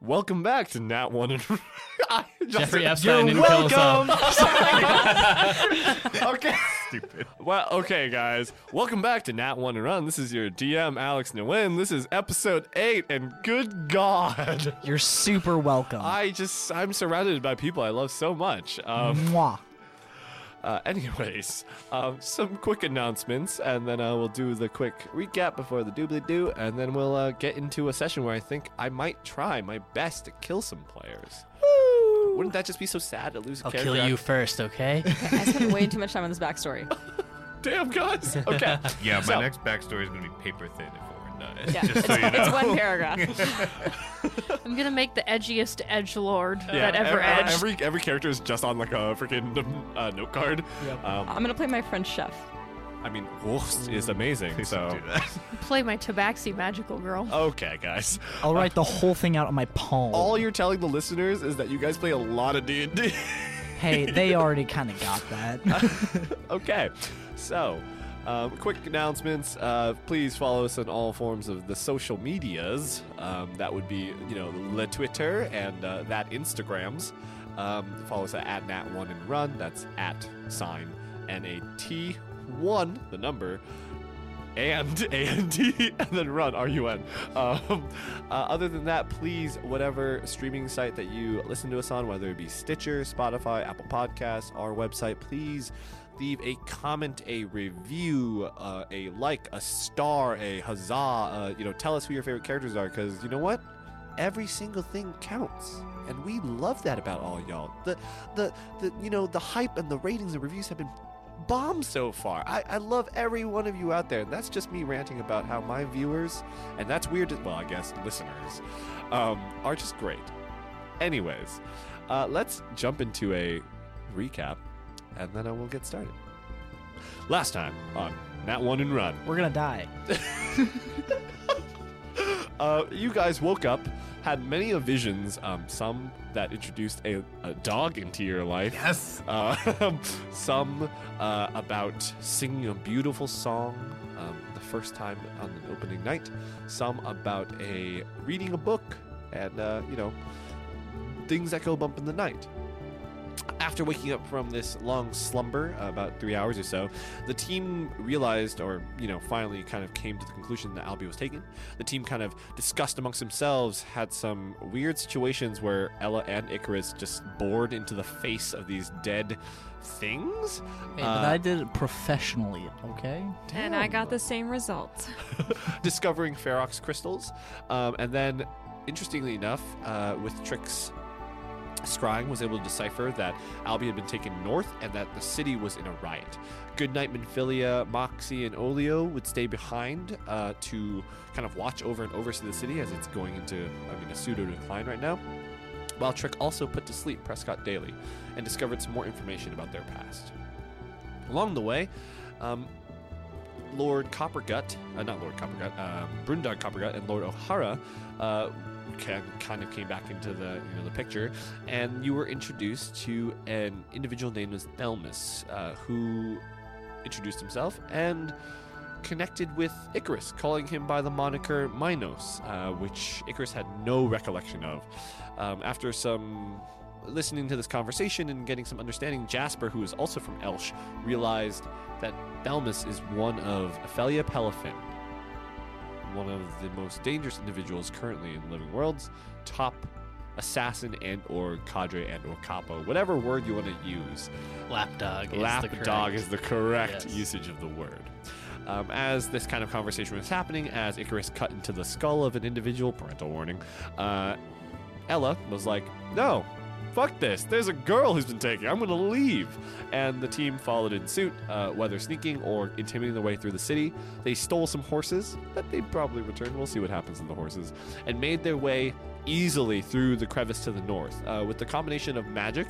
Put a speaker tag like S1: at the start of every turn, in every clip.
S1: Welcome back to Nat One and I just
S2: Jeffrey
S1: said,
S2: Epstein
S1: "You're
S2: didn't kill us all."
S1: welcome." okay.
S3: Stupid.
S1: Well, okay, guys. Welcome back to Nat One and Run. This is your DM, Alex Nguyen. This is episode eight, and good God,
S4: You're super welcome.
S1: I just I'm surrounded by people I love so much. Um,
S4: Mwah.
S1: uh, anyways, um, some quick announcements, and then uh, we'll do the quick recap before the doobly doo, and then we'll uh, get into a session where I think I might try my best to kill some players. Wouldn't that just be so sad to lose a
S2: I'll
S1: character?
S2: kill you first, okay?
S5: I spent way too much time on this backstory.
S1: Damn guys. Okay.
S3: Yeah, my
S1: So-
S3: next backstory is going to be paper thin if Oren dies.
S5: Yeah,
S3: Just so you know.
S5: It's one paragraph.
S6: I'm gonna make the edgiest edge lord
S1: Yeah,
S6: that ever
S1: ev-
S6: edged.
S1: every every character is just on like a freaking um, uh, note card. Um,
S5: I'm gonna play my French chef.
S1: I mean, Wolf's is amazing.
S3: Mm. Please don't
S1: So
S3: do that.
S6: Play my Tabaxi magical
S1: Oh.
S6: girl.
S1: okay, guys.
S4: I'll write the whole thing out on my palm.
S1: All you're telling the listeners is that you guys play a lot of D and D.
S4: hey, they already kind of got that.
S1: Okay, so um, quick announcements. Uh, please follow us on all forms of the social medias. Um, that would be, you know, the Twitter and uh, that Instagrams. Um, follow us at Nat One and Run. That's at sign N A T one, the number. And A N D and then run R U N. Um, uh, other than that, please whatever streaming site that you listen to us on, whether it be Stitcher, Spotify, Apple Podcasts, our website, please leave a comment, a review, uh, a like, a star, a huzzah. Uh, you know, tell us who your favorite characters are, because you know what? Every single thing counts, and we love that about all y'all. The, the, the, you know, the hype and the ratings and reviews have been bomb so far. I, I love every one of you out there, and that's just me ranting about how my viewers, and that's weird. Well, I guess listeners, um, are just great. Anyways, uh, let's jump into a recap, and then I will get started. Last time on Nat One and Run,
S4: We're gonna die.
S1: uh, you guys woke up, had many of visions, um, some that introduced a, a dog into your life.
S3: Yes.
S1: Uh, some uh, about singing a beautiful song um, the first time on an opening night. Some about a reading a book and uh, you know things that go bump in the night. After waking up from this long slumber, uh, about three hours or so, the team realized, or you know, finally kind of came to the conclusion that Albie was taken. The team kind of discussed amongst themselves, had some weird situations where Ella and Icarus just bored into the face of these dead things.
S2: Hey,
S1: Uh,
S2: but I did it professionally, okay?
S5: And I got the same result.
S1: discovering ferrox crystals. Um, and then, interestingly enough, uh, with Trick's scrying, was able to decipher that Albi had been taken north and that the city was in a riot. Goodnight Menphilia, Moxie, and Olio would stay behind uh, to kind of watch over and oversee the city as it's going into, I mean, a pseudo decline right now. While Trick also put to sleep Prescott Daily and discovered some more information about their past. Along the way, um, Lord Coppergut, uh, not Lord Coppergut, um, Brundar Coppergut and Lord O'Hara uh, can, kind of came back into the you know the picture, and you were introduced to an individual named as Thelmus, uh, who introduced himself and connected with Icarus, calling him by the moniker Minos, uh, which Icarus had no recollection of. Um, after some listening to this conversation and getting some understanding, Jasper, who is also from Elsh, realized that Thelmus is one of Ophelia Pelophin, one of the most dangerous individuals currently in the living worlds, top assassin and or cadre and or capo, whatever word you want to use.
S2: Lapdog. is the
S1: Lapdog
S2: correct-
S1: is the correct
S2: Yes.
S1: usage of the word. Um, as this kind of conversation was happening, as Icarus cut into the skull of an individual, parental warning, uh, Ella was like, No, fuck this. There's a girl who's been taken. I'm going to leave. And the team followed in suit, uh, whether sneaking or intimidating their way through the city. They stole some horses that they probably returned. We'll see what happens in the horses. And made their way easily through the crevice to the north. Uh, with the combination of magic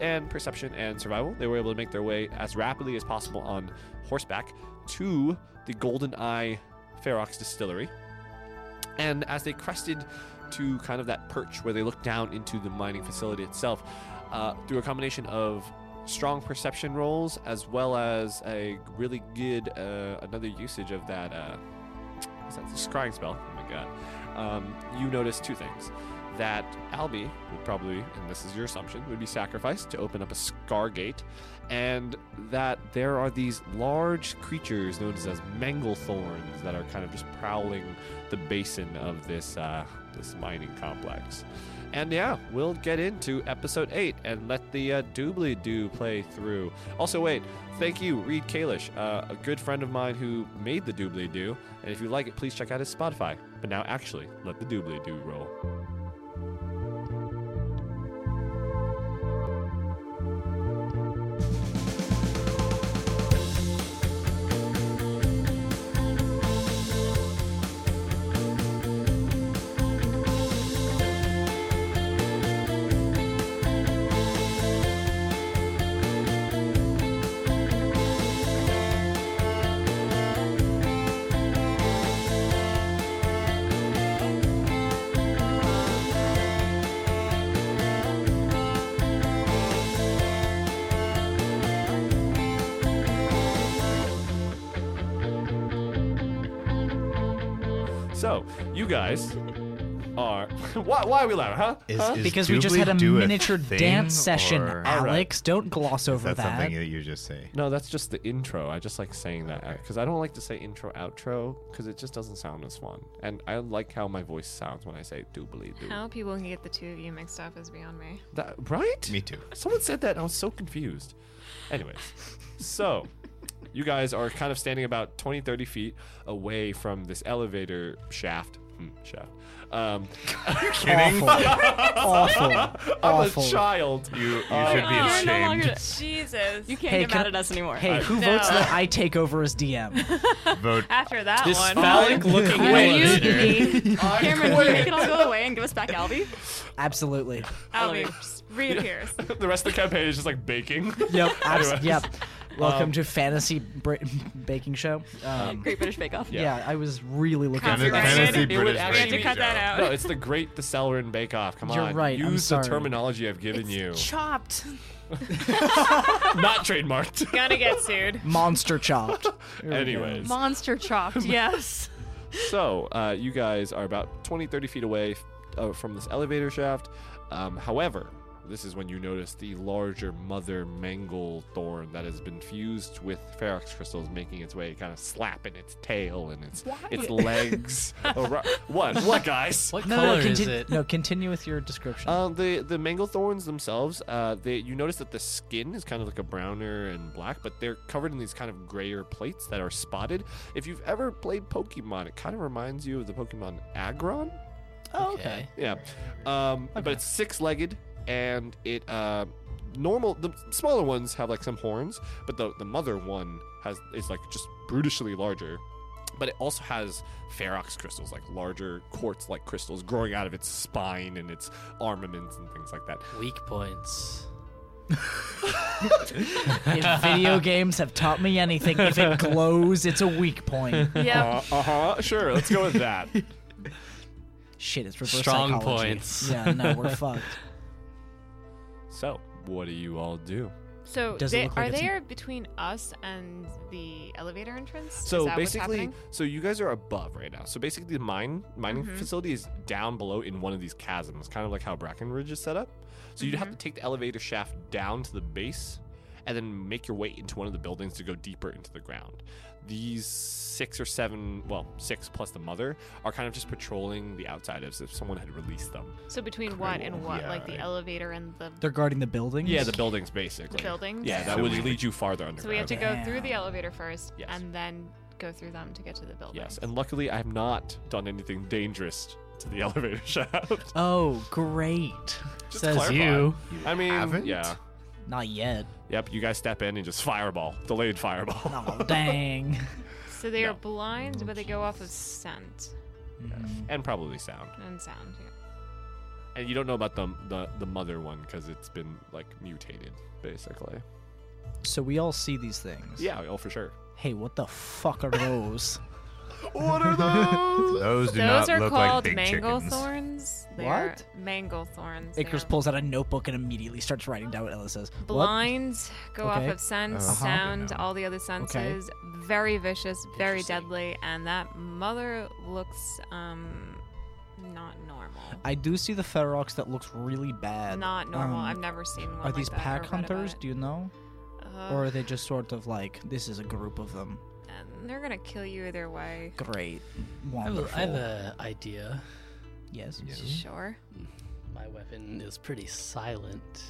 S1: and perception and survival, they were able to make their way as rapidly as possible on horseback to the Golden Eye Ferox Distillery. And as they crested to kind of that perch where they looked down into the mining facility itself, uh, through a combination of strong perception rolls as well as a really good uh, another usage of that uh, what's that scrying spell? Oh my god! Um, you notice two things. that Albi would probably, and this is your assumption, would be sacrificed to open up a scar gate, and that there are these large creatures known as manglethorns that are kind of just prowling the basin of this uh, this mining complex. And yeah, we'll get into episode eight and let the uh, doobly doo play through. Also, wait, thank you, Reed Kalish, uh, a good friend of mine who made the doobly doo. And if you like it, please check out his Spotify. But now, actually, let the doobly doo roll. So, you guys are. why, why are we laughing, huh?
S3: Is,
S1: Huh?
S3: is
S4: because we just had a
S3: doobly-doo
S4: miniature
S3: thing,
S4: dance session,
S3: or
S1: All right.
S4: Alex. Don't gloss
S3: Is
S4: over
S3: that
S4: that.
S3: something that you just say?
S1: No, that's just the intro. I just like saying that because I don't like to say intro outro because it just doesn't sound as fun. And I like how my voice sounds when I say doobly doo.
S5: How people can get the two of you mixed up is beyond me.
S1: That, right?
S3: Me too.
S1: Someone said that and I was so confused. Anyways, so you guys are kind of standing about 20, 30 feet away from this elevator shaft. Hmm, shaft. Um,
S3: Kidding?
S4: awful, awful,
S1: I'm
S4: awful.
S1: a child.
S3: You, you
S1: Uh,
S3: should be
S1: You're no
S3: ashamed.
S7: Jesus.
S5: You can't
S4: Hey,
S5: get
S4: can
S5: mad
S4: I-
S5: at us anymore.
S4: Hey, who
S7: No.
S4: votes that I take over as DM?
S3: Vote.
S7: After that
S2: This
S7: one.
S2: phallic looking elevator.
S5: Mutiny.
S1: I
S5: Cameron, can you make it all go away and give us back Albie?
S4: Absolutely.
S7: Albie just reappears.
S1: the rest of the campaign is just like baking.
S4: Yep. abs-
S1: Anyways.
S4: yep. Welcome to fantasy bra- baking show. Um,
S5: Great British Bake Off.
S1: Yeah.
S4: yeah. I was really looking
S7: Kind
S4: for
S7: of-
S4: that.
S7: kind
S3: Fantasy
S1: It would
S3: British
S1: actually
S7: We had to
S3: baking
S7: cut that
S3: show.
S7: out.
S1: No, it's the Great The Celerin Bake Off. Come
S4: You're
S1: on.
S4: right, I'm
S1: Use the
S4: sorry.
S1: terminology I've given you.
S7: Chopped.
S1: Not trademarked.
S7: Gonna get sued.
S4: Monster chopped. There we go.
S1: Anyways.
S6: Monster chopped, yes.
S1: So, uh, you guys are about 20, 30 feet away f- uh, from this elevator shaft. Um, however, this is when you notice the larger mother mangle thorn that has been fused with ferrox crystals making its way, kind of slapping its tail and its its legs. ar- what? What, guys?
S2: What
S4: No, no,
S2: color
S4: no,
S2: is
S4: conti-
S2: it?
S4: no, continue with your description.
S1: Uh, the the mangle thorns themselves, uh, they, you notice that the skin is kind of like a browner and black, but they're covered in these kind of grayer plates that are spotted. If you've ever played Pokemon, it kind of reminds you of the Pokemon Aggron.
S4: oh,
S2: Okay.
S1: Yeah, um, but it's six-legged, and it uh, normal. The smaller ones have like some horns, but the the mother one has is like just brutishly larger. But it also has ferrox crystals, like larger quartz-like crystals, growing out of its spine and its armaments and things like that.
S2: Weak points.
S4: If video games have taught me anything, if it glows, it's a weak point.
S6: Yep.
S1: Uh huh. Sure. Let's go with that.
S4: Shit, it's reverse
S2: Strong
S4: psychology.
S2: points.
S4: Yeah, no, we're fucked.
S1: so, what do you all do?
S7: So
S4: Does it
S7: they,
S4: look like
S7: are
S4: it's-
S7: they are between us and the elevator entrance? Is
S1: So
S7: that what's
S1: basically,
S7: happening?
S1: so you guys are above right now. So basically, the mine mining
S7: Mm-hmm.
S1: facility is down below in one of these chasms, kind of like how Brackenridge is set up. So you'd
S7: Mm-hmm.
S1: have to take the elevator shaft down to the base, and then make your way into one of the buildings to go deeper into the ground. These six or seven, well, six plus the mother, are kind of just patrolling the outside as if someone had released them.
S7: so between what and what? Like the
S3: Yeah.
S7: elevator and the,
S4: They're guarding the buildings?
S1: Yeah, the buildings basically.
S7: the buildings?
S1: Yeah, that
S3: So
S1: would
S3: we-
S1: lead you farther underground.
S7: So we have to go through the
S4: Damn.
S7: elevator first
S1: Yes.
S7: and then go through them to get to the building.
S1: Yes, and luckily I have not done anything dangerous to the elevator shaft.
S4: Oh, great.
S1: Just
S2: Says
S1: clarify.
S2: you.
S1: I mean,
S3: haven't?
S1: yeah,
S4: Not yet.
S1: yep. You guys step in and just fireball, delayed fireball.
S4: Oh, dang.
S7: So they
S1: No.
S7: are blind, but they go off of scent
S1: and probably sound.
S7: and sound. Yeah.
S1: And you don't know about the the, the mother one because it's been like mutated, basically.
S4: So we all see these things.
S1: Yeah, oh for sure.
S4: Hey, what the fuck are those?
S1: What are those?
S3: Those do
S7: Those
S3: not
S7: are
S3: look
S7: called
S3: like big
S7: mangle
S3: chickens.
S7: thorns. They are
S4: What?
S7: mangle thorns. they
S4: Icarus
S7: are-
S4: pulls out a notebook and immediately starts writing down what Ella says. What?
S7: Blind, go
S4: Okay.
S7: off of sense,
S3: Uh-huh.
S7: sound,
S3: Yeah.
S7: all the other senses. Very vicious, very
S2: Interesting.
S7: deadly, and that mother looks um Not normal.
S4: I do see the Ferox that looks really bad.
S7: Not normal.
S4: Um,
S7: I've never seen one.
S4: Are
S7: like
S4: these
S7: that or
S4: pack
S7: read
S4: hunters?
S7: about Uh,
S4: Do you know?
S7: it.
S4: or are
S7: Ugh,
S4: they just sort of like, this is a group of them?
S7: and they're gonna kill you either way.
S4: Great.
S2: I have,
S4: Wonderful.
S2: a- I have a idea.
S4: yes.
S7: Sure.
S2: My weapon is pretty silent.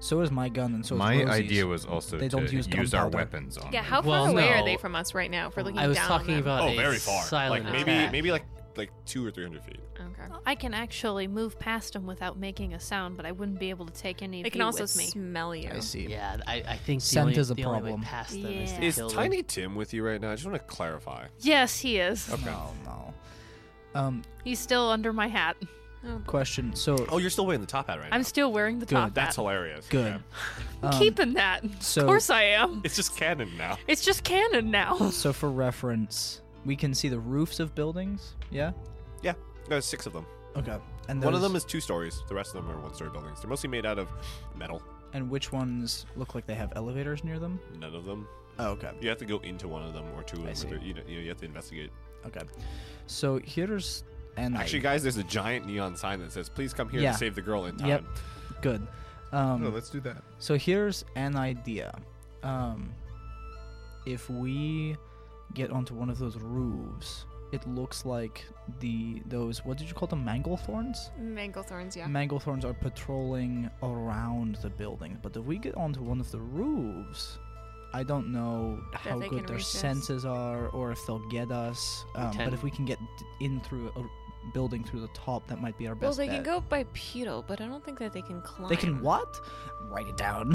S4: So is my gun, and so
S3: My
S4: is Rosie's.
S3: idea was also
S4: They
S3: to
S4: don't use
S3: use, our
S4: gunpowder.
S3: weapons on
S7: Yeah.
S3: them.
S7: How far
S2: Well,
S7: away
S2: no.
S7: are they from us right now? If we're looking
S2: I was
S7: down
S2: talking
S7: on them?
S2: about
S1: Oh,
S2: a
S1: very far.
S2: silent
S1: like maybe
S2: attack.
S1: maybe like like two or three hundred feet.
S7: Okay.
S6: I can actually move past them without making a sound, but I wouldn't be able to take any of
S7: They can
S6: you
S7: also
S6: with me.
S7: smell you.
S4: I see.
S2: Yeah, I, I think the
S4: Scent
S2: only,
S4: is a
S2: the only
S4: problem.
S2: way past them is to
S6: Yeah.
S1: Is
S2: kill them.
S1: Tiny Tim with you right now? I just want to clarify.
S6: Yes, he is.
S4: No, Oh, no. Um,
S6: He's still under my hat.
S4: question. So
S1: Oh, you're still wearing the top hat right
S6: I'm
S1: now.
S6: still wearing the
S4: Good,
S6: top
S1: That's
S6: hat.
S1: hilarious.
S4: good.
S1: Yeah.
S6: I'm
S4: Um,
S6: keeping that.
S4: so-
S6: of course I am.
S1: It's just canon now.
S6: It's just canon now.
S4: So for reference, we can see the roofs of buildings. Yeah.
S1: Yeah, there's six of them.
S4: Okay. And
S1: One of
S4: those-
S1: them is two stories. The rest of them are one-story buildings. They're mostly made out of metal.
S4: And which ones look like they have elevators near them?
S1: None of them.
S4: Oh, okay.
S1: You have to go into one of them or two of them.
S4: I
S1: or
S4: see.
S1: three- You know, you, know, you have to investigate.
S4: Okay. So here's and
S1: Actually, guys, there's a giant neon sign that says, "Please come here
S4: Yeah.
S1: to save the girl in time."
S4: Yep. good.
S1: Oh,
S4: Um,
S3: No, Oh, let's do that.
S4: So here's an idea. Um, if we get onto one of those roofs, it looks like the those what did you call them manglethorns?
S7: Manglethorns, yeah.
S4: Manglethorns are patrolling around the building, but if we get onto one of the roofs, I don't know how
S7: they
S4: good
S7: can
S4: their
S7: reach us.
S4: senses are or if they'll get us. Um, but
S2: can-
S4: if we can get d- in through a building through the top, that might be our
S7: Well,
S4: best.
S7: they can
S4: bet.
S7: go bipedal, but I don't think that they can climb.
S4: They can what? Write it down.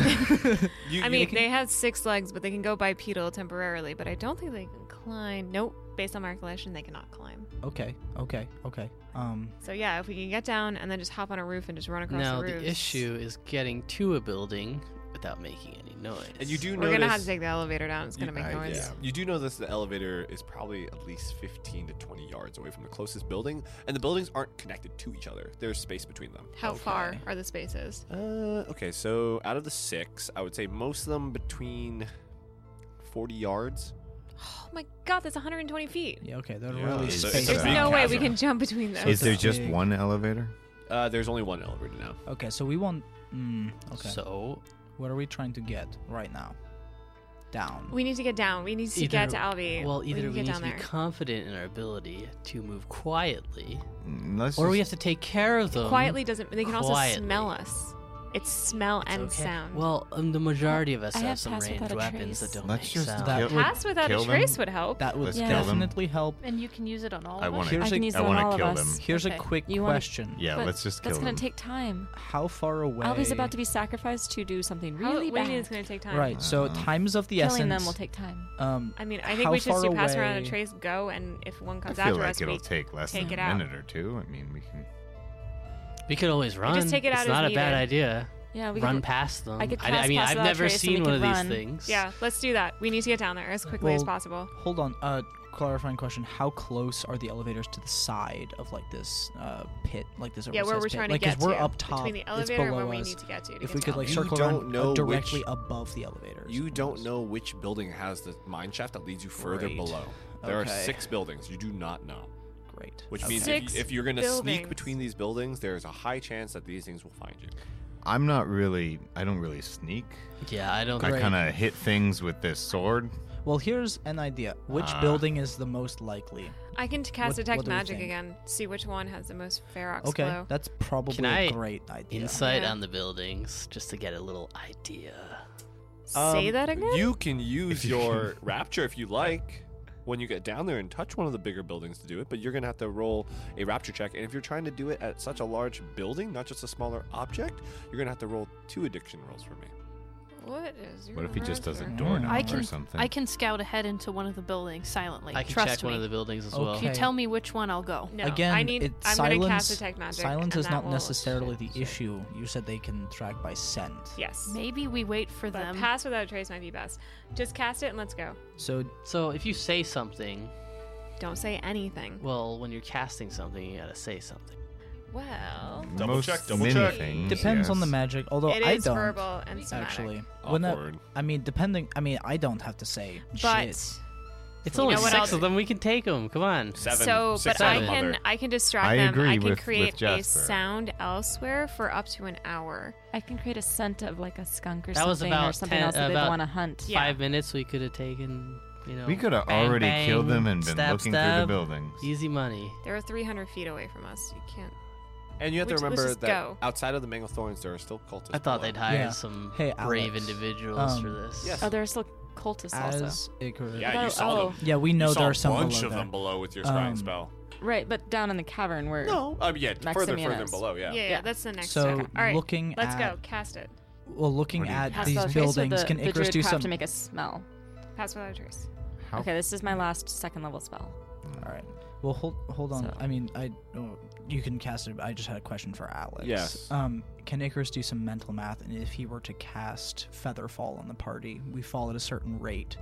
S1: You,
S7: I
S1: you-
S7: mean, they have six legs, but they can go bipedal temporarily. But I don't think they can climb. Nope. Based on my recollection, they cannot climb.
S4: okay, okay, okay. Um,
S7: So yeah, if we can get down and then just hop on a roof and just run across
S2: Now
S7: the roof.
S2: the issue is getting to a building without making any noise.
S1: and you do
S7: We're
S1: notice
S7: gonna have to take the elevator down. It's gonna
S3: You-
S7: make
S3: I-
S7: noise.
S1: Yeah. You do know this the elevator is probably at least 15 to 20 yards away from the closest building, and the buildings aren't connected to each other. There's space between them.
S7: How far
S4: Okay.
S7: are the spaces?
S1: Uh, okay, so out of the six, I would say most of them between 40 yards.
S7: Oh my god, that's 120 feet.
S4: yeah, okay, they're
S1: Yeah.
S4: really
S1: It's a- it's
S4: spaced
S1: a
S7: There's
S1: big
S4: out.
S7: no way we
S1: chasm.
S7: can jump between them.
S4: So
S3: Is
S4: it's a
S3: there just
S4: big-
S3: one elevator?
S1: Uh, there's only one elevator now.
S4: Okay, so we want. Mm, okay.
S2: So
S4: what are we trying to get right now? Down.
S7: We need to get down. We need to
S2: either,
S7: get to Albi.
S2: Well, either we,
S7: we need to get
S2: need
S7: down
S2: to be
S7: there.
S2: confident in our ability to move quietly,
S3: Mm, Let's
S2: or we have to
S3: just-
S2: take care of them
S7: Quietly doesn't. They can also
S2: quietly.
S7: smell us. It's smell
S2: It's
S7: and
S2: okay.
S7: sound.
S2: Well, um, the majority of us
S7: I
S2: have
S7: have
S2: some
S7: passed
S2: ranged
S7: without a
S2: weapons that
S7: trace.
S2: don't
S3: Let's
S2: make
S3: just
S2: sound.
S4: That
S3: kill,
S4: would
S7: pass without a
S3: kill them.
S7: trace would help.
S4: that would
S3: Let's
S6: Yeah.
S3: kill them.
S4: definitely help.
S6: And you can use it on all
S3: I
S6: of
S3: want
S6: us.
S3: to.
S4: Here's
S8: I can
S4: a
S8: use
S3: I
S8: it on
S3: wanna
S8: all of
S3: kill
S8: us.
S3: them.
S4: here's a
S6: Okay.
S4: quick
S8: You wanna-
S4: question.
S3: Yeah,
S8: But
S3: let's just kill
S8: That's
S3: them.
S8: gonna take time.
S4: How far away?
S8: Alvy's about to be sacrificed to do something
S7: How,
S8: really
S7: what do you
S8: bad.
S7: mean it's gonna take time?
S4: Right. So
S3: Uh,
S4: times of the
S8: Killing
S4: essence.
S8: them will take time.
S4: um,
S7: I mean, I think
S4: How
S7: we should
S4: far
S7: do pass around a
S4: away-
S7: trace, go, and if one
S3: I
S7: comes
S3: feel
S7: after
S3: like
S7: us,
S3: it'll
S7: we
S3: take less
S7: take
S3: than
S7: it
S3: a
S7: out.
S3: minute or two. I mean, we can.
S2: We could always run.
S7: just take it
S2: it's
S7: out as
S2: not a bad
S7: needed.
S2: idea.
S8: Yeah, we
S2: run
S8: could-
S2: past them.
S8: I could
S2: I, mean,
S8: trespass
S2: I've
S8: without
S2: never
S8: trace and we
S2: seen one
S8: could
S2: of
S8: run.
S2: these things.
S7: Yeah, let's do that. We need to get down there as quickly as
S4: Well-
S7: possible.
S4: hold on. Uh, clarifying question. How close are the elevators to the side of like this uh pit, like this?
S7: Yeah, where
S4: oversized
S7: we're
S4: pit?
S7: trying to
S4: like, 'cause
S7: get
S4: we're
S7: to.
S4: up top.
S7: between the
S4: it's
S7: elevator and
S4: below
S7: where we
S4: us.
S7: need to get to. to
S4: If
S7: get
S4: we
S7: to
S4: could like
S1: You
S7: Albi.
S4: circle
S1: don't
S4: around uh,
S1: know
S4: directly
S1: which-
S4: above the elevators.
S1: You
S4: of
S1: don't
S4: course.
S1: know which building has the mine shaft that leads you further
S4: Great.
S1: below. There are
S4: Okay.
S1: six buildings. You do not know.
S4: Great.
S1: Which
S4: Okay.
S1: means
S7: Six
S1: if, you, if you're going to sneak
S7: buildings.
S1: between these buildings, there's a high chance that these things will find you.
S3: I'm not really. I don't really sneak.
S2: Yeah, I don't.
S3: I
S4: Great.
S3: kind of hit things with this sword.
S4: Well, here's an idea. Which
S3: Ah.
S4: building is the most likely?
S7: I can cast
S4: What-
S7: detect
S4: what do we
S7: magic
S4: think?
S7: again. See which one has the most ferox
S4: Okay,
S7: glow.
S4: that's probably
S2: Can I
S4: a great idea.
S2: Insight
S7: Yeah.
S2: on the buildings, just to get a little idea.
S7: Say
S1: Um,
S7: that again.
S1: You can use
S3: If you-
S1: your rapture if you like when you get down there and touch one of the bigger buildings to do it, but you're going to have to roll a rapture check. And if you're trying to do it at such a large building, not just a smaller object, you're going to have to roll two addiction rolls for me.
S7: what is your
S3: What if he just does a
S7: answer?
S3: doorknob
S6: I
S3: or
S6: can
S3: something?
S6: I can scout ahead into one of the buildings silently.
S2: I can
S6: Trust
S2: check
S6: me.
S2: one of the buildings as
S6: If
S2: well.
S6: you
S4: Okay.
S6: tell me which one, I'll go.
S7: No,
S4: Again,
S7: I need.
S4: it's
S7: I'm
S4: silence.
S7: gonna cast detect magic.
S4: silence
S7: and
S4: is
S7: that
S4: not
S7: will-
S4: necessarily the issue. You said they can track by scent.
S7: Yes.
S6: Maybe we wait for
S7: But
S6: them.
S7: pass without a trace might be best. Just cast it and let's go.
S4: So
S2: So if you say something,
S7: Don't say anything.
S2: well, when you're casting something, you gotta say something.
S7: Well,
S1: Double
S3: Most
S1: check, double
S3: many
S1: check.
S3: Things,
S4: depends on the
S3: yes.
S4: magic. Although
S7: it
S4: I
S7: is
S4: don't
S7: verbal and somatic.
S4: actually.
S1: Awkward.
S4: When I, I mean, depending. I mean, I don't have to say
S7: But
S4: shit.
S2: It's
S7: You
S2: only
S7: know what
S2: six
S7: I'll
S2: of them. We can take them. Come on.
S1: Seven.
S7: So,
S1: six
S7: but I
S1: of them,
S7: can
S1: mother.
S7: I can distract
S3: I
S7: them.
S3: agree
S7: I can
S3: with- with
S7: create a
S3: Jasper.
S7: sound elsewhere for up to an hour.
S8: I can create a scent of like a skunk or
S2: That was
S8: something or
S2: about
S8: something
S2: ten-
S8: else that they'd
S2: about
S8: want to hunt.
S7: Yeah.
S2: Five minutes we could have taken. You know.
S3: We could have
S2: bang,
S3: already
S2: bang,
S3: killed them and been
S2: stab,
S3: looking through the
S2: stab.
S3: buildings.
S2: Easy money.
S7: They're 300 feet away from us. You can't.
S1: and you have to
S7: Let's- let's
S1: remember
S7: just
S1: that
S7: go.
S1: outside of the Mangle Thorns, there are still cultists.
S2: I thought
S1: below.
S2: they'd hire
S4: Yeah.
S2: some
S4: Hey,
S2: brave
S4: Alex,
S2: individuals for
S4: um,
S2: this.
S1: yes.
S8: Oh, there's still cultists also.
S4: As Icarus.
S8: I
S9: Yeah, you
S8: thought-
S9: saw
S8: oh.
S9: them.
S4: Yeah, we know
S9: you saw
S4: there
S9: a
S4: are some
S9: bunch
S4: below
S9: of
S4: there.
S9: them below with your scrying
S4: Um,
S9: spell. Uh,
S8: Right, but down in the cavern where
S1: No, um, yeah, further, further than
S8: Maximianus.
S1: below, yeah.
S7: Yeah, yeah,
S8: Yeah.
S7: that's the next.
S4: So
S7: step. All right,
S4: looking
S7: let's
S4: at
S7: go. Cast it.
S4: well, looking
S3: What do you
S4: at
S3: think?
S8: Pass
S4: these
S8: without trace, or
S4: buildings,
S8: the,
S4: can
S8: the
S4: Icarus
S8: druid
S4: do
S8: craft
S4: some?
S8: to make a smell?
S7: Pass without trace.
S3: How-
S8: Okay, this is my last second level spell.
S4: All right. Well, hold hold on.
S8: So-
S4: I mean, I oh, you can cast it. but I just had a question for Alex.
S1: Yes.
S4: Um, can Icarus do some mental math? And if he were to cast Featherfall on the party, we fall at a certain rate.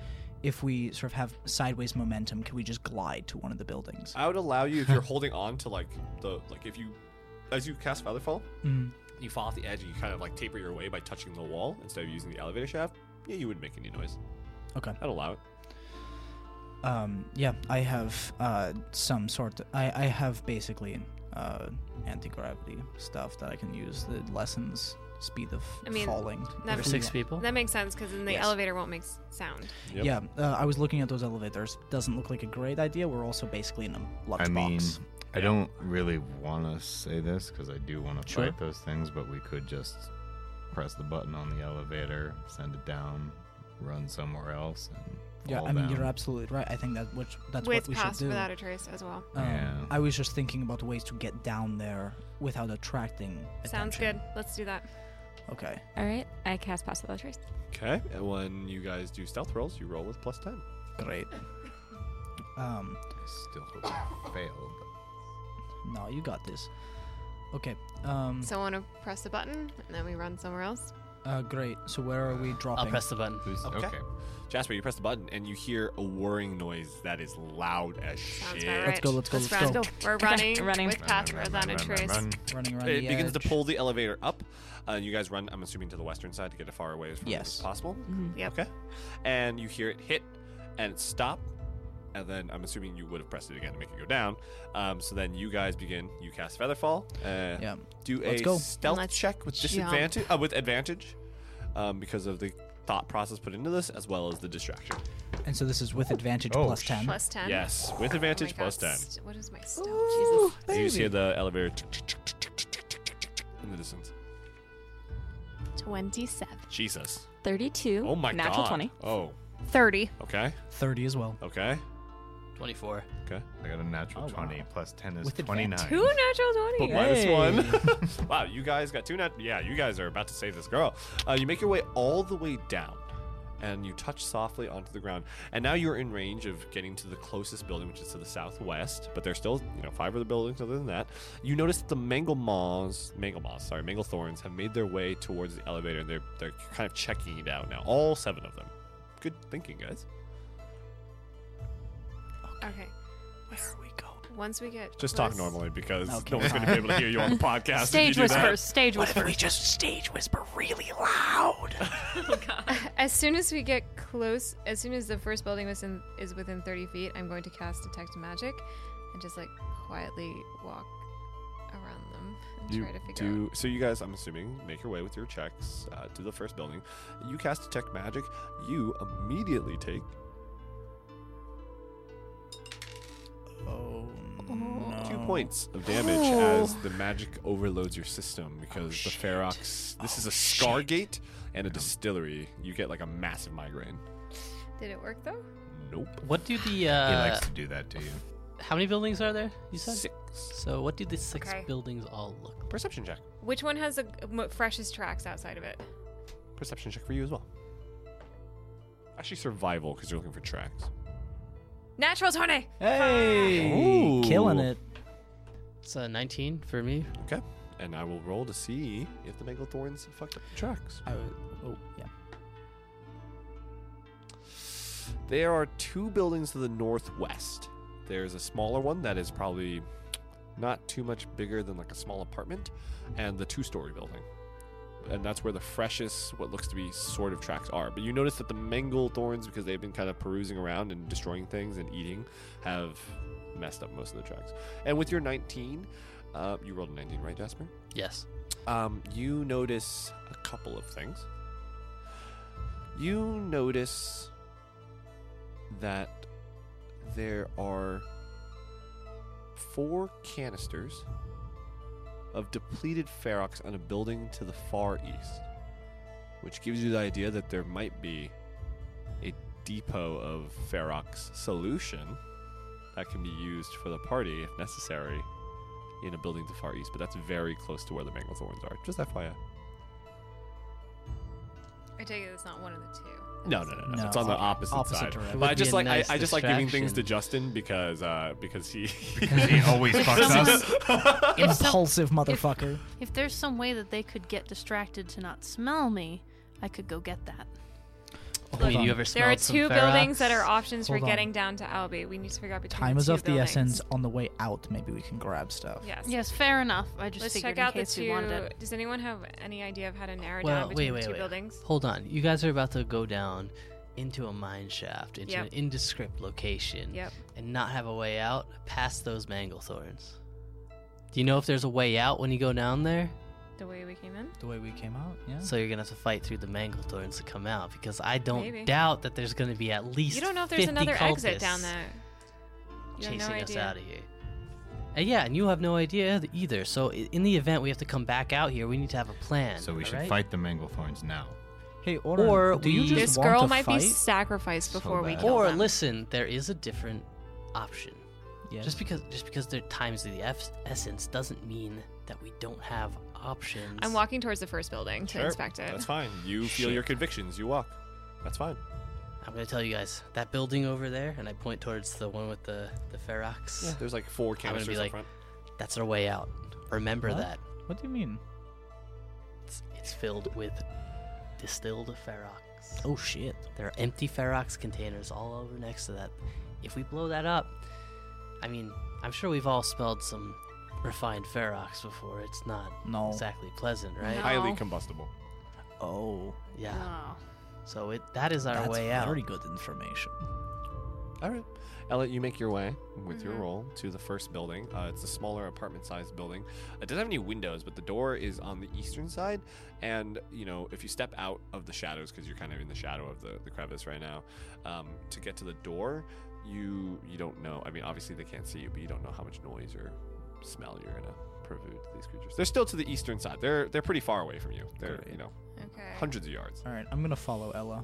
S4: If we sort of have sideways momentum, can we just glide to one of the buildings?
S1: I would allow you if you're holding on to like the like if you as you cast Featherfall,
S4: Mm.
S1: you fall off the edge and you kind of like taper your way by touching the wall instead of using the elevator shaft. Yeah, you wouldn't make any noise.
S4: Okay.
S1: I'd allow it.
S4: Um, yeah, I have uh, some sort. I, I have basically uh, anti gravity stuff that I can use that lessens speed of
S7: I mean,
S4: falling.
S7: that
S2: For
S4: if we
S2: six
S4: want.
S2: people.
S7: That makes sense because then the
S4: Yes.
S7: elevator won't make s- sound.
S1: Yep.
S4: Yeah, uh, I was looking at those elevators. Doesn't look like a great idea. We're also basically in a lunchbox.
S3: I mean, I don't really want to say this because I do want to
S2: Sure.
S3: fight those things, but we could just press the button on the elevator, send it down, run somewhere else, and
S4: yeah,
S3: fall
S4: I mean,
S3: down.
S4: you're absolutely right. I think that which that's
S7: With
S4: what we should
S7: pass
S4: do.
S7: without a trace as well.
S4: Um,
S3: Yeah.
S4: I was just thinking about ways to get down there without attracting.
S7: Sounds good.
S4: attention.
S7: Let's do that.
S4: Okay.
S8: All right, I cast Pass Without Trace.
S1: Okay. And when you guys do stealth rolls, you roll with plus ten.
S4: Great. Um,
S3: I still hope I fail.
S4: no, you got this. Okay. Um,
S7: So I want to press the button and then we run somewhere else.
S4: uh, great. So where are we dropping?
S2: I'll Oh, press the button.
S3: But who's,
S1: Okay.
S3: okay.
S1: Jasper, you press the button and you hear a whirring noise that is loud as
S7: Sounds
S1: shit.
S7: about
S4: Let's
S7: right.
S4: go, let's go, let's
S7: run.
S4: go.
S7: We're running,
S8: Running.
S7: with pass without a trace.
S4: Running around.
S1: It
S4: the
S1: begins to
S4: edge.
S1: pull the elevator up. Uh, you guys run, I'm assuming, to the western side to get as far away as from it as
S4: Yes.
S1: possible.
S7: Yep.
S1: Okay. And you hear it hit and stop. And then I'm assuming you would have pressed it again to make it go down. Um, so then you guys begin. You cast Featherfall. Uh,
S4: Yeah.
S1: Do
S4: Let's
S1: a
S4: go.
S1: stealth
S7: Let's
S1: check with
S7: jump.
S1: disadvantage, uh, with advantage, um, because of the thought process put into this, as well as the distraction.
S4: And so this is with advantage
S3: Oh,
S4: plus
S3: sh-
S4: ten.
S7: Plus 10.
S1: Yes, with
S7: Oh my
S1: advantage
S7: God,
S1: plus ten.
S7: st- what is my stealth? Jesus.
S1: And You just hear the elevator in the distance.
S6: 27.
S1: Jesus.
S8: 32.
S1: Oh my
S8: Natural
S1: god.
S8: 20.
S1: Oh.
S6: 30.
S1: Okay.
S4: Thirty as well.
S1: Okay.
S2: Twenty-four.
S1: Okay.
S3: I got a natural
S4: Oh, wow.
S3: 20 plus 10 is
S4: With advantage.
S7: Two
S3: 29.
S7: natural 20.
S1: But minus one. wow, you guys got two net. Yeah, you guys are about to save this girl. Uh, you make your way all the way down, and you touch softly onto the ground. And now you're in range of getting to the closest building, which is to the southwest. But there's still, you know, five other buildings other than that. You notice that the mangle moths, mangle moths, sorry, mangle thorns, have made their way towards the elevator, and they're they're kind of checking it out now. All seven of them. Good thinking, guys.
S7: Okay.
S4: Where are we going?
S7: Once we get.
S1: Just talk
S7: close-
S1: normally because
S4: Okay.
S1: no one's going to be able to hear you on the podcast. if
S6: Stage
S1: you do that.
S6: whispers. Stage whispers.
S4: just stage whisper really loud?
S7: As soon as we get close, as soon as the first building was in, is within 30 feet, I'm going to cast Detect Magic and just like quietly walk around them and
S1: You
S7: try to figure
S1: do so. You guys, I'm assuming, make your way with your checks uh, to the first building. You cast detect magic. You immediately take
S4: Oh
S7: Mm-hmm.
S4: no.
S7: Oh.
S1: two points of damage as the magic overloads your system
S7: Oh,
S1: because the Ferox. This is a Scargate and a distillery. You get like a massive migraine.
S7: out. Did it work though?
S1: Nope.
S2: What do the
S3: He
S2: uh,
S3: likes to do that to you.
S2: how many buildings are there? You said
S1: Six.
S2: So what do the six
S7: Okay.
S2: buildings all look like?
S1: Perception check.
S7: Which one has the m- freshest tracks outside of it?
S1: Perception check for you as well. Actually, survival because you're looking for tracks.
S7: Natural 20!
S4: Hey,
S1: Ooh.
S4: killing it.
S2: It's uh, 19 for me.
S1: Okay. And I will roll to see if the Megalodons fucked up the tracks.
S4: I was, oh yeah.
S1: There are two buildings to the northwest. There's a smaller one that is probably not too much bigger than like a small apartment, and the two story building. and that's where the freshest, what looks to be sort of tracks are. But you notice that the mangle thorns, because they've been kind of perusing around and destroying things and eating, have messed up most of the tracks. And with your 19, uh, you rolled a 19, right, Jasper?
S2: Yes.
S1: Um, you notice a couple of things. You notice that there are four canisters of depleted ferrox on a building to the far east, which gives you the idea that there might be a depot of ferrox solution that can be used for the party if necessary in a building to the far east, but that's very close to where the Manglethorns are. Just FYI.
S7: I take it it's not one of the two.
S1: No, no, no, no.
S4: No.
S1: It's on the opposite,
S4: Opposite
S1: side.
S4: direction.
S1: But I
S2: Would be
S1: just
S2: a
S1: like
S2: nice
S1: I, I just like giving things to
S2: distraction.
S1: Justin because uh, because he
S3: he always
S6: If
S3: fucks us.
S6: If, some-
S4: Impulsive motherfucker.
S6: if there's some way that they could get distracted to not smell me, I could go get that.
S4: Hold
S2: I mean,
S4: on.
S2: you ever
S7: There are
S2: smelled some
S7: two buildings that are
S2: Ferox?
S7: options for
S4: Hold on.
S7: getting down to Albi. We need to figure out between
S4: Time
S7: the
S4: is
S7: two
S4: of the
S7: buildings.
S4: essence. On the way out, maybe we can grab stuff.
S7: Yes.
S6: Yes, fair enough. I just
S7: Let's
S6: figured
S7: check out
S6: in
S7: the
S6: case we wanted
S7: two.
S6: it.
S7: Does anyone have any idea of how to narrow
S2: Well,
S7: down between
S2: wait, wait,
S7: the two
S2: wait.
S7: buildings?
S2: Hold on. You guys are about to go down into a mine shaft, into
S7: Yep.
S2: an indescript location,
S7: Yep.
S2: and not have a way out past those manglethorns. Do you know if there's a way out when you go down there?
S7: The way we came in.
S4: The way we came out, yeah.
S2: So you're gonna have to fight through the manglethorns to come out because I don't
S7: Maybe.
S2: doubt that there's gonna be at least
S7: You don't know if there's another
S2: cultists
S7: exit down there. You have
S2: chasing
S7: no
S2: us
S7: idea.
S2: out of here. And yeah, and you have no idea th- either. So i- in the event we have to come back out here, we need to have a plan.
S3: So we should
S2: alright?
S3: fight the Manglethorns now.
S4: Hey, Oren,
S2: Or
S4: do you
S2: we-
S4: just
S7: This
S4: want
S7: girl
S4: to
S7: might
S4: fight?
S7: be sacrificed
S3: So
S7: before we
S3: bad.
S7: kill
S2: Or
S7: them.
S2: listen, there is a different option.
S4: Yeah.
S2: Just because just because they're times of the eff- essence doesn't mean that we don't have options.
S7: I'm walking towards the first building to
S1: Sure,
S7: inspect it.
S1: That's fine. You feel
S2: Shit.
S1: your convictions. You walk. That's fine.
S2: I'm gonna tell you guys that building over there, and I point towards the one with the the ferrox.
S1: There's like four
S2: gonna
S1: canisters
S2: be
S1: in
S2: like-
S1: front.
S2: That's our way out. Remember
S4: What?
S2: that.
S4: What do you mean?
S2: It's, it's filled with distilled ferrox.
S4: Oh shit.
S2: There are empty ferrox containers all over next to that. If we blow that up, I mean, I'm sure we've all smelled some refined ferrox before. It's not
S4: No.
S2: exactly pleasant, right?
S6: No.
S1: Highly combustible.
S4: Oh,
S2: Yeah.
S6: Oh.
S2: So it that is our
S4: that's
S2: way out.
S4: very good information.
S1: All right. Ella, you make your way with your
S7: Mhm.
S4: Mm-hmm.
S1: roll to the first building. Uh, it's a smaller apartment sized building. It doesn't have any windows, but the door is on the eastern side. And, you know, if you step out of the shadows, because you're kind of in the shadow of the, the crevice right now, um, to get to the door, you you don't know. I mean, obviously they can't see you, but you don't know how much noise or smell you're going to prevent these creatures. They're still to the eastern side. They're they're pretty far away from you. They're,
S4: Great.
S1: you know,
S7: Okay.
S1: hundreds of yards.
S4: All right, I'm gonna follow Ella.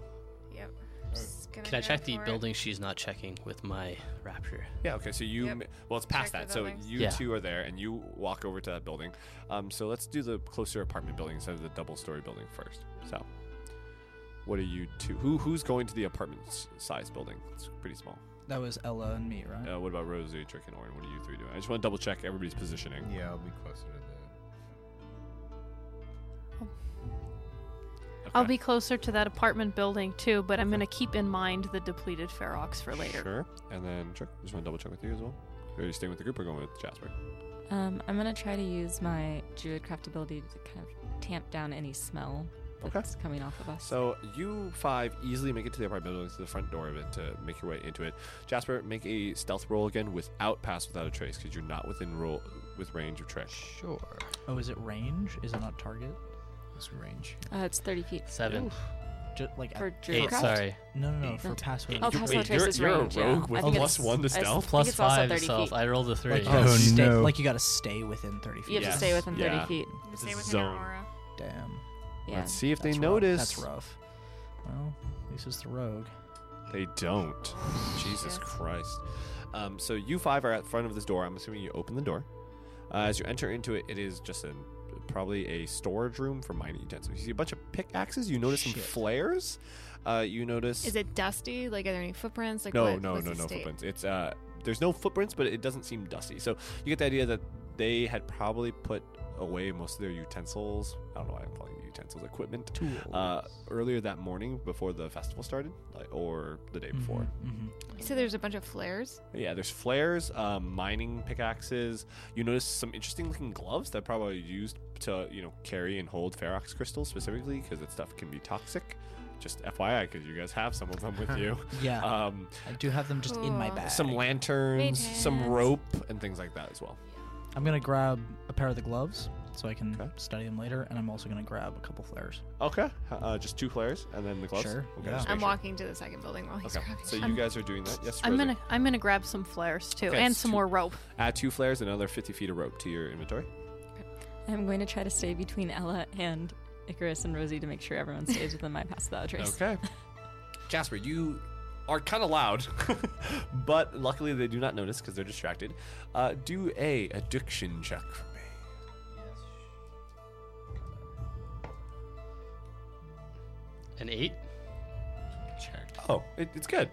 S7: Yep. Just gonna
S2: Can I
S7: go
S2: check the
S7: for it.
S2: building she's not checking with my rapture?
S1: Yeah. Okay. So you,
S7: Yep.
S1: ma- well, it's past
S7: Check
S1: that.
S7: the
S1: So
S7: buildings.
S1: you
S2: Yeah.
S1: two are there, and you walk over to that building. Um, so let's do the closer apartment building instead of the double-story building first. So, what are you two? Who who's going to the apartment s- size building? It's pretty small.
S4: That was Ella and me, right?
S1: Uh, what about Rosie, Trick, and Orin? What are you three doing? I just want to double check everybody's positioning.
S3: Yeah, I'll be closer to
S6: I'll
S1: Okay.
S6: be closer to that apartment building too, but I'm gonna keep in mind the depleted ferrox for later.
S1: Sure. And then Trick, just want to double check with you as well. Are you staying with the group or going with Jasper?
S8: Um, I'm gonna try to use my druidcraft ability to kind of tamp down any smell
S1: Okay.
S8: that's coming off of us.
S1: So you five easily make it to the apartment building to the front door of it to make your way into it. Jasper, make a stealth roll again without pass without a trace because you're not within roll with range of trick.
S2: Sure.
S4: Oh, is it range? Is it not target?
S3: this range.
S8: uh, it's 30 feet
S2: Seven.
S4: Just Uh, like at-
S8: for
S2: Eight,
S8: druidcraft.
S2: sorry.
S4: no, no, no,
S8: Eight.
S4: for password.
S8: Oh,
S1: You-
S8: pass
S1: wait,
S8: without trace
S1: you're-
S8: is
S1: you're a
S8: range, yeah.
S1: rogue with
S8: I think
S1: plus
S8: it's-
S1: one to
S8: I think
S1: stealth?
S8: it's
S2: Plus
S8: also
S2: five
S8: 30
S2: self.
S8: feet.
S2: I rolled a three.
S4: Like you,
S3: Oh,
S4: gotta stay,
S3: no.
S4: like you gotta stay within 30 feet.
S8: You have
S1: Yes.
S8: to stay within 30
S1: Yeah.
S8: feet.
S7: Stay within
S1: Zone.
S7: our aura.
S4: Damn.
S8: Yeah.
S1: Let's see if they
S4: that's rough.
S1: notice.
S4: That's rough. Well, at least it's the rogue.
S1: They don't. Jesus
S7: Yes.
S1: Christ. Um, so you five are at front of this door. I'm assuming you open the door. Uh, as you enter into it, it is just a probably a storage room for mining utensils. You see a bunch of pickaxes. You notice some
S4: Shit.
S1: flares. Uh, you notice
S7: Is it dusty? Like, are there any footprints? Like,
S1: no,
S7: what,
S1: no,
S7: what's
S1: no,
S7: the
S1: no
S7: state?
S1: footprints. It's uh, there's no footprints, but it doesn't seem dusty. So you get the idea that they had probably put away most of their utensils. I don't know why I'm calling it utensils, equipment.
S4: Tools.
S1: Uh, earlier that morning before the festival started, like, or the day before.
S7: Mm-hmm.
S4: hmm
S7: So there's a bunch of flares.
S1: Yeah, there's flares, um, mining pickaxes. You notice some interesting looking gloves that probably used to, you know, carry and hold ferrox crystals specifically because that stuff can be toxic. Just FYI, because you guys have some of them with you.
S4: Yeah,
S1: Um,
S4: I do have them just in my
S7: Cool.
S4: bag.
S1: some lanterns, some
S7: Lanterns.
S1: rope, and things like that as well.
S4: I'm gonna grab a pair of the gloves so I can
S1: Okay.
S4: study them later, and I'm also gonna grab a couple flares.
S1: Okay, uh, just two flares and then the gloves.
S4: Sure,
S1: Okay,
S4: yeah.
S1: just
S7: I'm
S1: make sure.
S7: walking to the second building while he's
S1: Okay,
S7: grabbing.
S1: so
S7: them.
S1: you guys are doing that. Yes,
S6: I'm
S1: Rosie?
S6: gonna I'm gonna grab some flares too,
S1: Okay,
S6: and
S1: it's
S6: some
S1: two-
S6: more rope.
S1: add two flares and another 50 feet of rope to your inventory.
S8: I'm going to try to stay between Ella and Icarus and Rosie to make sure everyone stays within my pass without a trace.
S1: Okay. Jasper, you are kind of loud, but luckily they do not notice because they're distracted. Uh, do a addiction check for me.
S2: An eight?
S3: Check.
S1: Oh, it, it's good.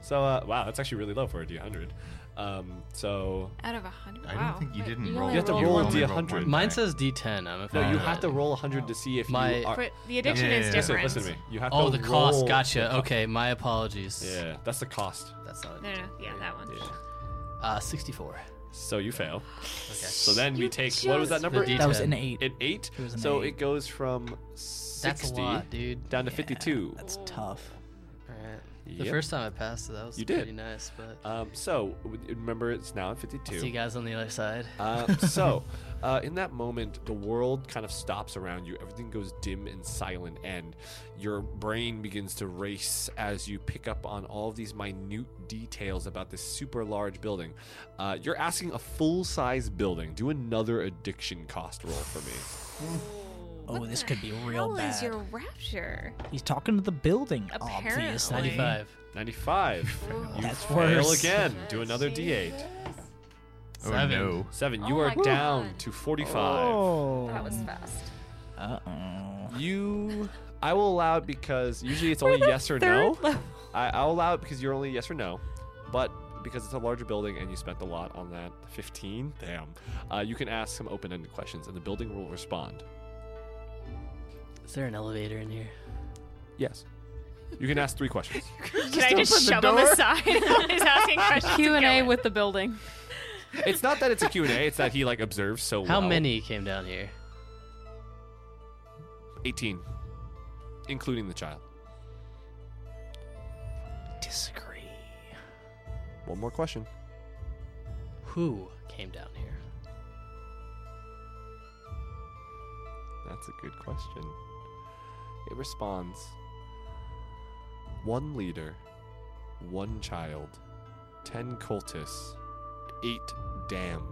S1: So, uh, wow, that's actually really low for a D100. Um, so,
S7: Out of a hundred.
S3: I
S7: wow.
S3: don't think you
S7: Wait,
S3: didn't
S7: you
S3: roll.
S7: only
S1: You have to
S7: rolled
S1: roll a
S7: one.
S1: D100.
S3: one
S2: Mine
S3: die.
S2: says D10. I'm a
S1: no, you
S3: Uh,
S1: have to roll 100 to see if
S2: My-
S1: you are.
S7: But the addiction
S3: Yeah,
S7: is
S3: yeah, yeah.
S1: Listen,
S7: different.
S1: listen to me. You have
S2: Oh,
S1: to
S2: the cost.
S1: roll-
S2: Gotcha. Okay, my apologies.
S1: Yeah, that's the cost.
S2: That's not.
S7: No, no, no, yeah, that one.
S1: Yeah.
S2: Uh, 64.
S1: So you fail.
S2: Okay.
S1: So then we
S7: You
S1: take. What was that
S7: just-
S1: number?
S2: The
S4: That was an
S2: D10.
S4: eight.
S1: An eight.
S4: It was an
S1: so
S4: eight.
S1: it goes from 60
S2: That's a lot, dude.
S1: down to
S4: Yeah,
S1: 52.
S4: That's tough.
S2: Alright. The
S1: Yep.
S2: first time I passed, it, that was
S1: You did.
S2: pretty nice, but
S1: Um, so w- remember, it's now at
S2: see you
S1: 52.
S2: guys on the other side.
S1: Um, so uh, in that moment, the world kind of stops around you. Everything goes dim and silent, and your brain begins to race as you pick up on all of these minute details about this super large building. Uh, you're asking a full size building. Do another addiction cost roll for me.
S4: Oh,
S7: What
S4: this
S7: the
S4: could be real
S7: hell
S4: bad.
S7: is your rapture?
S4: He's talking to the building, obviously.
S7: Apparently.
S2: 95.
S1: 95. You
S4: That's
S1: fail
S4: worse.
S1: again. Do another d8.
S3: Oh
S2: Seven.
S3: no.
S1: Seven. You
S7: Oh
S1: are
S7: my
S1: down
S7: God.
S1: to 45.
S4: Oh.
S7: That was fast.
S4: Uh oh.
S1: You, I will allow it because usually it's only yes or no. I, I'll allow it because you're only yes or no, but because it's a larger building and you spent a lot on that 15. Damn. Uh, you can ask some open-ended questions and the building will respond.
S2: Is there an elevator in here?
S1: Yes. You can ask three questions.
S7: Can I just shove him aside? He's asking questions.
S6: Q and A
S7: Kill it.
S6: with the building.
S1: it's not that it's a Q and A. It's that he like observes so
S2: How
S1: well.
S2: many came down here?
S1: 18, including the child.
S4: Disagree.
S1: One more question.
S2: Who came down here?
S1: That's a good question. It responds one leader, one child, ten cultists, eight damned.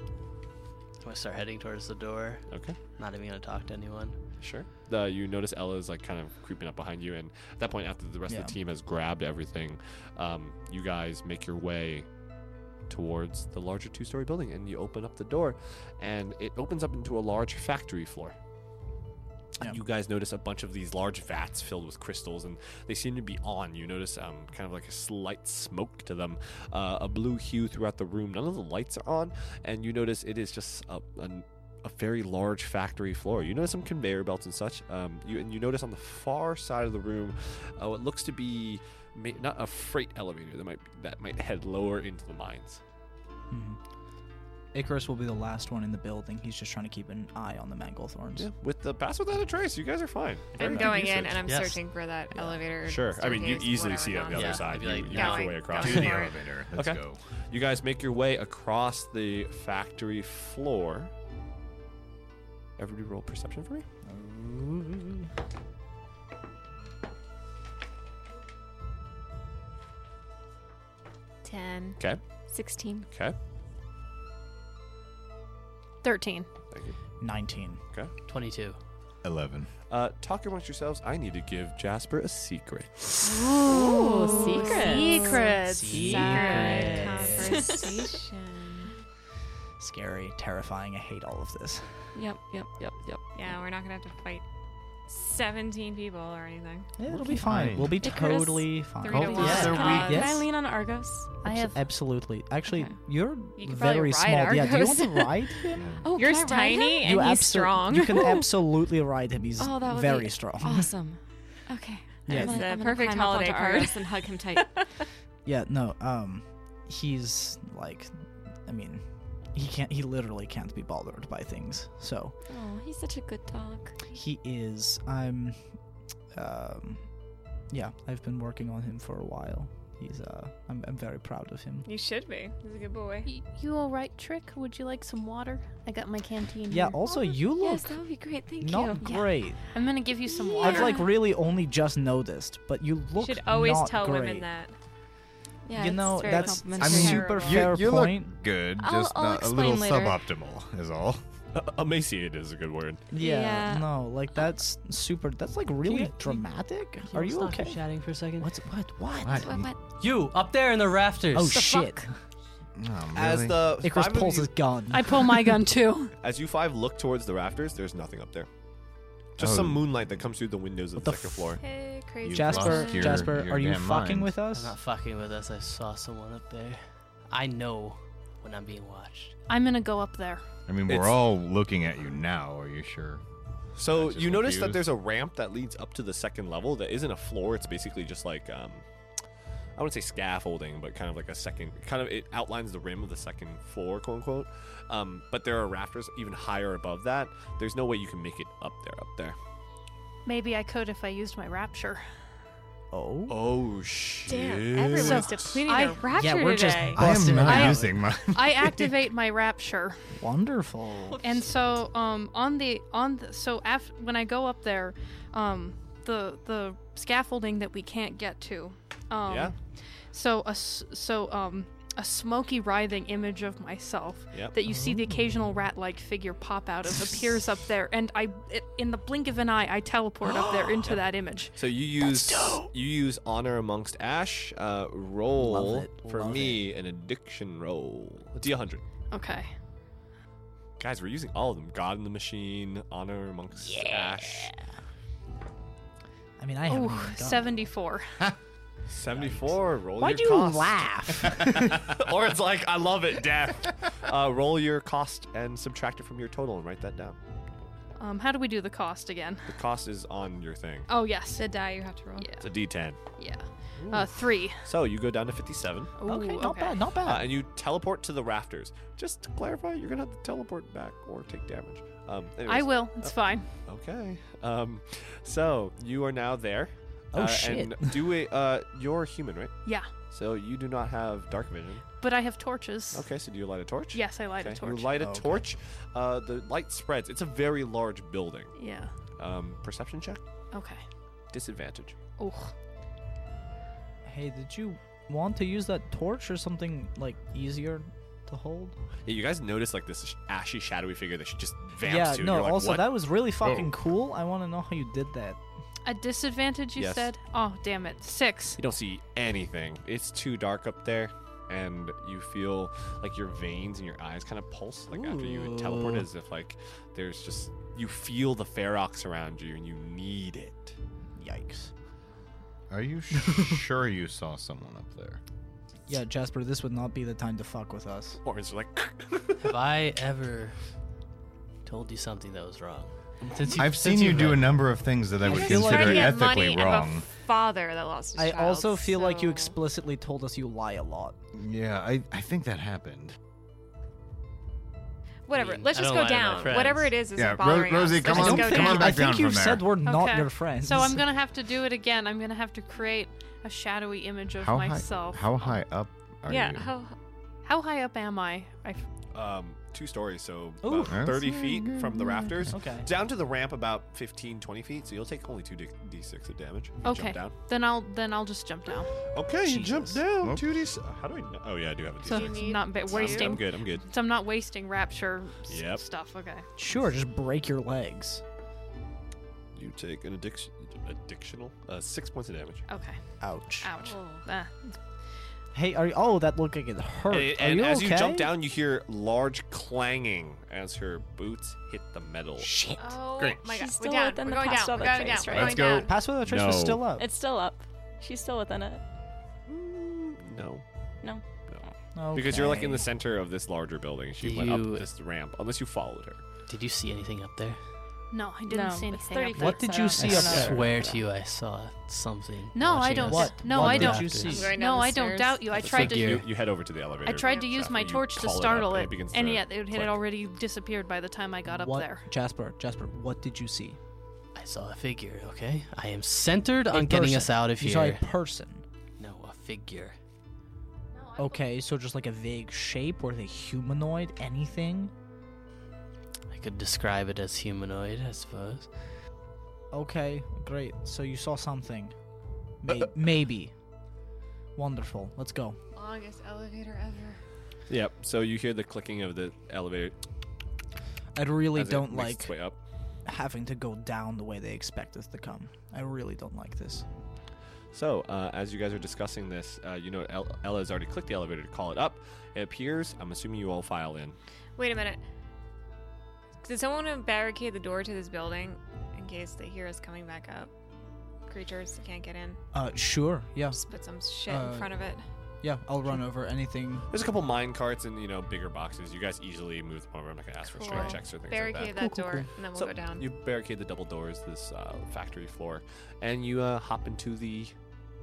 S2: I'm gonna start heading towards the door.
S1: Okay,
S2: Not even gonna talk to anyone.
S1: sure. Uh, you notice Ella is like kind of creeping up behind you, and at that point, after the rest
S4: Yeah.
S1: of the team has grabbed everything, um, you guys make your way towards the larger two story building and you open up the door, and it opens up into a large factory floor.
S4: Yeah.
S1: you guys notice a bunch of these large vats filled with crystals, and they seem to be on. You notice um, kind of like a slight smoke to them, uh, a blue hue throughout the room. None of the lights are on, and you notice it is just a, a, a very large factory floor. You notice some conveyor belts and such. Um, you, and you notice on the far side of the room, uh, what looks to be ma- not a freight elevator that might that might head lower into the mines.
S4: Mhm. Icarus will be the last one in the building. He's just trying to keep an eye on the Manglethorns.
S1: Yeah, with the pass without a trace, you guys are fine.
S7: I'm
S1: Very good
S7: going
S1: research.
S7: in and I'm
S2: Yes.
S7: searching for that elevator.
S1: Sure. I mean, you
S7: staircase,
S1: easily
S7: whatever
S1: see it on the
S2: Yeah,
S1: other
S7: nonsense.
S1: side.
S2: I'd be
S1: You,
S2: like,
S1: you make your
S7: going,
S1: way across.
S3: To
S7: going
S3: the
S7: for it.
S3: elevator. Let's
S1: Okay.
S3: go.
S1: You guys make your way across the factory floor. Everybody roll perception for me.
S7: Ten.
S1: Okay.
S8: 16.
S1: Okay.
S6: Thirteen.
S1: Thank you.
S4: 19.
S2: 22.
S3: Eleven.
S1: Uh, talk amongst yourselves. I need to give Jasper a secret.
S8: Ooh,
S7: Secrets.
S8: secrets.
S2: Secrets.
S7: Conversation.
S4: Scary, terrifying. I hate all of this.
S8: Yep, yep, yep, yep.
S7: yeah, we're not gonna have to fight 17 people or anything.
S4: It'll be fine.
S3: fine.
S4: We'll be
S8: Icarus,
S4: totally fine.
S7: Three
S8: Oh,
S7: to
S8: yeah.
S7: one.
S8: They're
S7: cause-
S8: weak. Can I
S4: Yes.
S8: lean on Argos?
S6: I
S4: Abso-
S6: have
S4: absolutely. Actually,
S8: Okay.
S4: you're
S7: You can probably
S4: very
S7: ride
S4: small. Yeah. Do you want to
S7: Argos.
S4: ride him?
S8: Oh,
S7: You're
S8: can I ride him?
S7: tiny and
S4: you
S7: he's
S4: abso-
S7: strong.
S4: You can absolutely ride him. He's
S8: Oh, that would be
S4: very strong.
S8: Awesome. Okay.
S4: Yeah.
S8: I'm
S4: It's
S8: gonna-
S7: the
S8: I'm gonna
S7: perfect
S8: climb up
S7: holiday
S8: onto
S7: card.
S8: Argos and hug him tight.
S4: Yeah, no. Um, he's like, I mean, he can't. He literally can't be bothered by things. So
S8: oh, he's such a good dog.
S4: he is. I'm. Um, yeah, I've been working on him for a while. He's. Uh, I'm. I'm very proud of him.
S7: You should be. He's a good boy.
S6: Y- you all right, Trick? Would you like some water? I got my canteen.
S4: Yeah.
S6: here.
S4: Also, you
S8: yes,
S4: look
S8: that would be great. Thank
S4: not
S8: you.
S4: great.
S6: I'm gonna give you some water.
S4: I've like really only just noticed, but you
S7: You
S4: look.
S7: should always
S4: not
S7: tell
S4: great.
S7: women that.
S8: Yeah,
S4: you
S8: it's
S4: know
S8: very
S4: that's
S8: complimentary.
S4: super
S7: Terrible.
S4: fair
S3: you
S4: point.
S3: look good,
S8: I'll-
S3: just
S8: I'll
S3: not a little
S8: explain later.
S3: suboptimal is all.
S1: Emaciated is a good word.
S4: yeah,
S8: Yeah.
S4: No, like that's super. That's like really
S2: you-
S4: dramatic.
S2: Can
S4: Are you
S2: stop your
S4: okay?
S2: Chatting for a second.
S4: What's what? What?
S8: What, what?
S2: You up there in the rafters?
S4: Oh shit!
S3: Oh,
S1: As
S3: really?
S1: the
S4: Icarus
S1: five of
S4: pulls
S1: you-
S4: his gun.
S9: I pull my gun too.
S1: as you five look towards the rafters, there's nothing up there. Just
S3: Oh.
S1: some moonlight that comes through the windows of
S4: What
S1: the,
S4: the
S1: second
S4: f-
S1: floor.
S7: Hey, crazy.
S3: You
S4: Jasper,
S3: lost your-
S4: Jasper,
S3: your
S4: are you
S3: damn
S4: fucking
S3: mind.
S4: with
S2: I'm
S4: us?
S2: not fucking with us. I saw someone up there. I know when I'm being watched.
S6: I'm gonna go up there.
S3: I mean,
S1: It's-
S3: we're all looking at you now. Are you sure?
S1: So
S3: Just
S1: you notice that
S3: confused.
S1: there's a ramp that leads up to the second level that isn't a floor. It's basically just like um, I wouldn't say scaffolding, but kind of like a second, kind of it outlines the rim of the second floor, quote unquote. Um, but there are rafters even higher above that. There's no way you can make it up there, up there.
S6: Maybe I could if I used my rapture.
S4: Oh.
S1: Oh shit!
S7: Damn, everyone's depleting
S6: I-
S7: their rapture
S4: yeah, we're just
S7: today.
S4: I am Busted not
S6: out.
S3: using mine.
S6: I activate my rapture,
S4: Wonderful.
S6: and so um on the on the, so af- when I go up there, um the the scaffolding that we can't get to, um
S1: Yeah.
S6: so a s- so um a smoky writhing image of myself
S1: Yep.
S6: that you see the
S4: Oh.
S6: occasional rat-like figure pop out of appears up there, and I it, in the blink of an eye I teleport up there into that image.
S1: So you use you use honor amongst ash. Uh, roll
S4: it,
S1: for
S4: love
S1: me an addiction roll. D100.
S6: Okay.
S1: Guys, we're using all of them. God in the Machine, Honor Amongst Ash.
S4: I mean, I haven't.
S6: Ooh,
S4: even done it.
S6: 74.
S1: 74, roll
S4: Why
S1: your
S4: do you
S1: cost.
S4: laugh?
S1: or it's like, I love it, death. uh, roll your cost and subtract it from your total and write that down.
S6: Um, how do we do the cost again?
S1: The cost is on your thing.
S6: Oh yes,
S7: The die you have to roll.
S6: Yeah.
S1: It's a D10.
S6: yeah. Uh, three.
S1: So you go down to 57,
S6: Ooh,
S4: okay, not bad, not bad.
S1: uh, and you teleport to the rafters. Just to clarify, you're going to have to teleport back or take damage. Um,
S6: I
S1: anyways,
S6: will. It's fine.
S1: Okay. Um, so you are now there.
S4: Oh,
S1: uh,
S4: shit.
S1: And do a, uh, you're human, right?
S6: Yeah,
S1: So you do not have dark vision.
S6: but I have torches.
S1: Okay, so do you light a torch?
S6: Yes, I light a
S1: Okay,
S6: torch.
S1: You light a
S4: Oh, okay.
S1: torch. Uh, the light spreads. It's a very large building.
S6: yeah.
S1: Um, perception check.
S6: Okay.
S1: Disadvantage.
S6: Ooh.
S4: hey, did you want to use that torch or something like easier to hold?
S1: Yeah, you guys notice like this sh- ashy, shadowy figure that she just vamps
S4: yeah.
S1: to.
S4: No.
S1: You're like,
S4: also,
S1: what? Oh.
S4: that was really fucking cool. I want to know how you did that.
S6: A disadvantage, you
S1: Yes.
S6: said? Oh, damn it. Six.
S1: you don't see anything. It's too dark up there, and you feel like your veins and your eyes kind of pulse like after you teleport,
S4: Ooh.
S1: as if like there's just you feel the ferox around you and you need it.
S4: Yikes.
S3: Are you sure you saw someone up there?
S4: Yeah, Jasper, this would not be the time to fuck with us.
S1: Or it's like
S2: Have I ever told you something that was wrong? Since
S3: I've
S2: since
S3: seen you
S2: you've
S3: do a
S2: read-
S3: number of things that I would
S4: feel like-
S3: consider
S7: Plenty of
S3: ethically
S7: money. I'm a
S3: wrong.
S7: father that lost his
S4: I
S7: child.
S4: also feel like you
S7: so-
S4: explicitly told us you lie a lot.
S3: Yeah, I, I think that happened.
S7: Whatever.
S2: I mean,
S7: Let's
S2: I
S7: just
S2: don't
S7: go
S2: lie to my
S7: down.
S2: friends.
S7: Whatever it is, isn't
S3: Yeah, Ro-
S7: bothering
S3: Rosie,
S7: us.
S3: come
S7: Let's
S4: I
S7: just
S3: on-
S7: go
S4: don't think,
S7: down.
S3: on
S4: I
S3: back
S4: think
S3: down
S4: you've
S3: from
S4: said
S3: there.
S4: we're not
S6: Okay.
S4: your friends.
S6: So I'm going to have to do it again. I'm going to have to create a shadowy image of
S3: How
S6: myself.
S3: high? How high up are
S7: Yeah.
S3: you?
S7: How,
S6: How high up am I? I f-
S1: um, two stories, so
S4: Ooh.
S1: about
S3: That's
S1: 30
S3: not
S1: feet
S3: good,
S1: from the
S3: yeah.
S1: rafters.
S4: Okay.
S1: Down to the ramp about 15, 20 feet, so you'll take only 2 d- d6 of damage. if you
S6: Okay.
S1: Jump down.
S6: Then I'll then I'll just jump down.
S1: Okay, you jump
S4: Jesus.
S1: down.
S3: Nope.
S1: 2d6. How do I kn- Oh, yeah, I do have a d6.
S6: So it's not ba- wasting.
S1: I'm good, I'm good.
S6: So I'm not wasting rapture s-
S1: Yep.
S6: stuff. Okay.
S4: Sure, just break your legs.
S1: You take an addiction, addictional, uh, 6 points of damage.
S6: Okay.
S4: Ouch.
S6: Ouch.
S8: Oh.
S6: Ah.
S4: Hey, are you? Oh, that looked like it hurt.
S1: And,
S4: are
S1: and
S4: you
S1: as
S4: okay?
S1: you jump down, you hear large clanging as her boots hit the metal.
S4: shit.
S5: Oh
S1: Great.
S5: my god,
S8: She's
S5: we're
S8: still
S5: down.
S8: within
S5: We're
S8: the
S5: going down.
S8: past
S5: We're
S8: of the
S5: going down.
S8: trace,
S5: We're
S8: right?
S5: going
S3: Let's go.
S5: down.
S4: Pass without a trace was
S3: No.
S4: still up.
S8: It's still up. She's still within it.
S1: Mm, no.
S8: No.
S1: Because you're like in the
S4: Okay.
S1: center of this larger building. She went
S2: You-
S1: up this ramp, unless you followed her.
S2: Did you see anything up there?
S6: No, I didn't
S8: No,
S6: see
S8: it's
S6: anything.
S8: 30
S6: up there.
S4: What
S8: feet,
S4: did
S8: so
S4: you
S8: I
S4: see
S8: don't
S4: up
S8: know.
S4: there?
S2: swear to you, I saw something.
S6: No, I
S2: watching
S6: don't.
S2: us.
S4: What?
S6: No,
S4: What
S6: I
S4: did
S6: don't.
S4: you
S2: After
S4: see?
S7: I'm
S2: us.
S7: going down
S6: No,
S7: the
S6: I don't
S7: stairs.
S6: doubt you. I
S1: It's
S6: tried
S1: like
S6: to.
S1: You, you head over to the elevator.
S6: I tried to use
S1: Shaffer,
S6: my
S1: you
S6: torch to
S1: call
S6: startle
S1: up,
S6: it,
S1: and, begins
S6: and
S1: to
S6: yet it
S1: click.
S6: had already disappeared by the time I got up
S4: What-
S6: there.
S4: Jasper, Jasper, what did you see?
S2: I saw a figure. Okay, I am centered
S4: A
S2: on getting
S4: person.
S2: us out of
S4: You
S2: here.
S4: saw a person.
S2: No, a figure.
S4: Okay, so just like a vague shape, were they humanoid? Anything?
S2: I could describe it as humanoid, I suppose.
S4: Okay, great. So you saw something. May-
S1: Uh,
S4: maybe. Wonderful. Let's go.
S7: Longest elevator ever.
S1: Yep. So you hear the clicking of the elevator.
S4: I really
S1: as it
S4: don't
S1: makes its
S4: like
S1: way up.
S4: having to go down the way they expect us to come. I really don't like this.
S1: So, uh, as you guys are discussing this, uh, you know El- Ella has already clicked the elevator to call it up. It appears. I'm assuming you all file in.
S7: Wait a minute. Did someone wanna barricade the door to this building in case they hear us coming back up? Creatures that can't get in.
S4: Uh, sure. Yeah.
S7: Just put some shit
S4: Uh,
S7: in front of it.
S4: Yeah. I'll run over anything.
S1: There's a couple mine carts and you know bigger boxes. You guys easily move them over. I'm not gonna ask for strength
S7: Cool.
S1: checks or things like that.
S7: Barricade that, door, and then we'll
S1: so
S7: go down.
S1: you barricade the double doors, this uh, factory floor, and you uh, hop into the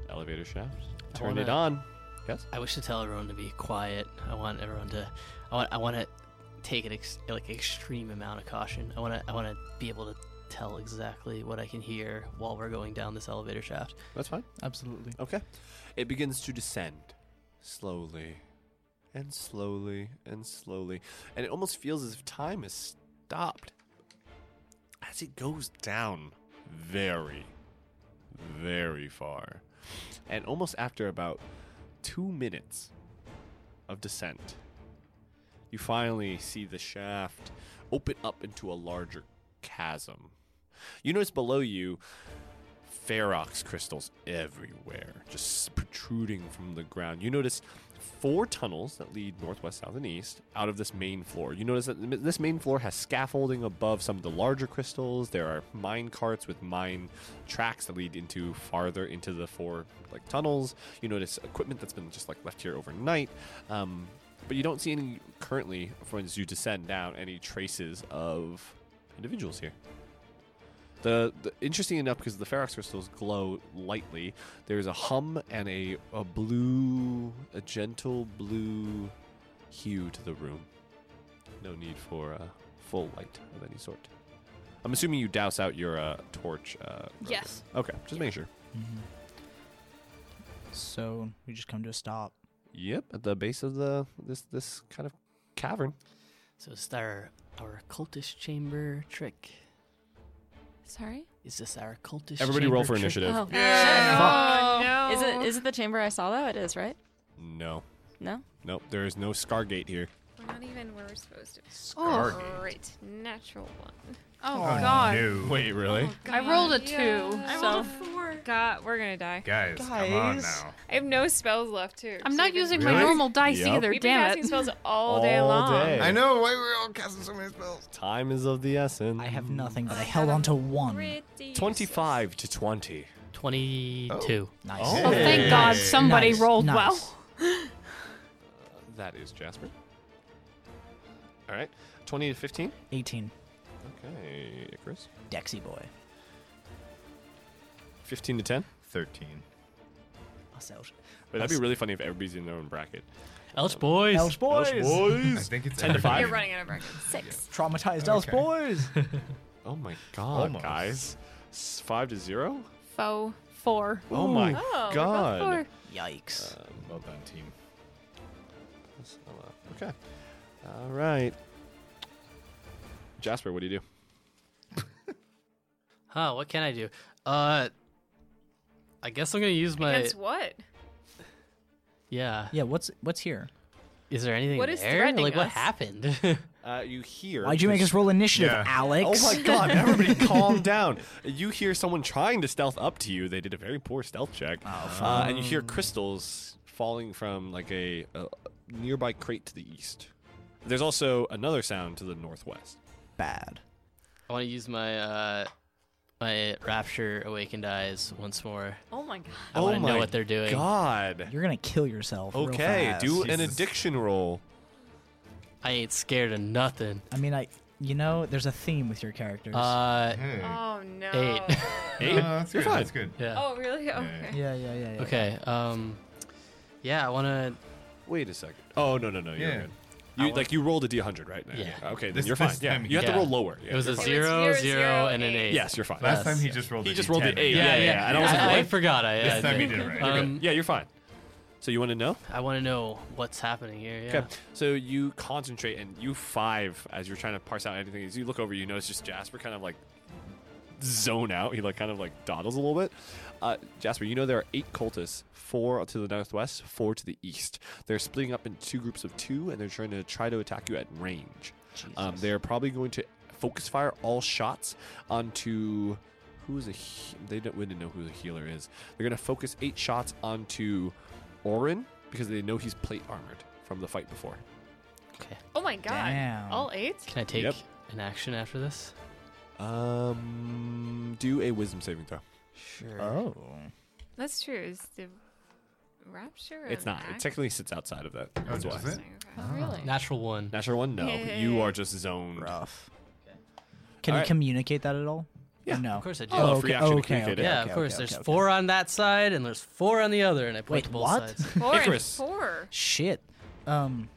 S1: elevator shaft.
S2: I
S1: Turn it
S2: wanna-
S1: on. Yes.
S2: I wish to tell everyone to be quiet. I want everyone to. I want. I want to take an ex- like extreme amount of caution. I want to. I want to be able to tell exactly what I can hear while we're going down this elevator shaft.
S1: That's fine.
S4: Absolutely.
S1: Okay. It begins to descend slowly and slowly and slowly. And it almost feels as if time has stopped as it goes down very, very far. And almost after about two minutes of descent, you finally see the shaft open up into a larger chasm. You notice below you ferrox crystals everywhere, just protruding from the ground. You notice four tunnels that lead northwest, south, and east out of this main floor. You notice that m- this main floor has scaffolding above some of the larger crystals. There are mine carts with mine tracks that lead into farther into the four like tunnels. You notice equipment that's been just like left here overnight. Um, but you don't see any currently, for as you descend down, any traces of individuals here. The, the interesting enough because the ferrox crystals glow lightly. There's a hum and a, a blue, a gentle blue hue to the room. No need for uh, full light of any sort. I'm assuming you douse out your uh, torch. Uh, Rosa.
S6: Yes.
S1: Okay, just make sure.
S4: Mm-hmm. So we just come to a stop.
S1: Yep, at the base of the this this kind of cavern.
S2: So is there our cultist chamber trick?
S8: Sorry?
S2: Is this our cultist?
S1: Everybody roll
S2: chamber
S1: for
S2: trick?
S1: initiative.
S8: Oh.
S5: no.
S8: Is it is it the chamber I saw though? It is, right?
S1: No,
S8: No?
S1: nope. There is no Scargate here.
S7: We're not even where we're supposed to.
S6: Oh,
S7: Great. Natural one.
S6: oh, God.
S1: Wait, really?
S7: Oh,
S6: I rolled a two.
S7: Yeah.
S6: So
S7: God, we're gonna die.
S3: Guys, come on
S4: Guys.
S3: now.
S7: I have no spells left too.
S6: I'm
S7: So
S6: not
S7: we've been-
S6: using my
S3: Really?
S6: normal dice
S1: Yep.
S6: either.
S7: We've been
S6: Damn
S7: casting
S6: it.
S7: spells all day
S1: All
S7: long.
S1: day.
S3: I know why we're all casting so many spells.
S1: Time is of the essence.
S4: I
S2: Mm.
S4: have nothing, but I held on to one.
S7: Pretty useless.
S1: 25 to 20.
S2: Twenty-two.
S4: Nice.
S1: Oh.
S6: Oh, thank God somebody
S4: Nice,
S6: rolled
S4: nice.
S6: well.
S1: That is Jasper. All right. 20 to 15.
S4: 18.
S1: Okay, Icarus.
S4: Dexy boy.
S1: 15 to 10.
S3: 13.
S4: Ourselves.
S1: Wait, that'd be really funny if everybody's in their own bracket.
S2: Elch boys.
S4: Elch boys.
S3: I think it's
S1: 10 to 5.
S7: You're running out of brackets.
S8: Six.
S4: Traumatized Elch
S3: Okay.
S4: boys.
S1: Oh my god,
S3: Almost.
S1: guys. S- 5 to 0?
S7: Foe.
S6: Four.
S1: Oh my
S7: Oh, we got
S1: god.
S7: four.
S4: Yikes.
S3: Well done, team.
S1: That's a lot. Okay. All right. Jasper, what do you do?
S2: Huh? What can I do? Uh, I guess I'm gonna use my.
S7: Against what?
S2: Yeah.
S4: Yeah, what's what's here?
S2: Is there anything
S7: What is
S2: there?
S7: threatening
S2: like what
S7: us?
S2: happened?
S1: Uh, you hear.
S4: Why'd you make us roll initiative,
S3: Yeah.
S1: Oh
S4: Alex?
S1: my god, everybody calm down. You
S2: Oh,
S1: hear someone trying to stealth up to you. They did a very poor stealth check. uh, and you hear crystals falling from like a, a nearby crate to the east. There's also another sound to the northwest.
S4: Bad.
S2: I want to use my uh, my rapture awakened eyes once more.
S8: Oh my god.
S2: I want to know what they're doing.
S1: God.
S4: You're gonna kill yourself. real
S1: Okay,
S4: fast.
S1: do an
S3: Jesus.
S1: addiction roll.
S2: I ain't scared of nothing.
S4: I mean, I. You know, there's a theme with your characters.
S2: Uh,
S3: Hey.
S7: Oh no.
S2: Eight.
S1: Eight.
S3: No, that's
S1: You're
S3: good.
S1: fine.
S3: That's good.
S2: yeah.
S7: Oh really?
S3: Yeah,
S7: Okay.
S4: yeah,
S3: yeah.
S4: yeah, yeah, yeah.
S2: Okay. Um, yeah, I want to.
S1: Wait a second. Oh no no no, you're
S3: Yeah.
S1: good. You
S2: want-
S1: like you rolled a d100 right now.
S2: Yeah.
S1: Okay, then
S3: This-
S1: you're fine.
S3: this
S1: Yeah,
S3: time
S1: you have to
S2: he-
S1: roll lower. Yeah,
S2: It was
S1: you're
S2: a
S1: fine.
S2: zero, zero,
S7: zero, zero,
S2: and an
S7: eight.
S2: eight.
S1: Yes, you're fine.
S3: Last time he
S2: Yes.
S3: just rolled.
S1: He
S3: a
S1: just rolled an
S3: D10.
S1: eight,
S2: Yeah, yeah.
S1: yeah, yeah. And I was like,
S2: I,
S1: what?
S2: forgot. I,
S3: This
S2: I
S3: time he
S2: did.
S3: did it right.
S2: Um,
S1: yeah, you're fine. So you want to know?
S2: I want to know what's happening here. Yeah.
S1: Okay. So you concentrate and you five as you're trying to parse out anything. As you look over, you notice just Jasper kind of like zone out. He like kind of like dawdles a little bit. Uh, Jasper, you know there are eight cultists, four to the northwest, four to the east. They're splitting up in two groups of two, and they're trying to try to attack you at range. Um, they're probably going to focus fire all shots onto who's a he- they don't we didn't know who the healer is. They're going to focus eight shots onto Orin because they know he's plate armored from the fight before.
S7: Oh my god.
S4: Damn.
S7: All eight?
S2: Can I take
S1: Yep.
S2: an action after this?
S1: Um, do a wisdom saving throw.
S2: Sure.
S4: Oh.
S7: That's true. Is the rapture?
S1: It's
S7: an
S1: not. It
S7: act?
S1: technically sits outside of that. That's
S3: does
S1: why.
S3: it?
S7: Okay.
S8: Oh, really?
S2: Natural one.
S1: Natural one, no. You
S7: Yay.
S1: are just zoned.
S4: Rough. Can
S1: All
S4: you
S1: right.
S4: communicate that at all?
S1: Yeah,
S4: Or no.
S2: Of course I do.
S1: Oh, free
S4: okay.
S1: action to
S4: okay,
S1: communicate it.
S4: okay,
S2: yeah,
S4: okay,
S2: of course.
S4: okay,
S2: there's
S4: okay, okay.
S2: four on that side, and there's four on the other, and I point
S4: Wait,
S2: to both
S4: what?
S2: sides.
S7: Four and
S1: Icarus.
S7: four.
S4: Shit. Um.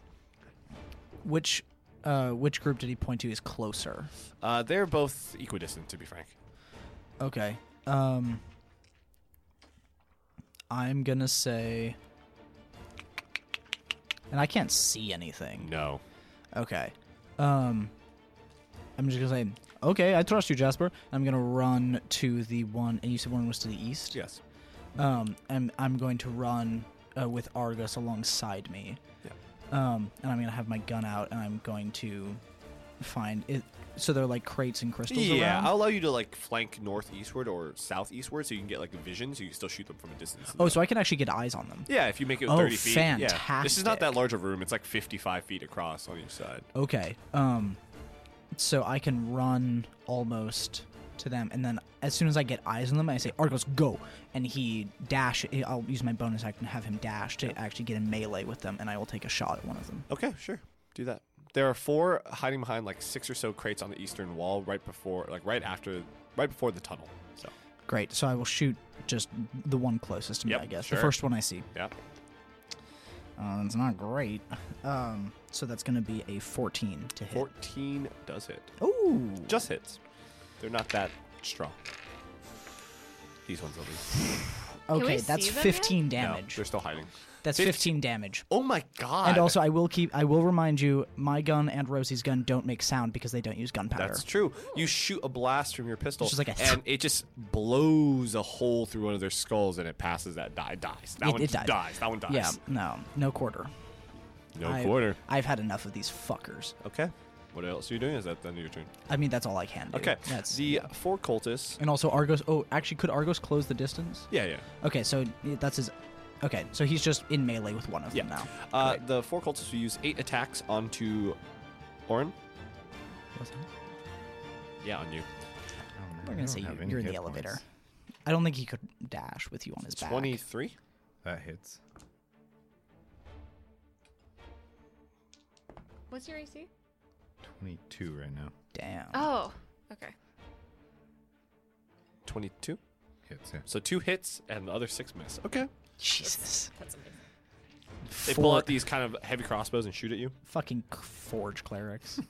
S4: Which, uh, which group did he point to is closer?
S1: Uh, they're both equidistant, to be frank.
S4: Okay. Um. I'm gonna say. And I can't see anything.
S1: No.
S4: Okay. Um I'm just gonna say, okay, I trust you, Jasper. I'm gonna run to the one and you said one was to the east.
S1: Yes.
S4: Um and I'm going to run uh, with Argus alongside me. Um and I'm gonna have my gun out and I'm going to find it so they're like crates and crystals
S1: Yeah,
S4: around.
S1: I'll allow you to like flank northeastward or southeastward, so you can get like a vision, so you can still shoot them from a distance.
S4: oh, so I can actually get eyes on them.
S1: yeah, if you make it
S4: Oh,
S1: 30 feet. Yeah. This is not
S4: fantastic.
S1: that large of a room. It's like 55 feet across on each side.
S4: Okay. Um so I can run almost to them and then as soon as I get eyes on them I say Argos go and he dash I'll use my bonus action to have him dash to actually get in melee with them and I will take a shot at one of them.
S1: Okay, sure. Do that. There are four hiding behind like six or so crates on the eastern wall, right before, like right after, right before the tunnel. So,
S4: Great. So I will shoot just the one closest to me,
S1: Yep,
S4: I guess.
S1: sure.
S4: The first one I see.
S1: yeah.
S4: Uh, that's not great. Um so that's going to be a 14 to hit.
S1: 14 does hit.
S4: Oh.
S1: Just hits. They're not that strong. These ones at least.
S7: Can we
S4: Okay, that's
S7: see them yet?
S4: 15
S1: No,
S4: damage.
S1: they're still hiding.
S4: that's
S1: 15
S4: 15 damage.
S1: Oh my god.
S4: And also, I will keep. I will remind you, my gun and Rosie's gun don't make sound because they don't use gunpowder.
S1: That's true. You shoot a blast from your pistol,
S4: It's just like a
S1: and it just blows a hole through one of their skulls, and it passes that die. Dies. That
S4: It-
S1: one
S4: it dies.
S1: That one dies.
S4: Yeah, no, no quarter.
S1: No
S4: I-
S1: quarter.
S4: I've had enough of these fuckers.
S1: Okay. What else are you doing? Is that the end of your turn?
S4: I mean, that's all I can do.
S1: Okay.
S4: That's
S1: the four cultists.
S4: and also Argos. Oh, actually, could Argos close the distance?
S1: Yeah, yeah.
S4: Okay, so that's his. Okay, so he's just in melee with one of
S1: Yeah.
S4: them now.
S1: Uh,
S4: Great.
S1: the four cultists will use eight attacks onto Orin. Yeah, on you.
S4: I'm gonna say you, you're in the elevator. I don't think he could dash with you on his back.
S1: 23.
S3: That hits.
S7: What's your AC?
S3: Twenty-two right now.
S4: Damn.
S7: Oh. Okay.
S1: 22.
S3: Hits. Yeah.
S1: So two hits and the other six miss. Okay.
S4: Jesus.
S8: That's amazing.
S1: They
S4: Four-
S1: pull out these kind of heavy crossbows and shoot at you.
S4: fucking forge clerics.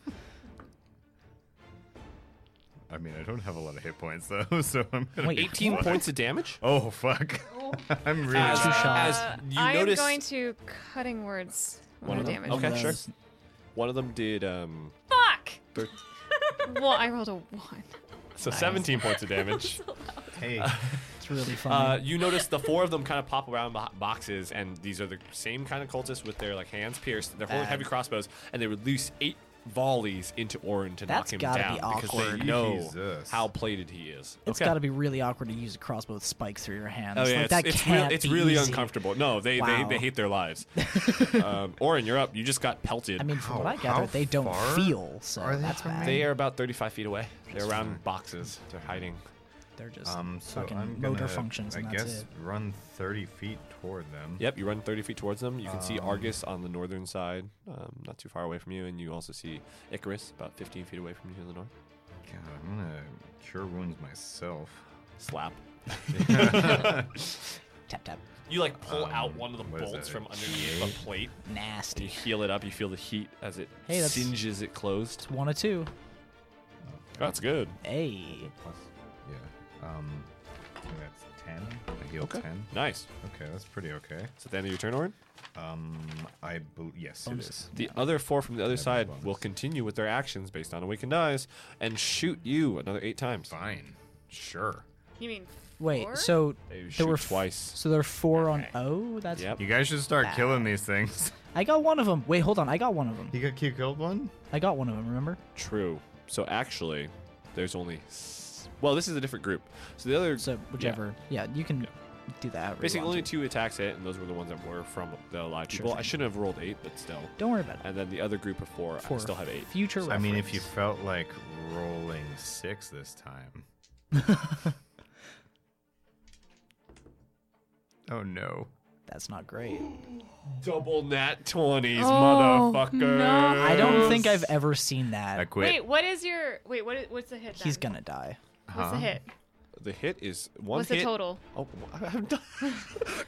S3: I mean, I don't have a lot of hit points though, so I'm gonna.
S4: Wait,
S3: be
S1: 18
S3: quiet.
S1: points of damage.
S3: Oh fuck! I'm really.
S1: As,
S4: Two shots.
S1: as you
S7: Uh, I
S1: notice,
S7: am going to cutting words.
S1: One of
S7: the
S1: them?
S7: damage.
S1: Okay,
S4: One of
S1: sure.
S4: those-
S1: one of them did um,
S7: Fuck.
S1: thir-
S7: Well, I rolled a one.
S1: so 17 points of damage.
S3: hey,
S4: It's really
S1: Uh,
S4: funny.
S1: you notice the four of them kind of pop around bo- boxes, and these are the same kind of cultists with their like hands pierced. They're holding heavy crossbows, and they release eight volleys into Orin to knock
S4: That's
S1: him
S4: gotta
S1: down
S4: be
S1: because they
S4: awkward.
S1: know
S3: Jesus.
S1: how plated he is.
S4: It's got to be really awkward to use a crossbow with spikes through your hands.
S1: Oh yeah,
S4: like,
S1: it's,
S4: that
S1: it's, real-
S4: can't
S1: it's
S4: be
S1: really
S4: easy.
S1: uncomfortable. No, they,
S4: Wow.
S1: they they hate their lives. um, Orin, you're up. You just got pelted.
S4: I mean, from what I
S3: How-
S4: gather,
S3: how
S4: they don't
S3: far
S4: feel, so
S3: are they
S4: that's
S3: from
S4: bad.
S1: they are about 35 feet away. They're around
S3: fine.
S1: boxes. They're hiding.
S4: They're just
S3: Um, so
S4: fucking
S3: I'm
S4: motor
S3: gonna,
S4: functions,
S3: I
S4: and that's
S3: guess
S4: it.
S3: run 30 feet toward them.
S1: Yep, you run 30 feet towards them. You can see Argus on the northern side, um, not too far away from you, and you also see Icarus about 15 feet away from you in the north.
S3: God, I'm gonna cure wounds myself.
S1: Slap.
S4: Tap tap.
S1: You like pull
S3: Um,
S1: out one of the
S3: what is
S1: bolts
S3: that,
S1: from
S3: a
S1: underneath
S3: G8?
S1: the plate, and you
S4: Nasty.
S1: heal it up. You feel the heat as it
S4: Hey, that's-
S1: singes it closed.
S4: It's one or two.
S1: That's good.
S4: Hey.
S3: Plus, yeah. Um, I think that's 10. I heal 10.
S1: Nice.
S3: Okay, that's pretty okay.
S1: So at the end of your turn, Orin?
S3: Um, I bel yes, it is.
S1: The other four from the other side
S3: bonus.
S1: will continue with their actions based on awakened eyes and shoot you another eight times.
S3: Fine. Sure.
S5: You mean
S4: Wait.
S5: four?
S4: So
S1: They
S4: there
S1: shoot
S4: were f-
S1: twice.
S4: So there are four on
S3: Okay.
S4: O. That's
S1: Yep.
S3: You guys should start killing these things.
S4: I got one of them. Wait, hold on. I got one of them.
S3: You got you killed one?
S4: I got one of them. Remember?
S1: True. So actually, there's only. S- well, this is a different group. So the other.
S4: So whichever. Yeah, you can do that. however you
S1: Basically,
S4: want
S1: only
S4: to.
S1: two attacks hit, and those were the ones that were from the live
S4: Sure
S1: people. I
S4: thing.
S1: shouldn't have rolled eight, but still.
S4: Don't worry about it.
S1: And then the other group of four, I
S4: For
S1: still have eight.
S4: Future.
S3: I mean, if you
S4: reference.
S3: felt like rolling six this time. oh no.
S4: That's not great.
S1: Double nat 20s,
S6: Oh,
S1: motherfucker.
S6: no.
S4: I don't think I've ever seen that.
S3: I quit.
S5: Wait, what is your wait? What is, what's the hit?
S4: He's
S5: then?
S4: gonna die.
S5: What's the
S3: Huh?
S5: hit?
S1: The hit is one
S5: What's
S1: hit.
S5: the total?
S1: Oh, I haven't done.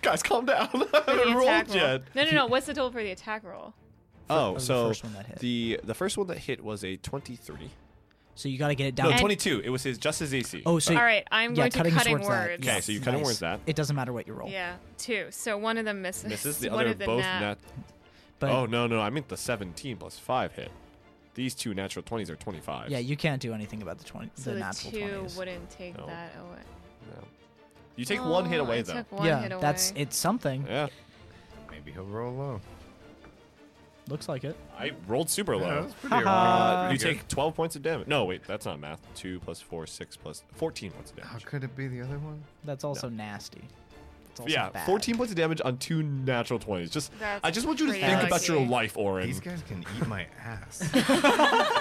S1: Guys, calm down. I
S5: For the
S1: haven't
S5: attack
S1: rolled
S5: roll.
S1: yet.
S5: No, no, no. What's the total for the attack roll?
S1: Oh,
S4: was the
S1: so
S4: first one that hit.
S1: the the first one that hit was a twenty-three.
S4: So you got to get it down.
S1: No,
S4: to-
S5: And-
S1: twenty-two. It was his just his AC.
S4: oh, so
S5: All right, I'm
S4: yeah,
S5: going to
S4: cutting,
S5: cutting
S4: swords. that.
S5: words.
S1: Okay, so you cutting
S4: nice.
S1: words that.
S4: It doesn't matter what you roll.
S5: Yeah, two. So one of them misses.
S1: Oh. misses the
S5: one
S1: other
S5: of them
S1: both
S5: nat.
S1: nat.
S4: But
S1: oh no no, I meant the seventeen plus five hit. These two natural twenties are twenty-five.
S4: yeah, you can't do anything about the twenty.
S5: So
S4: the
S5: the,
S4: natural
S5: two
S4: 20s.
S5: wouldn't take
S1: No.
S5: that away.
S1: No. You take one hit
S5: Oh,
S1: away
S5: I
S1: though.
S5: Took one
S4: yeah,
S5: hit away.
S4: that's it's something.
S1: Yeah,
S3: Maybe he'll roll low.
S4: Looks like it.
S1: I rolled super
S3: Yeah,
S1: low.
S3: that's pretty low.
S1: Uh, you
S3: Pretty good.
S1: take twelve points of damage. No, wait, that's not math. Two plus four, six plus fourteen points of
S3: How
S1: damage.
S3: could it be the other one?
S4: That's also nasty. It's also
S1: Yeah,
S4: bad.
S1: fourteen points of damage on two natural twenties. Just
S5: That's
S1: I just want you to
S5: pretty
S1: think about your
S5: lucky.
S1: life, Orin.
S3: These guys can eat my ass.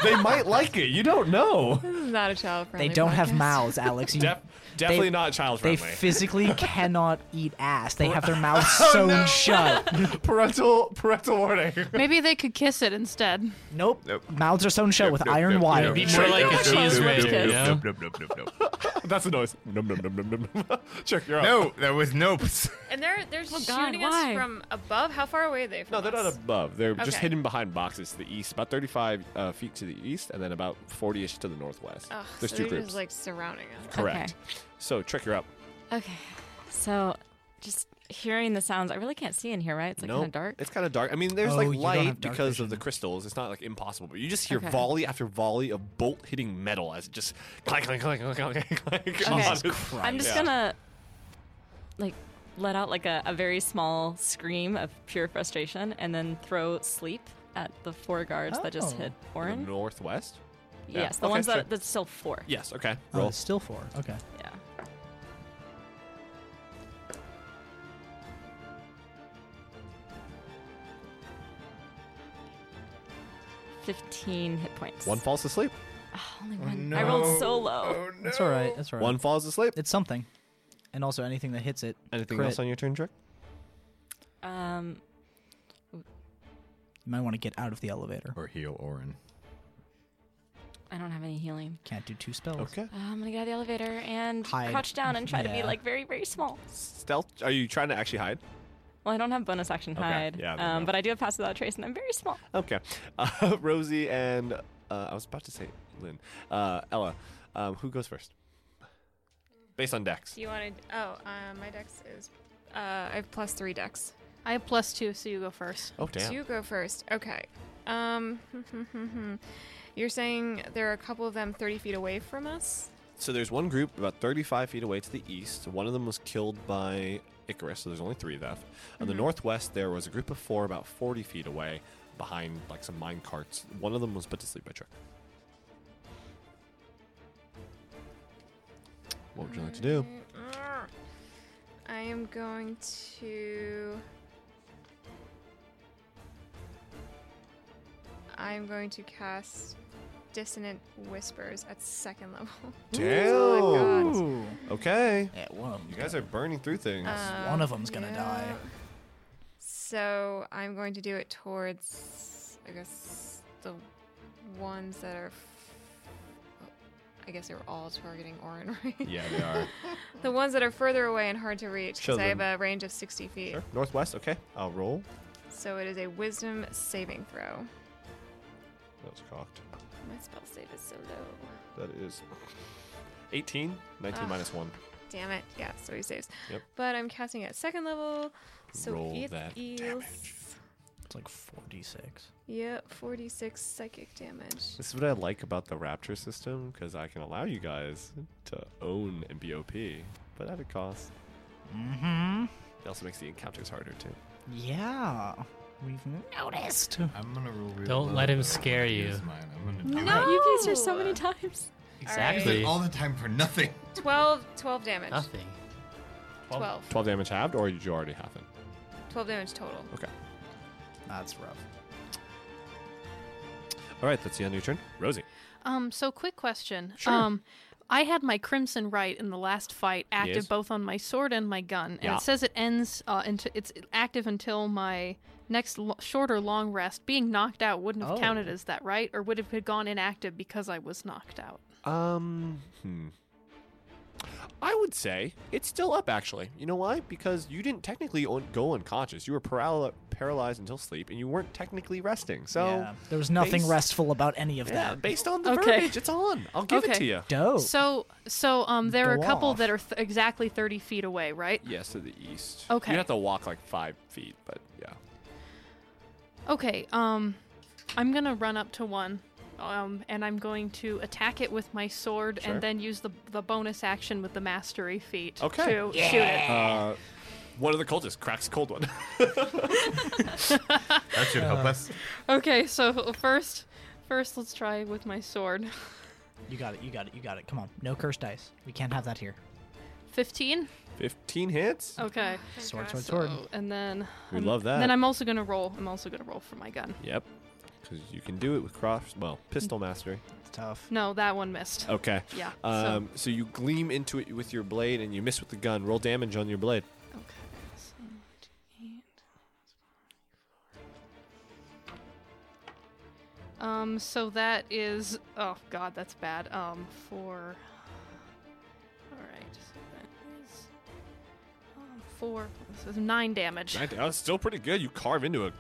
S1: they might like it. You don't know.
S5: This is not a child
S4: They
S5: friendly.
S4: don't have
S5: podcast.
S4: mouths, Alex. You,
S1: Def- definitely
S4: they-
S1: not child
S4: they
S1: friendly. Oh,
S4: physically cannot eat ass. They have their mouths sewn shut.
S1: parental parental warning.
S6: Maybe they could kiss it instead.
S4: Nope.
S3: Nope.
S4: Mouths are sewn shut
S3: Nope,
S4: with
S3: nope,
S4: iron
S3: nope,
S4: wire.
S3: nope,
S2: Be
S3: nope,
S2: more
S3: nope,
S2: like a
S3: nope,
S2: cheese
S3: nope,
S2: whiz
S3: nope,
S2: kiss.
S3: nope, nope, nope, nope, nope.
S1: That's the noise. Num num num num num num. Check your
S3: No, that was nopes.
S5: And they're they're
S7: Oh
S6: God,
S5: shooting
S6: why?
S5: us from above. How far away are they? From
S1: No, they're not
S5: us?
S1: above. They're just
S5: Okay.
S1: hidden behind boxes to the east, about 35 uh, feet to the east, and then about 40ish to the northwest.
S5: Ugh,
S1: There's
S5: so
S1: two
S5: they're
S1: groups.
S5: just like surrounding us.
S1: Correct. So trick you're up.
S8: Okay. So just hearing the sounds, I really can't see in here, right? It's like
S1: no,
S8: kind of dark.
S1: It's kind of dark. I mean, there's
S4: Oh,
S1: like
S4: you don't
S1: light
S4: have dark
S1: because of the
S4: vision.
S1: crystals. It's not like impossible, but you just hear
S8: Okay.
S1: volley after volley of bolt hitting metal as it just clank clank clank clank clank clank.
S8: Jesus
S1: on.
S8: I'm just
S1: Yeah.
S8: gonna like let out like a, a very small scream of pure frustration and then throw sleep at the four guards that just
S4: Oh.
S8: hit
S1: The
S8: Orin.
S1: northwest. yeah.
S8: Yes, the
S1: Okay,
S8: ones
S1: sure.
S8: that that's still four.
S1: Yes. Okay.
S4: Oh,
S1: Roll.
S4: it's still four. Okay.
S8: Yeah. Fifteen hit points.
S1: One falls asleep.
S8: Oh, only one. I rolled so low.
S4: That's all right. That's all right.
S1: One falls asleep.
S4: It's something. And also anything that hits it.
S1: Anything
S4: crit.
S1: else on your turn, Trick?
S8: Um,
S4: You might want to get out of the elevator.
S3: Or heal Orin.
S8: I don't have any healing.
S4: Can't do two spells.
S1: Okay.
S8: Uh, I'm gonna get out of the elevator and
S4: Hide.
S8: crouch down and try to be
S4: Yeah.
S8: like very, very small.
S1: Stealth. Are you trying to actually hide?
S8: Well, I don't have bonus action
S1: Okay.
S8: hide,
S1: Yeah, there you
S8: um,
S1: go.
S8: but I do have pass without trace, and I'm very small.
S1: Okay. Uh, Rosie and uh, I was about to say Lynn, uh, Ella. Um, who goes first? Based on Dex.
S5: Do you want to? Oh, uh, my dex is. Uh, I have plus three dex.
S6: I have plus two, so you go first.
S1: Oh damn.
S5: You go first. Okay. Um, you're saying there are a couple of them 30 feet away from us.
S1: So there's one group about 35 feet away to the east. One of them was killed
S5: Mm-hmm.
S1: by Icarus, so there's only three left. On the northwest, there was a group of four about 40 feet away. behind like some mine carts. One of them was put to sleep by Trick. What would you like to do?
S5: I am going to. I'm going to cast Dissonant Whispers at second level. Mm-hmm.
S1: Damn.
S4: Ooh.
S1: Okay.
S4: Yeah, one of them.
S1: You guys are burning through things.
S5: Uh,
S4: one of them's gonna die.
S5: So I'm going to do it towards, I guess, the ones that are. f- I guess they're all targeting Orin, right?
S1: yeah, they are.
S5: The ones that are further away and hard to reach because I have
S1: Children.
S5: a range of 60 feet.
S1: Sure. Northwest. Okay. I'll roll.
S5: So it is a Wisdom saving throw.
S1: That was cocked.
S5: My spell save is so low.
S1: That is 18, 19
S5: Ugh.
S1: minus 1.
S5: Damn it. Yeah, so he saves.
S1: Yep.
S5: But I'm casting at second level. So
S1: Roll
S5: it
S1: that
S5: is-
S4: It's like 46.
S5: Yep, 46 psychic damage.
S1: This is what I like about the Rapture system because I can allow you guys to own and be OP, but at a cost.
S4: Mm-hmm.
S1: It also makes the encounters harder too.
S4: Yeah. We've noticed.
S3: I'm gonna roll real
S2: Don't
S3: low,
S2: let him
S3: though.
S2: scare
S3: Use
S2: you.
S3: mine. I'm gonna do
S8: No,
S3: it.
S8: you've
S5: Oh!
S8: used her so many times.
S2: Exactly.
S3: all the time for nothing.
S5: 12, 12 damage.
S2: Nothing.
S5: 12.
S1: 12 damage halved, or did you already have it?
S5: 12 damage total.
S1: Okay.
S4: That's rough.
S1: All right, that's the end of your turn. Rosie.
S6: Um, so quick question. Um, I had my crimson right in the last fight active
S1: Yes.
S6: both on my sword and my gun, and
S1: Yeah.
S6: it says it ends. Uh, until it's active until my next lo- short or long rest. Being knocked out wouldn't have
S1: Oh.
S6: counted as that, right? Or would it have gone inactive because I was knocked out?
S1: Um, hmm. I would say it's still up, actually. You know why? Because you didn't technically on- go unconscious. You were paral- paralyzed until sleep, and you weren't technically resting. So,
S4: yeah. There was nothing
S1: based-
S4: restful about any of
S1: yeah,
S4: that.
S1: based on the
S6: Okay.
S1: verbiage, it's on. I'll give it
S6: Okay.
S1: to you.
S4: Dope.
S6: So, so um, there are a
S4: Go
S6: couple
S4: off.
S6: that are th- exactly thirty feet away, right?
S1: Yes, to the east.
S6: Okay.
S1: You'd have to walk like five feet, but yeah.
S6: Okay, um, I'm gonna run up to one, um, and I'm going to attack it with my sword,
S1: Sure.
S6: and then use the the bonus action with the mastery feat
S1: Okay.
S6: to shoot it.
S1: Uh, one of the cultists cracks cold one.
S3: That should
S2: Uh,
S3: help us.
S6: Okay, so first, first let's try with my sword.
S4: you got it. You got it. You got it. Come on. No cursed dice. We can't have that here.
S6: Fifteen.
S1: 15 hits.
S6: Okay.
S4: Sword, sword, sword.
S6: So, and then
S1: We
S6: I'm-
S1: love that.
S6: Then I'm also gonna roll. I'm also gonna roll for my gun.
S1: Yep. Because you can do it with cross, well, pistol mastery.
S4: It's tough.
S6: No, that one missed.
S1: Okay.
S6: Yeah.
S1: Oh, Um, so. you gleam into it with your blade and you miss with the gun. Roll damage on your blade.
S6: so, okay. So, eight, Um, so that is oh god, that's bad. Um, for all right, so that is um, four. This is nine damage.
S1: That- That's still pretty good. You carve into it.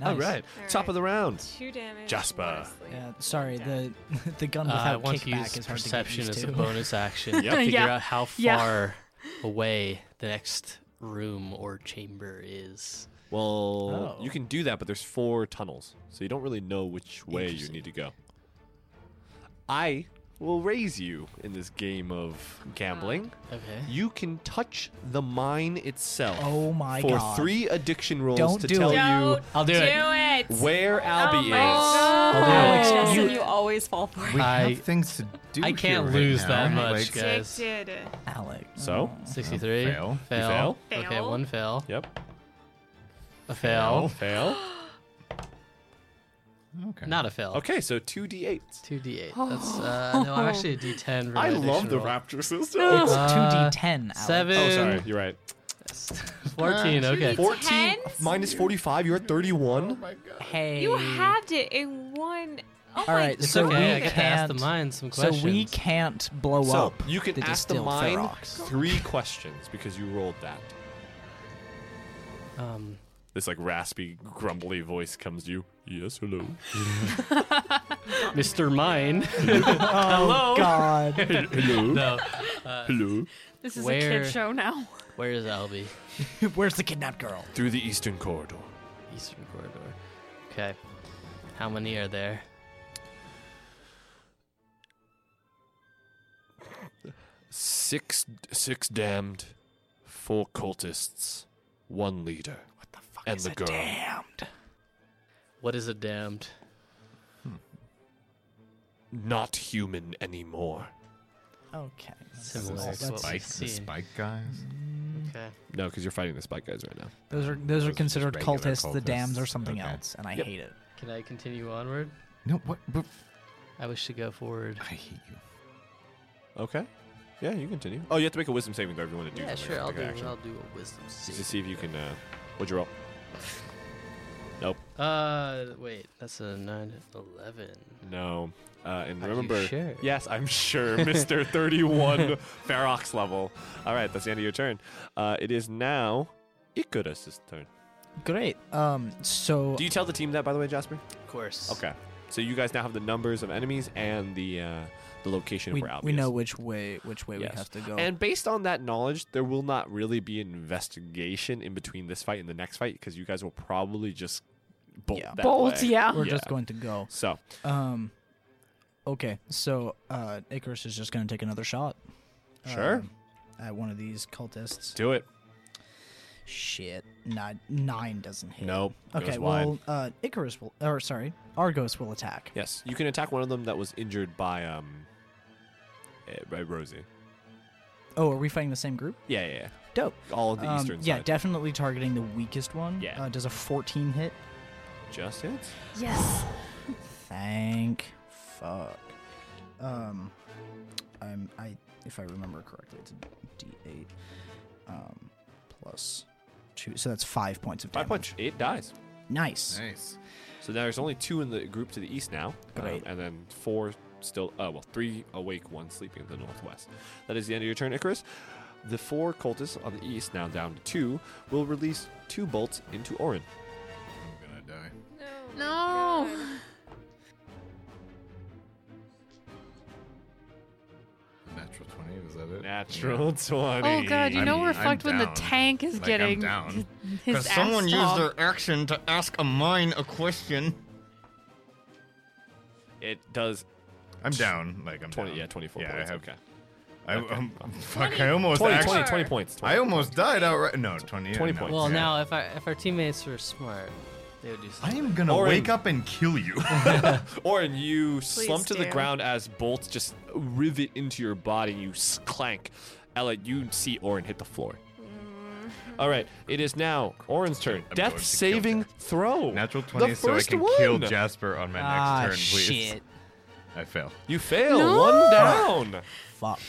S4: Nice.
S1: All, right.
S5: All
S1: Top of
S5: right.
S1: the round.
S5: Two damage.
S1: Jasper.
S5: one asleep,
S4: Yeah,
S5: one
S4: sorry,
S5: down.
S4: the the gun
S2: Uh,
S4: without
S2: once you
S4: kickback
S2: use
S4: is hard to get
S2: perception
S4: used
S2: as
S4: to.
S2: a bonus action,
S1: Yep.
S2: figure
S6: Yeah.
S2: out how
S6: Yeah.
S2: far away the next room or chamber is.
S1: Well,
S4: Oh.
S1: you can do that, but there's four tunnels, so you don't really know which way you
S2: Interesting.
S1: need to go. I will raise you in this game of gambling.
S2: Okay.
S1: You can touch the mine itself.
S4: Oh my
S1: for
S4: God.
S1: three addiction rolls
S4: Don't
S1: to
S4: do
S1: tell
S4: it.
S1: you
S5: Don't
S2: I'll do
S5: do
S2: it.
S5: it.
S1: where
S5: my
S1: Albie is.
S5: Oh,
S2: I'll do
S4: Alex,
S2: it.
S8: Justin,
S4: you-
S8: Oh. you always fall for it.
S3: We
S2: I-
S3: have things to do.
S2: I
S3: here
S2: can't
S3: right
S2: lose
S3: now.
S2: that
S3: Like,
S2: much, guys.
S5: Addicted.
S4: Alec.
S1: So?
S4: oh.
S2: 63.
S3: Fail.
S2: Fail.
S5: You fail?
S2: Okay, one fail.
S1: Yep.
S2: A fail.
S1: Fail.
S3: Okay.
S2: Not a fail.
S1: Okay, so two d8s.
S2: 2d8. That's,
S6: Oh.
S2: uh, no, I'm actually a d10. for my
S1: I love
S2: addiction
S1: the
S2: roll.
S1: raptor system.
S4: It's
S2: Uh,
S4: 2d10, Alec.
S2: Seven.
S1: oh, sorry, you're right.
S6: Ah,
S2: 14, okay.
S1: 14 minus 45, you're at 31.
S4: Hey.
S7: You had it in one. Oh
S4: All
S7: my
S4: right,
S7: god.
S2: It's
S4: so
S2: okay,
S4: we
S2: I
S4: can't.
S2: can ask the mine some
S4: so
S2: questions.
S4: we can't blow
S1: so
S4: up.
S1: you can
S4: the
S1: ask the
S4: distilled
S1: mine
S4: Ferox.
S1: three questions because you rolled that.
S2: Um,
S1: This like raspy, grumbly voice comes to you. Yes, hello.
S2: Mr. Mine.
S4: Oh God.
S1: hello.
S2: no.
S1: Hello.
S6: This is a
S2: Where-
S6: kid show now.
S2: Where is Albie?
S4: Where's the kidnapped girl?
S1: Through the eastern corridor.
S2: Eastern Corridor. Okay. How many are there?
S1: Six, six damned, four cultists, one leader. What the fuck and the girl.
S4: Damned.
S2: What is a damned?
S3: Hmm.
S1: Not human anymore.
S4: Okay.
S2: Similar
S4: That's-
S2: to what
S4: that's-
S2: I
S3: Spike,
S2: see.
S3: the spike guys.
S2: Okay.
S1: No, because you're fighting the spike guys right now.
S4: Those are those
S3: Those are
S4: are
S3: just
S4: considered
S3: regular
S4: cultists, The dams are
S3: cultists.
S4: something
S3: Okay.
S4: else, and I
S1: Yep.
S4: hate it.
S2: Can I continue onward?
S3: No, what? But
S2: I wish to go forward.
S3: I hate you.
S1: Okay. Yeah, you continue. Oh, you have to make a wisdom saving throw if you want to do
S2: yeah,
S1: something.
S2: sure. I'll
S1: Take
S2: do.
S1: an action.
S2: I'll do a wisdom
S1: Just to
S2: save.
S1: see if you can. Uh, what'd you roll?
S2: Uh, wait. That's a nine, eleven.
S1: No. Uh, and
S2: Are you
S1: remember.
S2: sure?
S1: Yes, I'm sure, Mister Thirty One Ferox level. All right, that's the end of your turn. Uh, it is now Icarus's turn.
S4: Great. Um. So
S1: Do you tell the team that, by the way, Jasper?
S2: Of course.
S1: Okay. So you guys now have the numbers of enemies and the uh, the location
S4: we,
S1: for Albius.
S4: we know which way which way
S1: Yes.
S4: we have to go.
S1: And based on that knowledge, there will not really be an investigation in between this fight and the next fight because you guys will probably just bolt
S4: Yeah.
S1: that
S8: Bolt,
S1: way.
S8: yeah.
S4: We're just
S1: ah, yeah.
S4: going to go.
S1: So
S4: Um. Okay. So uh, Icarus is just going to take another shot.
S1: Sure.
S4: um, at one of these cultists.
S1: do it.
S4: Shit. Nine nine doesn't hit.
S1: Nope. Goes
S4: Okay.
S1: wide.
S4: Well, uh, Icarus will. Or sorry, Argos will attack.
S1: Yes, you can attack one of them that was injured by um eh, by Rosie.
S4: Oh, are we fighting the same group?
S1: Yeah, yeah, yeah.
S4: Dope.
S1: All on the
S4: Um,
S1: eastern
S4: yeah,
S1: side.
S4: definitely targeting the weakest one.
S1: Yeah.
S4: Uh, does a 14 hit?
S1: Just hits.
S8: Yes.
S4: Thank fuck. Um, I'm I if I remember correctly, it's a D8 um, plus two, so that's five points of damage.
S1: Five punch. It dies.
S4: Nice.
S3: Nice.
S1: So now there's only two in the group to the east now, um,
S4: Great.
S1: and then four still. Uh, well, three awake, one sleeping in the northwest. That is the end of your turn, Icarus. The four cultists on the east, now down to two, will release two bolts into Orin.
S3: I'm gonna die.
S7: Oh
S5: No.
S3: Natural twenty. Was that it?
S1: Natural
S6: Oh
S1: twenty.
S6: god, you
S3: I'm-
S6: know we're
S3: I'm
S6: fucked when the
S3: down.
S6: tank is
S3: Like, I'm
S6: getting
S3: down.
S6: his ass stomped.
S3: action to ask a mine a question.
S1: It does
S3: I'm down. Like I'm
S1: twenty.
S3: down.
S1: Yeah, twenty-four
S3: Yeah,
S1: points.
S3: I have.
S1: okay.
S3: I, um, fuck! I almost
S1: 20,
S3: actually.
S1: 20, 20 points. 20.
S3: I almost died outright. No, twenty. yeah,
S1: 20
S3: no,
S1: points.
S2: Well,
S3: yeah.
S2: now if our if our teammates were smart, they would do
S3: I
S2: something.
S3: am gonna
S1: Orin.
S3: wake up and kill you.
S1: Orin, you slump to the
S5: do.
S1: ground as bolts just rivet into your body. You s- clank. Ella, you see Orin hit the floor. All right, it is now Orin's turn.
S3: I'm going
S1: Death
S3: to
S1: saving
S3: kill
S1: throw.
S3: Natural
S1: The
S3: twenty, so I
S1: first
S3: can kill
S1: one.
S3: Jasper on my
S4: ah,
S3: next turn, please.
S4: shit.
S3: I fail.
S1: You fail. One down.
S4: Fuck.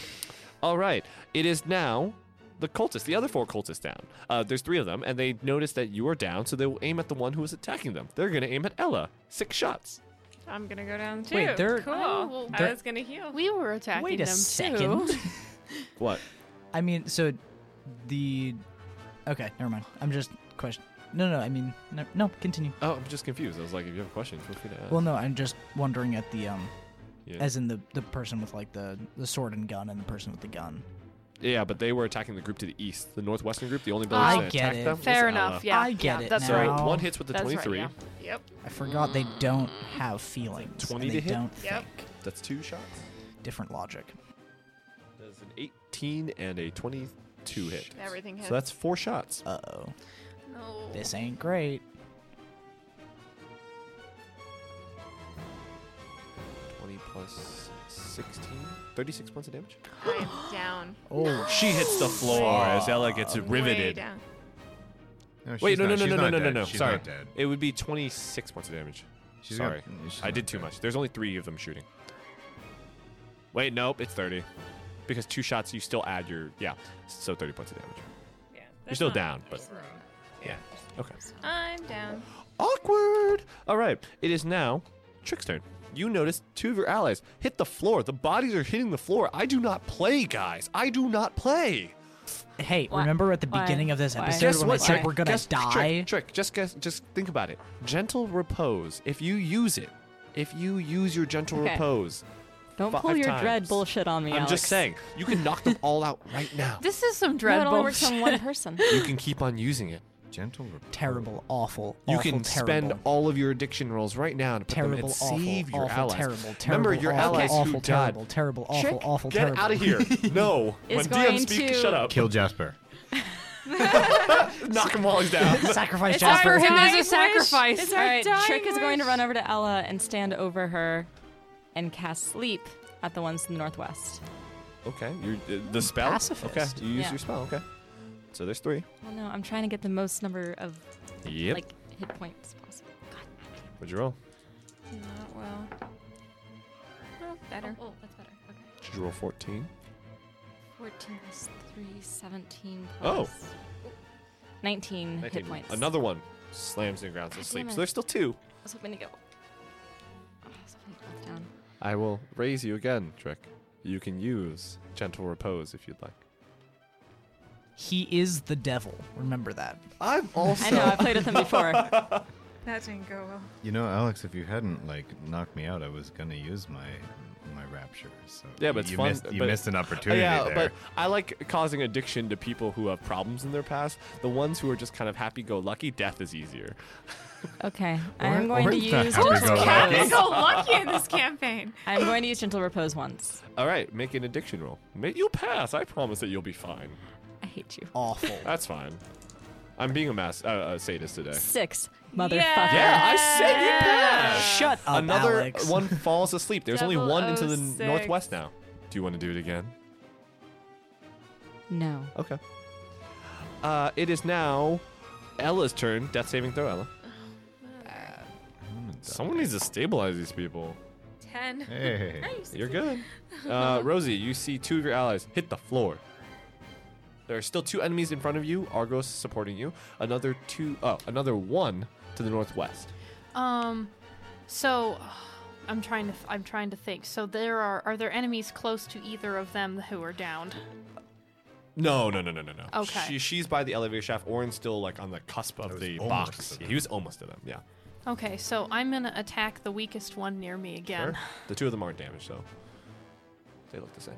S1: All right, it is now the cultist, the other four cultists down. Uh, there's three of them, and they notice that you are down, so they will aim at the one who is attacking them. They're going to aim at Ella. Six shots.
S7: I'm gonna go down too.
S4: Wait, they're-
S7: cool.
S6: Oh, well,
S7: I
S4: they're-
S7: was gonna heal.
S6: We were attacking
S4: Wait a
S6: them
S4: second.
S6: too.
S1: What?
S4: I mean, so the okay, never mind. I'm just question. No, no, I mean, no, no continue.
S1: Oh, I'm just confused. I was like, if you have a question, feel free to ask.
S4: Well, no, I'm just wondering at the um,
S1: Yeah.
S4: as in the the person with like the the sword and gun, and the person with the gun.
S1: Yeah, but they were attacking the group to the east. The northwestern group, the only
S4: I
S1: village that
S4: get
S1: attacked
S4: it.
S1: them. was Ella.
S6: Fair enough. Yeah,
S4: I get
S6: yeah,
S4: it
S6: That's
S1: So
S4: now.
S6: right.
S1: one hits with the
S6: That's right,
S1: 23.
S6: yeah.
S7: Yep.
S4: I forgot they
S1: Mm.
S4: don't have feelings.
S1: 20
S4: and they
S1: to hit?
S4: don't
S7: Yep.
S4: think.
S1: That's two shots.
S4: Different logic.
S1: That's an 18 and a 22 hit.
S7: Everything hits.
S1: So that's four shots.
S4: Uh oh.
S6: No.
S4: This ain't great.
S1: 20 plus 16. 36 points of damage.
S7: I'm down.
S4: Oh,
S1: She hits the floor as Ella gets
S7: Way
S1: riveted.
S7: down.
S3: No,
S1: Wait,
S3: she's
S1: no, no,
S3: not-
S1: no,
S3: she's
S1: no, no,
S3: not
S1: no, no,
S3: dead.
S1: no.
S3: She's
S1: Sorry.
S3: not dead.
S1: It would be 26 points of damage.
S3: She's
S1: Sorry.
S3: not- she's
S1: I
S3: not
S1: did too
S3: dead.
S1: much. There's only three of them shooting. Wait, nope, it's 30. Because two shots, you still add your. Yeah, so 30 points of damage.
S7: Yeah,
S1: You're
S7: that's
S1: still
S7: not-
S1: down, but. Yeah. Okay.
S7: I'm down.
S1: Awkward. All right. It is now Trick's turn. You notice two of your allies hit the floor. The bodies are hitting the floor. I do not play, guys. I do not play.
S4: Hey,
S8: Why-
S4: remember at the
S8: why-
S4: beginning of this
S8: why?
S4: episode
S1: Guess
S4: when
S1: what?
S4: I said
S1: Trick?
S4: we're gonna
S1: Guess-
S4: die?
S1: Trick, trick. Just guess. Just think about it. Gentle repose. If you use it, if you use your gentle
S8: Okay.
S1: repose,
S8: Don't
S1: Five
S8: pull your dread
S1: times.
S8: bullshit on me.
S1: I'm
S8: Alex.
S1: just saying you can knock them all out right now.
S6: This is some
S8: No,
S6: dread
S8: it only works
S6: bullshit.
S8: on one person.
S1: You can keep on using it.
S3: Gentle. repose.
S4: Terrible, awful,
S1: You
S4: awful,
S1: can
S4: terrible,
S1: spend all of your addiction rolls right now to put them
S4: terrible,
S1: and
S4: awful,
S1: save your
S4: awful,
S1: allies.
S4: terrible, terrible,
S1: Remember your
S4: awful,
S1: allies
S4: awful,
S1: who died.
S4: terrible, terrible, awful,
S1: Trick,
S4: awful,
S1: get
S4: terrible.
S1: out of here. No.
S8: Is
S1: when DM
S8: going
S1: speak,
S8: to-
S1: shut up.
S3: Kill Jasper.
S1: knock him while he's down.
S4: Sacrifice
S8: It's
S4: Jasper.
S6: For him as
S8: dying
S6: a
S8: wish.
S6: sacrifice.
S8: It's our
S7: All right,
S8: dying
S7: Trick
S8: Trick
S7: is
S8: is going to run over to Ella and stand over her and cast sleep at the ones in the northwest.
S1: okay, you're uh, the spell.
S4: Pacifist.
S1: Okay, you use
S8: Yeah.
S1: your spell. Okay, so there's three.
S8: Well, no, I'm trying to get the most number of
S1: Yep.
S8: like hit points possible. God.
S1: What'd you roll?
S7: Not well. Well, better.
S8: Oh, oh, that's better. Okay.
S1: Did you roll 14?
S8: 14 plus 3, 17
S1: Oh.
S8: plus. 19, hit points.
S1: Another one slams to the ground to
S8: God
S1: sleep.
S8: damn
S1: So
S8: it.
S1: there's still two.
S8: I was hoping to go. I was hoping to go back down.
S1: I will raise you again, Trick. You can use gentle repose if you'd like.
S4: He is the devil. Remember that.
S1: I'm also.
S8: I know, I played with him before.
S7: That didn't go well.
S3: You know, Alex, if you hadn't like knocked me out, I was gonna use my my rapture. So
S1: Yeah, but it's
S3: you
S1: fun-
S3: Missed, you
S1: but- Oh,
S3: missed an opportunity
S1: yeah,
S3: there.
S1: but I like causing addiction to people who have problems in their past. The ones who are just kind of happy-go-lucky, death is easier.
S8: Okay.
S3: Or-
S8: I'm going
S3: or
S8: to
S3: it's
S8: use
S3: not
S8: gentle
S3: happy go lucky.
S8: repose.
S7: So lucky in this campaign.
S8: I'm going to use gentle repose once.
S1: All right, make an addiction roll. Ma- You'll pass. I promise that you'll be fine.
S8: I hate you.
S4: Awful.
S1: That's fine. I'm being a mass uh, a sadist today.
S8: Six. Motherfucker.
S1: Yeah, I said you passed.
S4: Shut up,
S1: Another
S4: Alex.
S1: one falls asleep. There's only one into the
S7: 006.
S1: northwest now. Do you want to do it again?
S8: No.
S1: Okay. Uh, it is now Ella's turn. Death saving throw, Ella.
S3: I'm gonna die.
S1: Someone needs to stabilize these people.
S7: Ten.
S3: Hey,
S1: You're good. Uh, Rosie, you see two of your allies hit the floor. There are still two enemies in front of you. Argos supporting you. Another two, oh, another one to the northwest.
S6: Um, so I'm trying to I'm trying to think. So there are are there enemies close to either of them who are downed?
S1: No, no, no, no, no, no.
S6: Okay.
S1: She, she's by the elevator shaft. Orin's still like on the cusp of the
S3: almost
S1: box.
S3: to
S1: He was almost to them. Yeah.
S6: Okay, so I'm gonna attack the weakest one near me again.
S1: Sure. The two of them aren't damaged, so they look the same.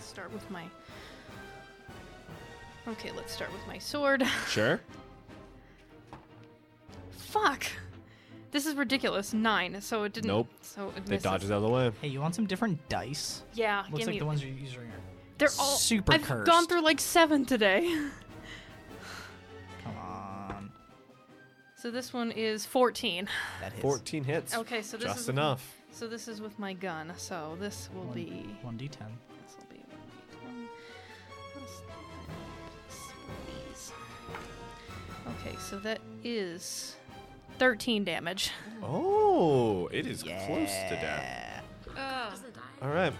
S6: Start with my. Okay, let's start with my sword.
S1: Sure.
S6: Fuck. This is ridiculous. Nine. So it didn't.
S1: Nope.
S6: So it
S1: They
S6: misses.
S1: dodges out of the way.
S4: Hey, you want some different dice?
S6: Yeah.
S4: Looks
S6: give
S4: like
S6: me-
S4: the ones you're using are.
S6: They're all
S4: super
S6: I've
S4: cursed.
S6: gone through like seven today.
S4: Come on.
S6: So this one is fourteen.
S4: That hits.
S1: 14 hits.
S6: Okay, so this
S1: Just
S6: is
S1: enough.
S6: So this is with my gun. So this will be.
S4: 1d10.
S6: This will be one d10 plus these. Okay, so that is thirteen damage.
S1: Oh, it is close to death.
S7: Oh,
S1: All right.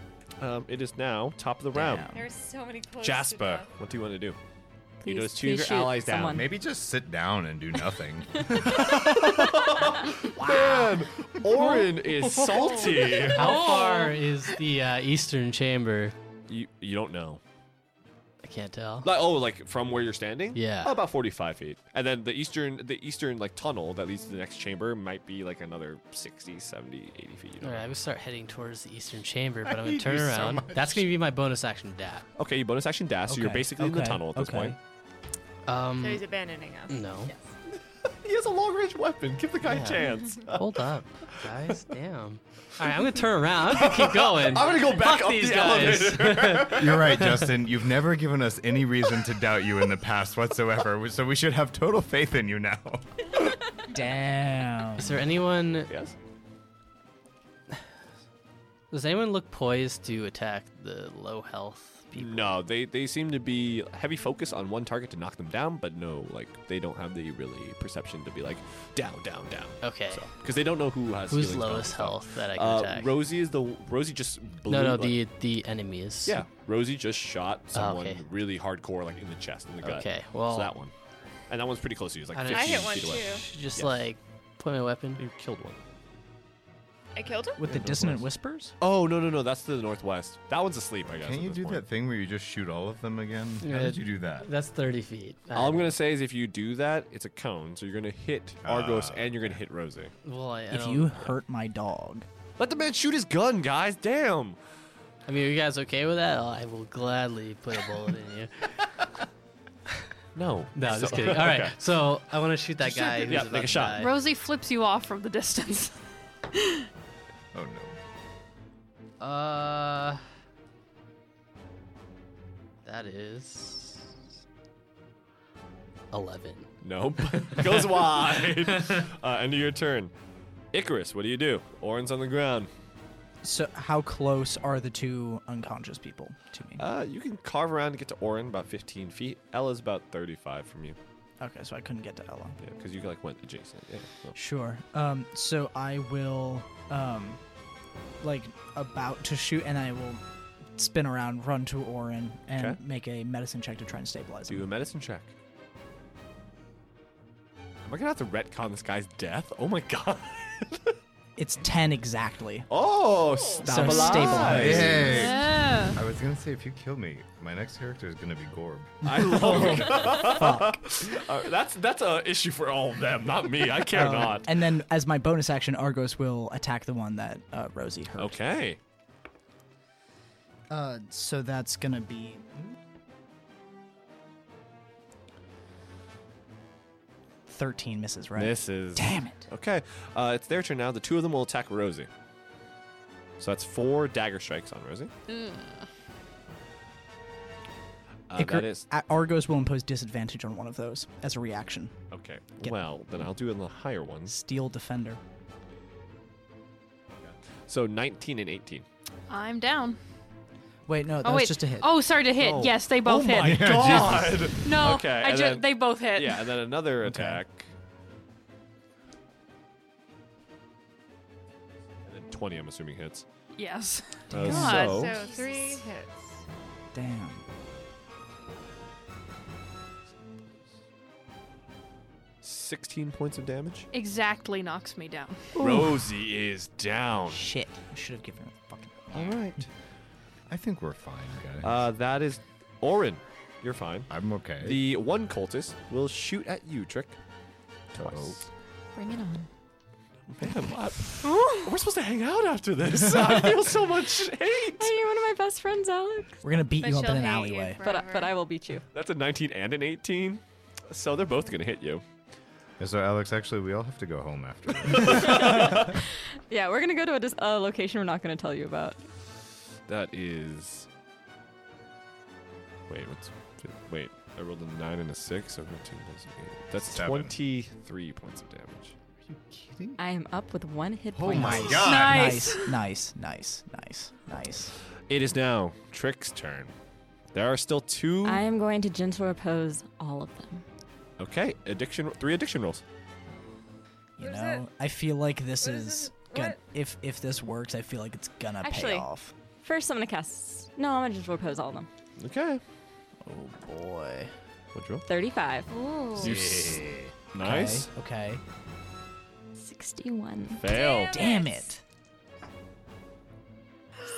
S1: Um, it is now top of the round.
S7: there's so many close. to
S1: Jasper,
S7: death.
S1: what do you want to do? you
S8: Please,
S1: just choose
S8: please
S1: your
S8: shoot
S1: allies
S8: someone.
S3: maybe just sit down and do nothing.
S1: down. Man, Orin is salty.
S2: How far is the uh, eastern chamber?
S1: you, you don't know.
S2: I can't tell.
S1: Like oh, like from where you're standing?
S2: Yeah.
S1: Oh, about 45 feet. And then the eastern the eastern like tunnel that leads to the next chamber might be like another 60, 70, 80 feet. You
S2: All
S1: know.
S2: right, I'm gonna start heading towards the eastern chamber, but I'm gonna
S3: hate
S2: turn
S3: you so
S2: around.
S3: much.
S2: That's gonna be my bonus action dash.
S1: Okay, you bonus action dash, so you're
S4: Okay,
S1: basically in the
S4: okay,
S1: tunnel at this
S4: okay.
S1: point.
S2: Um,
S7: So he's abandoning us.
S2: no,
S1: He has a long range weapon. Give the guy
S2: Yeah.
S1: a chance.
S2: hold up, guys. Damn. All right, I'm gonna turn around. I'm gonna keep going.
S1: I'm gonna go back
S2: Fuck
S1: up
S2: these
S1: the
S2: guys.
S1: elevator.
S3: You're right, Justin. You've never given us any reason to doubt you in the past whatsoever, so we should have total faith in you now.
S4: Damn.
S2: Is there anyone?
S1: yes.
S2: Does anyone look poised to attack the low health people?
S1: No, they they seem to be heavy focus on one target to knock them down, but no, like they don't have the really perception to be like down, down, down.
S2: Okay.
S1: So because they don't know who has
S2: Eh.
S1: healing
S2: Who's
S1: spells
S2: lowest
S1: and stuff.
S2: health that I can
S1: Uh,
S2: attack?
S1: Rosie is the Rosie just blew,
S2: no, no,
S1: like-
S2: the the enemies.
S1: yeah. Rosie just shot someone
S2: okay.
S1: really hardcore, like in the chest, in the gut.
S2: Okay,
S1: so
S2: well-
S1: that one, and that one's pretty close to you. It's like
S2: I don't-
S1: 15
S2: I hit
S7: one
S1: feet away.
S7: too.
S2: Should Just
S1: Yeah.
S2: like put my weapon.
S1: You killed one.
S7: I killed him.
S4: With the dissonant whispers?
S1: Oh no no no! That's to the northwest. That one's asleep, I guess.
S3: Can
S1: at
S3: you
S1: this
S3: do
S1: point.
S3: that thing where you just shoot all of them again? How
S2: Yeah.
S3: did you do that?
S2: That's 30 feet.
S1: All I'm gonna say is if you do that, it's a cone, so you're gonna hit Argos
S3: Ah,
S1: and you're gonna hit Rosie.
S2: Well, I, I
S4: If
S2: don't-
S4: you hurt my dog.
S1: Let the man shoot his gun, guys. Damn.
S2: I mean, are you guys okay with that? Oh, I will gladly put a bullet in you.
S1: No.
S2: No, just kidding. All right, so I want to shoot that guy. Who's
S1: yeah,
S2: about
S1: make a
S2: to
S1: shot.
S2: die.
S6: Rosie flips you off from the distance.
S3: Oh no.
S2: Uh, That is eleven.
S1: Nope. Goes wide. Uh, end of your turn. Icarus, what do you do? Orin's on the ground.
S4: So how close are the two unconscious people to me?
S1: Uh, you can carve around to get to Orin about 15 feet. Ella's about 35 from you.
S4: okay, so I couldn't get to Ella.
S1: Yeah, because you like went adjacent. Yeah. so-
S4: Sure. Um, so I will, um, like, about to shoot, and I will spin around, run to Orin, and
S1: Okay.
S4: make a medicine check to try and stabilize
S1: Do
S4: him.
S1: a medicine check. Am I gonna have to retcon this guy's death? Oh my god.
S4: It's 10 exactly.
S1: Oh,
S4: So
S1: stabilize.
S4: stabilize.
S6: Yeah.
S3: I was gonna say if you kill me, my next character is gonna be Gorb.
S1: I love Uh, that's that's a issue for all of them, not me. I care
S4: Um,
S1: not.
S4: And then, as my bonus action, Argos will attack the one that uh, Rosie hurt.
S1: Okay.
S4: Uh, so that's gonna be. Thirteen misses, right?
S1: This is
S4: Damn it!
S1: Okay. Uh, it's their turn now. The two of them will attack Rosie. So that's four dagger strikes on Rosie. Uh,
S4: Icar-
S1: that is
S4: A- Argos will impose disadvantage on one of those as a reaction.
S1: okay.
S4: Get-
S1: Well, then I'll do it on the higher ones.
S4: Steel defender.
S1: So 19 and 18.
S6: I'm down.
S4: Wait, no, that
S6: Oh
S4: was
S6: wait.
S4: just a hit.
S6: Oh, sorry to hit.
S1: No. Oh
S6: Yes, they both hit.
S1: god!
S6: No,
S1: Okay,
S6: I
S1: and
S6: ju-
S1: then-
S6: they both hit.
S1: yeah, and then another attack. And then 20, I'm assuming, hits.
S6: Yes.
S1: Uh,
S6: God,
S1: so,
S7: Oh,
S5: So three hits.
S4: Damn.
S1: sixteen points of damage.
S6: Exactly knocks me down.
S1: Rosie is down.
S4: Shit. I should have given her the fucking.
S3: All right. I think we're fine, guys.
S1: Uh, that is Orin. You're fine.
S3: I'm okay.
S1: The one cultist will shoot at you, Trick.
S3: Twice.
S8: Bring it on.
S1: Oh, Man, what? We're supposed to hang out after this. I feel so much hate.
S8: Hey, you're one of my best friends, Alex.
S4: We're gonna beat
S5: But
S4: you up
S5: she'll
S4: in an
S5: hate you
S4: alleyway.
S8: But,
S5: forever.
S8: but I will beat you.
S1: That's a 19 and an 18. So they're both going to hit you.
S3: Yeah, so Alex, actually, we all have to go home after. this.
S8: Yeah, we're gonna go to a, dis- a location we're not gonna tell you about.
S1: That is. Wait, what's. Wait, I rolled a 9 and a 6, so 13 plus 8. That's
S3: Seven.
S1: 23 points of damage.
S3: Are you kidding?
S8: I am up with one hit
S3: Oh
S8: point.
S3: my god!
S4: Nice, nice, nice, nice, nice.
S1: It is now Trick's turn. There are still two.
S8: I am going to gentle repose all of them.
S1: Okay, addiction. Three addiction rolls.
S4: You
S5: What is
S4: know, I feel like this
S5: What
S4: is,
S5: is this?
S4: gonna.
S5: What?
S4: If if this works, I feel like it's gonna
S8: Actually-
S4: pay off.
S8: First, I'm gonna cast. No, I'm gonna gentle repose all of them.
S1: Okay.
S4: Oh boy.
S1: What roll?
S8: 35,
S5: Ooh.
S1: You s- Nice.
S4: Okay. okay.
S8: 61,
S1: Fail.
S4: Damn it.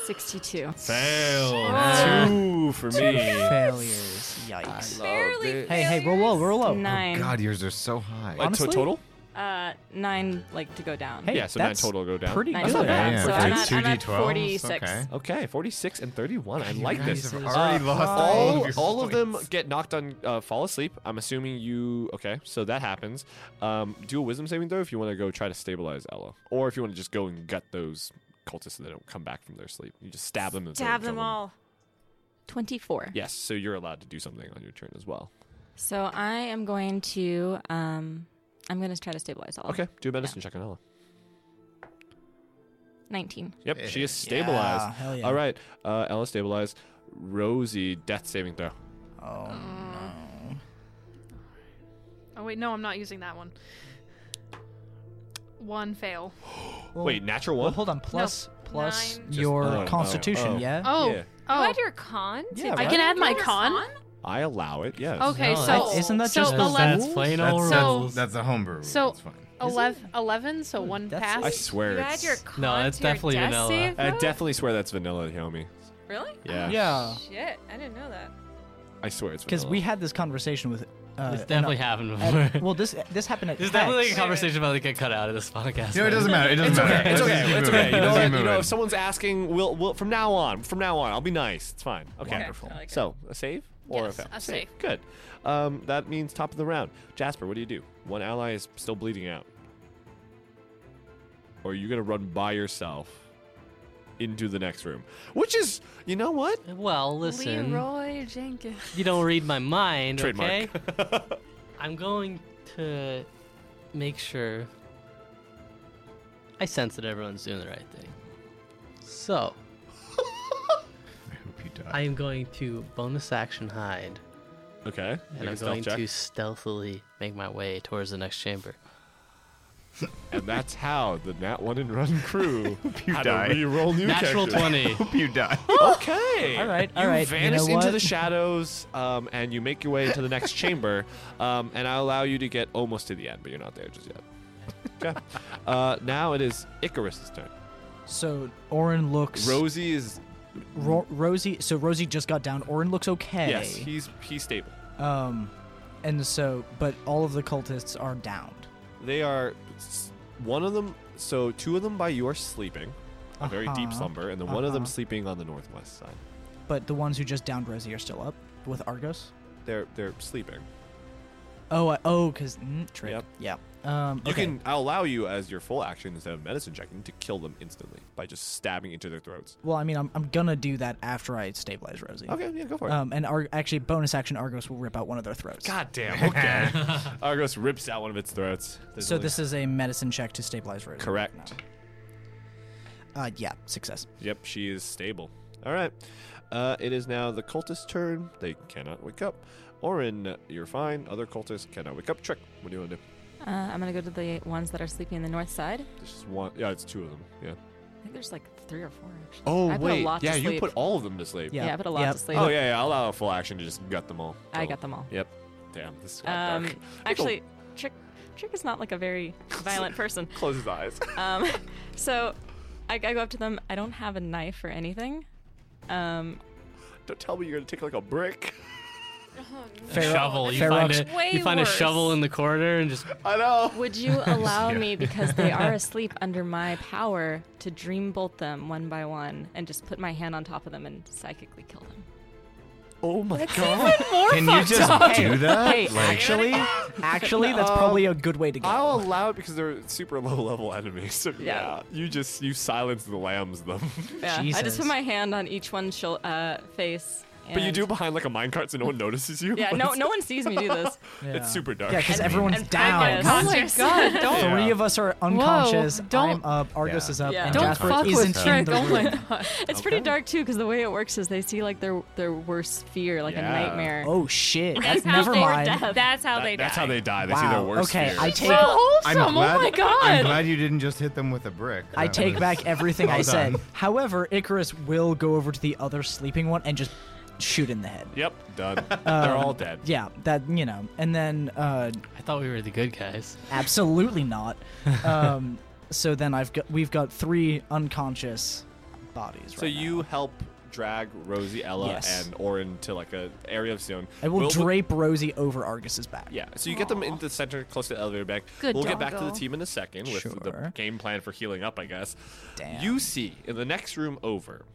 S8: 62.
S1: Fail. Two for me.
S4: Failures. Yikes.
S1: Barely.
S4: Hey, hey, roll low, roll low.
S8: Nine.
S3: God, yours are so high.
S1: Like to-
S4: Honestly?
S1: total?
S8: Uh, nine, like to go down.
S4: Hey,
S1: yeah, so nine
S4: that's
S1: total go down.
S4: Pretty
S8: Nice.
S4: good.
S8: That's not bad.
S3: Damn,
S8: so
S3: okay.
S8: I'm at-
S3: Two
S8: I'm at
S3: D12s?
S8: 46.
S3: Okay.
S1: Okay, 46 and 31. I like
S3: you
S1: this. Uh,
S3: guys have already lost all,
S1: all,
S3: of your
S1: all of them
S3: points.
S1: get knocked on, uh, fall asleep. I'm assuming you. Okay, so that happens. Um, do a wisdom saving throw if you want to go try to stabilize Ella, or if you want to just go and gut those cultists so they don't come back from their sleep. You just stab them. until you
S7: Stab
S1: kill
S7: them all.
S8: 24.
S1: Yes, so you're allowed to do something on your turn as well.
S8: So I am going to, um, I'm gonna try to stabilize all. of them.
S1: Okay, do a medicine check on Ella.
S8: 19.
S1: Yep, she is
S4: Yeah,
S1: stabilized.
S4: hell yeah.
S1: All right, uh, Ella stabilized. Rosie, death saving throw.
S4: Oh no.
S6: Oh wait, no, I'm not using that one. One fail.
S4: Well,
S1: Wait, natural
S4: well,
S1: one?
S4: hold on. Plus, plus
S5: Nine.
S1: Just-
S4: your
S1: oh, oh,
S4: constitution,
S1: oh.
S4: yeah.
S6: Oh,
S1: Yeah.
S6: oh,
S7: You add your con? to
S4: Yeah,
S7: that?
S6: I
S4: right?
S6: can add my
S7: Your
S6: con.
S1: I allow it, yes.
S6: Okay,
S2: No,
S6: so
S2: that's-
S4: isn't that
S6: so
S4: just
S6: 11,
S4: the
S2: that's
S4: rules?
S2: plain
S3: That's,
S2: old
S3: that's,
S6: so-
S2: rules.
S3: that's a homebrew rule.
S6: so-
S3: it's fine.
S6: 11, 11, so one
S4: that's-
S6: pass.
S1: I swear
S7: You add
S1: it's.
S7: your con
S2: No, that's
S7: to your
S2: definitely
S7: death
S2: vanilla.
S7: save
S1: I
S7: roll?
S1: definitely swear that's vanilla, homie.
S7: Really?
S1: Yeah.
S4: Yeah.
S7: Shit, I didn't know that.
S1: I swear it's
S4: Because
S1: vanilla.
S4: we had this conversation with. Uh,
S2: It's definitely
S4: and,
S2: happened
S4: uh,
S2: before.
S4: and- well, this this happened at.
S2: This is definitely like a
S4: PAX.
S2: conversation about to get cut out of this podcast.
S3: No, it doesn't matter. It doesn't
S1: It's
S3: matter.
S1: okay. It's
S3: Let's
S1: okay.
S3: just keep
S1: It's
S3: moving.
S1: okay. You know
S3: Let's
S1: what?
S3: keep
S1: You know,
S3: moving.
S1: if someone's asking, we'll, we'll from now on, from now on, I'll be nice. It's fine. Okay.
S4: Wonderful.
S1: So a save or
S6: Yes,
S1: a fail?
S6: a save.
S1: Good. Um, that means top of the round. Jasper, what do you do? One ally is still bleeding out. Or are you gonna run by yourself into the next room, which is, you know what?
S2: Well, listen,
S7: Leroy Jenkins.
S2: you don't read my mind,
S1: Trademark.
S2: okay? I'm going to make sure I sense that everyone's doing the right thing. So,
S3: I hope you die.
S2: I am going to bonus action hide,
S1: Okay. make
S2: and
S1: a
S2: I'm
S1: stealth
S2: going
S1: check.
S2: to stealthily make my way towards the next chamber.
S1: And that's how the Nat One and Run crew
S3: you
S1: had
S3: die.
S1: to re-roll new
S2: Natural
S1: characters.
S2: 20.
S3: hope you die.
S1: Okay.
S4: All right, all
S1: you
S4: right, you
S1: vanish
S4: know
S1: into
S4: what?
S1: the shadows, um, and you make your way to the next chamber, um, and I allow you to get almost to the end, but you're not there just yet. Okay. Uh, now it is Icarus's turn.
S4: So Orin looks
S1: Rosie is
S4: Ro- Rosie. So Rosie just got down. Orin looks okay.
S1: yes, he's he's stable.
S4: Um, and so, but all of the cultists are downed.
S1: They are s- one of them. So two of them by you are sleeping, a very deep
S4: Uh-huh.
S1: slumber, and then one of them
S4: Uh-huh.
S1: sleeping on the northwest side.
S4: But the ones who just downed Rosie are still up with Argos.
S1: They're they're sleeping.
S4: Oh, I, oh, because mm, trick. Yeah. Um,
S1: You
S4: okay.
S1: can I'll allow you as your full action instead of medicine checking to kill them instantly by just stabbing into their throats.
S4: Well, I mean, I'm, I'm gonna do that after I stabilize Rosie.
S1: Okay, yeah, go for it.
S4: Um, and Ar- actually, bonus action Argos will rip out one of their throats.
S1: God damn. Okay. Argos rips out one of its throats. There's
S4: So
S1: only-
S4: this is a medicine check to stabilize Rosie.
S1: correct.
S4: No. Uh, yeah, success.
S1: Yep, she is stable. All right. Uh, it is now the cultist's turn. They cannot wake up. Orin, you're fine. Other cultists cannot wake up. Trick. What do you want to do?
S8: Uh, I'm gonna go to the ones that are sleeping in the north side.
S1: There's just one. Yeah, it's two of them. Yeah.
S8: I think there's like three or four actually.
S1: Oh
S8: I put a
S1: wait.
S8: lot to
S1: yeah, you
S8: sleep.
S1: put all of them to sleep.
S8: Yeah, I put a lot
S4: Yep.
S8: to sleep.
S1: Oh yeah, yeah. I'll allow a full action to just gut them all.
S8: I
S1: Kill
S8: got them all.
S1: Yep. Damn. This is got
S8: Um,
S1: dark.
S8: actually, Trick Trick is not like a very violent person.
S1: Close his eyes.
S8: Um, so I, I go up to them. I don't have a knife or anything. Um,
S1: Don't tell me you're gonna take like a brick.
S4: Ferox-
S2: shovel. You
S4: Ferox-
S2: find, a,
S7: Way
S2: you find a
S7: worse.
S2: shovel in the corridor and just
S1: I know.
S8: would you allow me, because they are asleep under my power, to dream bolt them one by one and just put my hand on top of them and psychically kill them?
S1: Oh my god.
S3: Can you just do that?
S8: Hey,
S4: Actually, actually, that's probably a good way to go.
S1: I'll allow it because they're super low level enemies. So yeah.
S8: Yeah.
S1: you just you silence the lambs them,
S8: Yeah, I
S4: Jesus.
S8: just put my hand on each one's shou- uh, face.
S1: but you
S8: and-
S1: do behind like a minecart, so no one notices you.
S8: Yeah,
S1: but
S8: no,
S1: it's-
S8: no one sees me do this.
S4: Yeah.
S1: It's super dark.
S4: Yeah, because everyone's
S8: and
S4: down.
S8: practice.
S7: Oh my
S8: Monsters.
S7: god, don't
S1: Yeah.
S4: Three of us are unconscious. I'm
S7: don't-
S4: up. Argos
S3: Yeah.
S4: is up.
S8: Yeah.
S4: And
S7: don't
S3: Jack
S4: Jasper
S7: fuck
S4: isn't
S7: with
S4: in
S7: Trick.
S4: the
S7: Oh
S4: room.
S7: my god.
S8: It's pretty dark too, because the way it works is they see like their their worst fear, like
S1: Yeah.
S8: a nightmare.
S4: Oh shit.
S8: That's how
S4: Never
S8: they were
S4: mind.
S8: deaf.
S7: That's how
S1: That-
S7: they
S1: that's
S7: die.
S1: how they die. They see their
S4: Wow.
S1: worst
S4: Okay,
S1: fears.
S4: I take
S3: I'm
S7: wholesome.
S3: glad,
S7: oh my
S3: I'm
S7: god.
S3: glad you didn't just hit them with a brick.
S4: I
S3: That
S4: take
S3: was-
S4: back everything I
S3: Well
S4: said.
S3: done.
S4: However, Icarus will go over to the other sleeping one and just shoot in the head.
S1: Yep, done. They're all dead.
S4: Um, Yeah, that you know. And then uh
S2: I thought we were the good guys.
S4: absolutely not. Um so then I've got we've got three unconscious bodies right
S1: So you help drag Rosie, Ella,
S4: Yes.
S1: and Orin to like a area of stone.
S4: now. I will
S1: We'll-
S4: drape Rosie over Argus's back.
S1: Yeah, so you get them into the center, close to the elevator back.
S7: Good
S1: we'll get back to the
S7: doggo.
S1: team in a second with the
S4: Sure.
S1: game plan for healing up, I guess.
S4: Damn.
S1: You see in the next room over,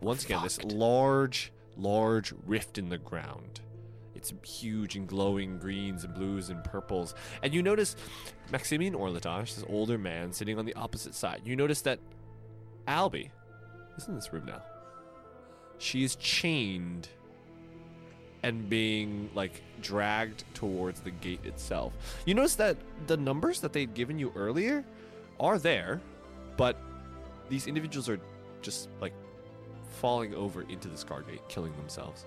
S1: once again, this large, large rift in the ground. It's huge and glowing greens and blues and purples. And you notice Maximian Orlatosh, this older man, sitting on the opposite side. You notice that Albie is in this room now. She is chained and being like dragged towards the gate itself. You notice that the numbers that they'd given you earlier are there, but these individuals are just like falling over into the scar gate, killing themselves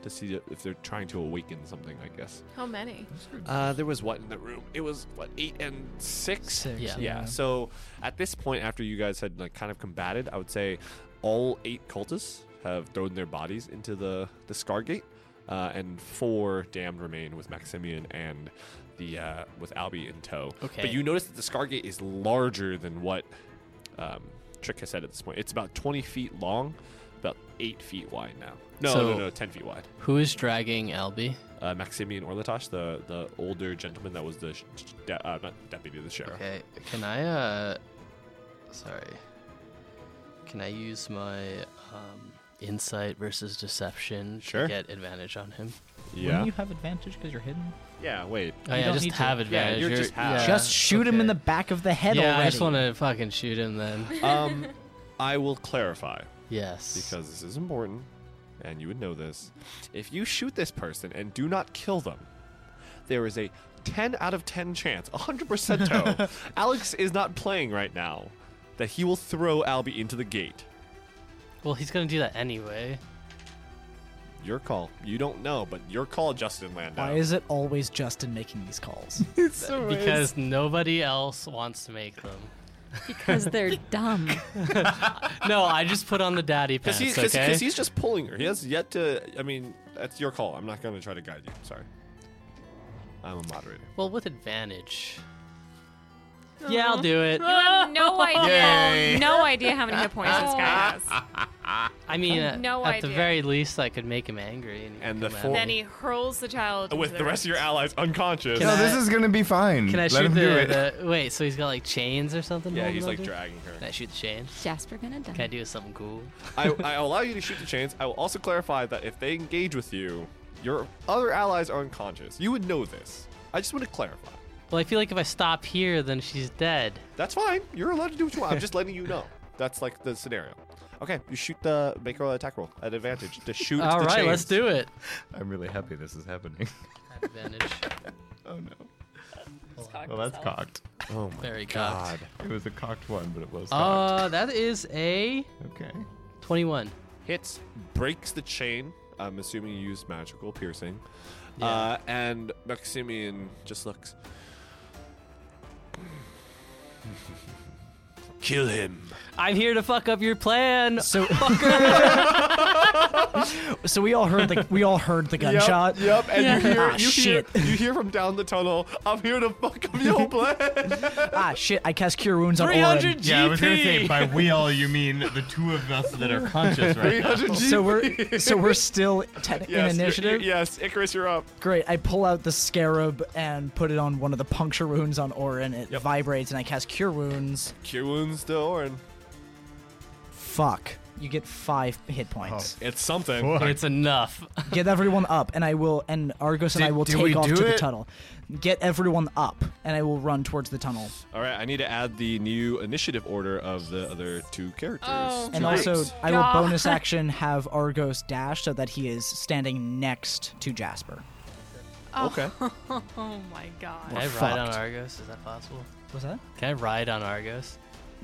S1: to see if they're trying to awaken something, I guess.
S7: How many?
S1: Uh, there was what in the room? It was what eight and six.
S4: Six,
S2: Yeah.
S1: Yeah. So at this point, after you guys had like kind of combated, I would say all eight cultists have thrown their bodies into the the Scargate, uh, and four damned remain with Maximian and the uh, with Albi in tow. But
S2: Okay.
S1: you notice that the Scargate is larger than what um, Trick has said at this point. It's about twenty feet long, about eight feet wide now. No, no,
S2: So-
S1: no, ten feet wide.
S2: Who is dragging Albie?
S1: Uh, Maximian Orlatosh, the the older gentleman that was the sh- sh- de- uh, not deputy of the sheriff.
S2: Okay, can I, uh. Sorry. Can I use my um, insight versus deception
S1: Sure.
S2: to get advantage on him?
S1: Yeah.
S4: Wouldn't you have advantage because you're hidden?
S1: Yeah. Wait.
S2: Oh, yeah,
S4: don't
S2: just
S4: need to.
S2: have
S1: Yeah,
S2: advantage.
S1: you're just half.
S2: yeah,
S4: just shoot him in
S2: okay.
S4: the back of the head
S2: yeah,
S4: already.
S2: I just want to fucking shoot him then.
S1: Um, I will clarify
S2: Yes.
S1: because this is important and you would know this. If you shoot this person and do not kill them, there is a 10 out of 10 chance, 100% toe. Alex is not playing right now that he will throw Albie into the gate.
S2: well, he's gonna do that anyway.
S1: Your call. You don't know, but your call, Justin Landau.
S4: Why is it always Justin making these calls?
S2: Because nobody else wants to make them.
S8: because they're dumb.
S2: No, I just put on the daddy pants.
S1: Because he, cause,
S2: okay.
S1: 'cause he's just pulling her. He has yet to. I mean, that's your call. I'm not going to try to guide you. Sorry. I'm a moderator.
S2: Well, with advantage. Yeah, I'll do it.
S7: You have no idea. No idea how many hit points this guy has.
S2: I mean, at,
S7: No
S2: at the
S7: idea.
S2: very least, I could make him angry. And, he
S1: And
S2: could
S1: the
S2: come at
S1: four-
S2: me.
S7: Then he hurls the child into
S1: With the rest of your allies unconscious.
S2: Can
S3: no,
S2: I-
S3: this is gonna be fine.
S2: Can I
S3: Let
S2: shoot
S3: him do it.
S2: the, the? Wait, so he's got like chains or something?
S1: yeah,
S2: holding
S1: he's like
S2: onto?
S1: dragging her.
S2: Can I shoot the chain?
S8: Jasper gonna die.
S2: Can I do something cool?
S1: I, I allow you to shoot the chains. I will also clarify that if they engage with you, your other allies are unconscious. You would know this. I just want to clarify.
S2: Well, I feel like if I stop here, then she's dead.
S1: That's fine. You're allowed to do what you want. I'm just letting you know. That's like the scenario. Okay, you shoot the make roll attack roll at advantage to shoot.
S2: All
S1: the
S2: right,
S1: chains.
S2: let's do it.
S3: I'm really happy this is happening.
S2: Advantage.
S3: oh no. Well, that's cocked.
S1: Oh my
S2: Very
S1: god.
S2: cocked.
S3: It was a cocked one, but it was cocked.
S2: Uh, that is a
S3: okay.
S2: 21.
S1: Hits, breaks the chain. I'm assuming you use magical piercing.
S2: Yeah.
S1: Uh, and Maximian just looks. Kill him.
S2: I'm here to fuck up your plan.
S4: So, so we all heard the we all heard the gunshot.
S1: Yep, and you hear
S4: Ah,
S1: you
S4: shit.
S1: hear you hear from down the tunnel. I'm here to fuck up your plan.
S4: Ah, shit! I cast Cure Wounds on Oren.
S2: 300
S3: Yeah, I was gonna say
S2: GP.
S3: by we all you mean the two of us that are conscious right now.
S1: 300
S4: So
S1: GP.
S4: we're so we're still te-
S1: Yes,
S4: in
S1: you're-
S4: initiative.
S1: you're- yes, Icarus, you're up.
S4: Great. I pull out the scarab and put it on one of the puncture wounds on Orin. It vibrates, and I cast Cure Wounds.
S1: Cure wounds to Orin.
S4: Fuck. You get five hit points.
S1: It's something.
S3: Fuck.
S2: It's enough.
S4: Get everyone up, and I will. And Argos and
S3: Oh. Did-
S4: I will
S3: did we
S4: take off
S3: do
S4: to the
S3: it?
S4: tunnel. Get everyone up, and I will run towards the tunnel.
S1: All right, I need to add the new initiative order of the other two characters.
S6: Oh.
S1: Two
S4: And also,
S1: groups.
S4: I will bonus action have Argos dash so that he is standing next to Jasper.
S1: okay.
S6: Oh my god.
S2: Can I
S4: We're
S2: ride on
S4: fucked.
S2: Argos? Is that possible?
S4: What's that?
S2: Can I ride on Argos?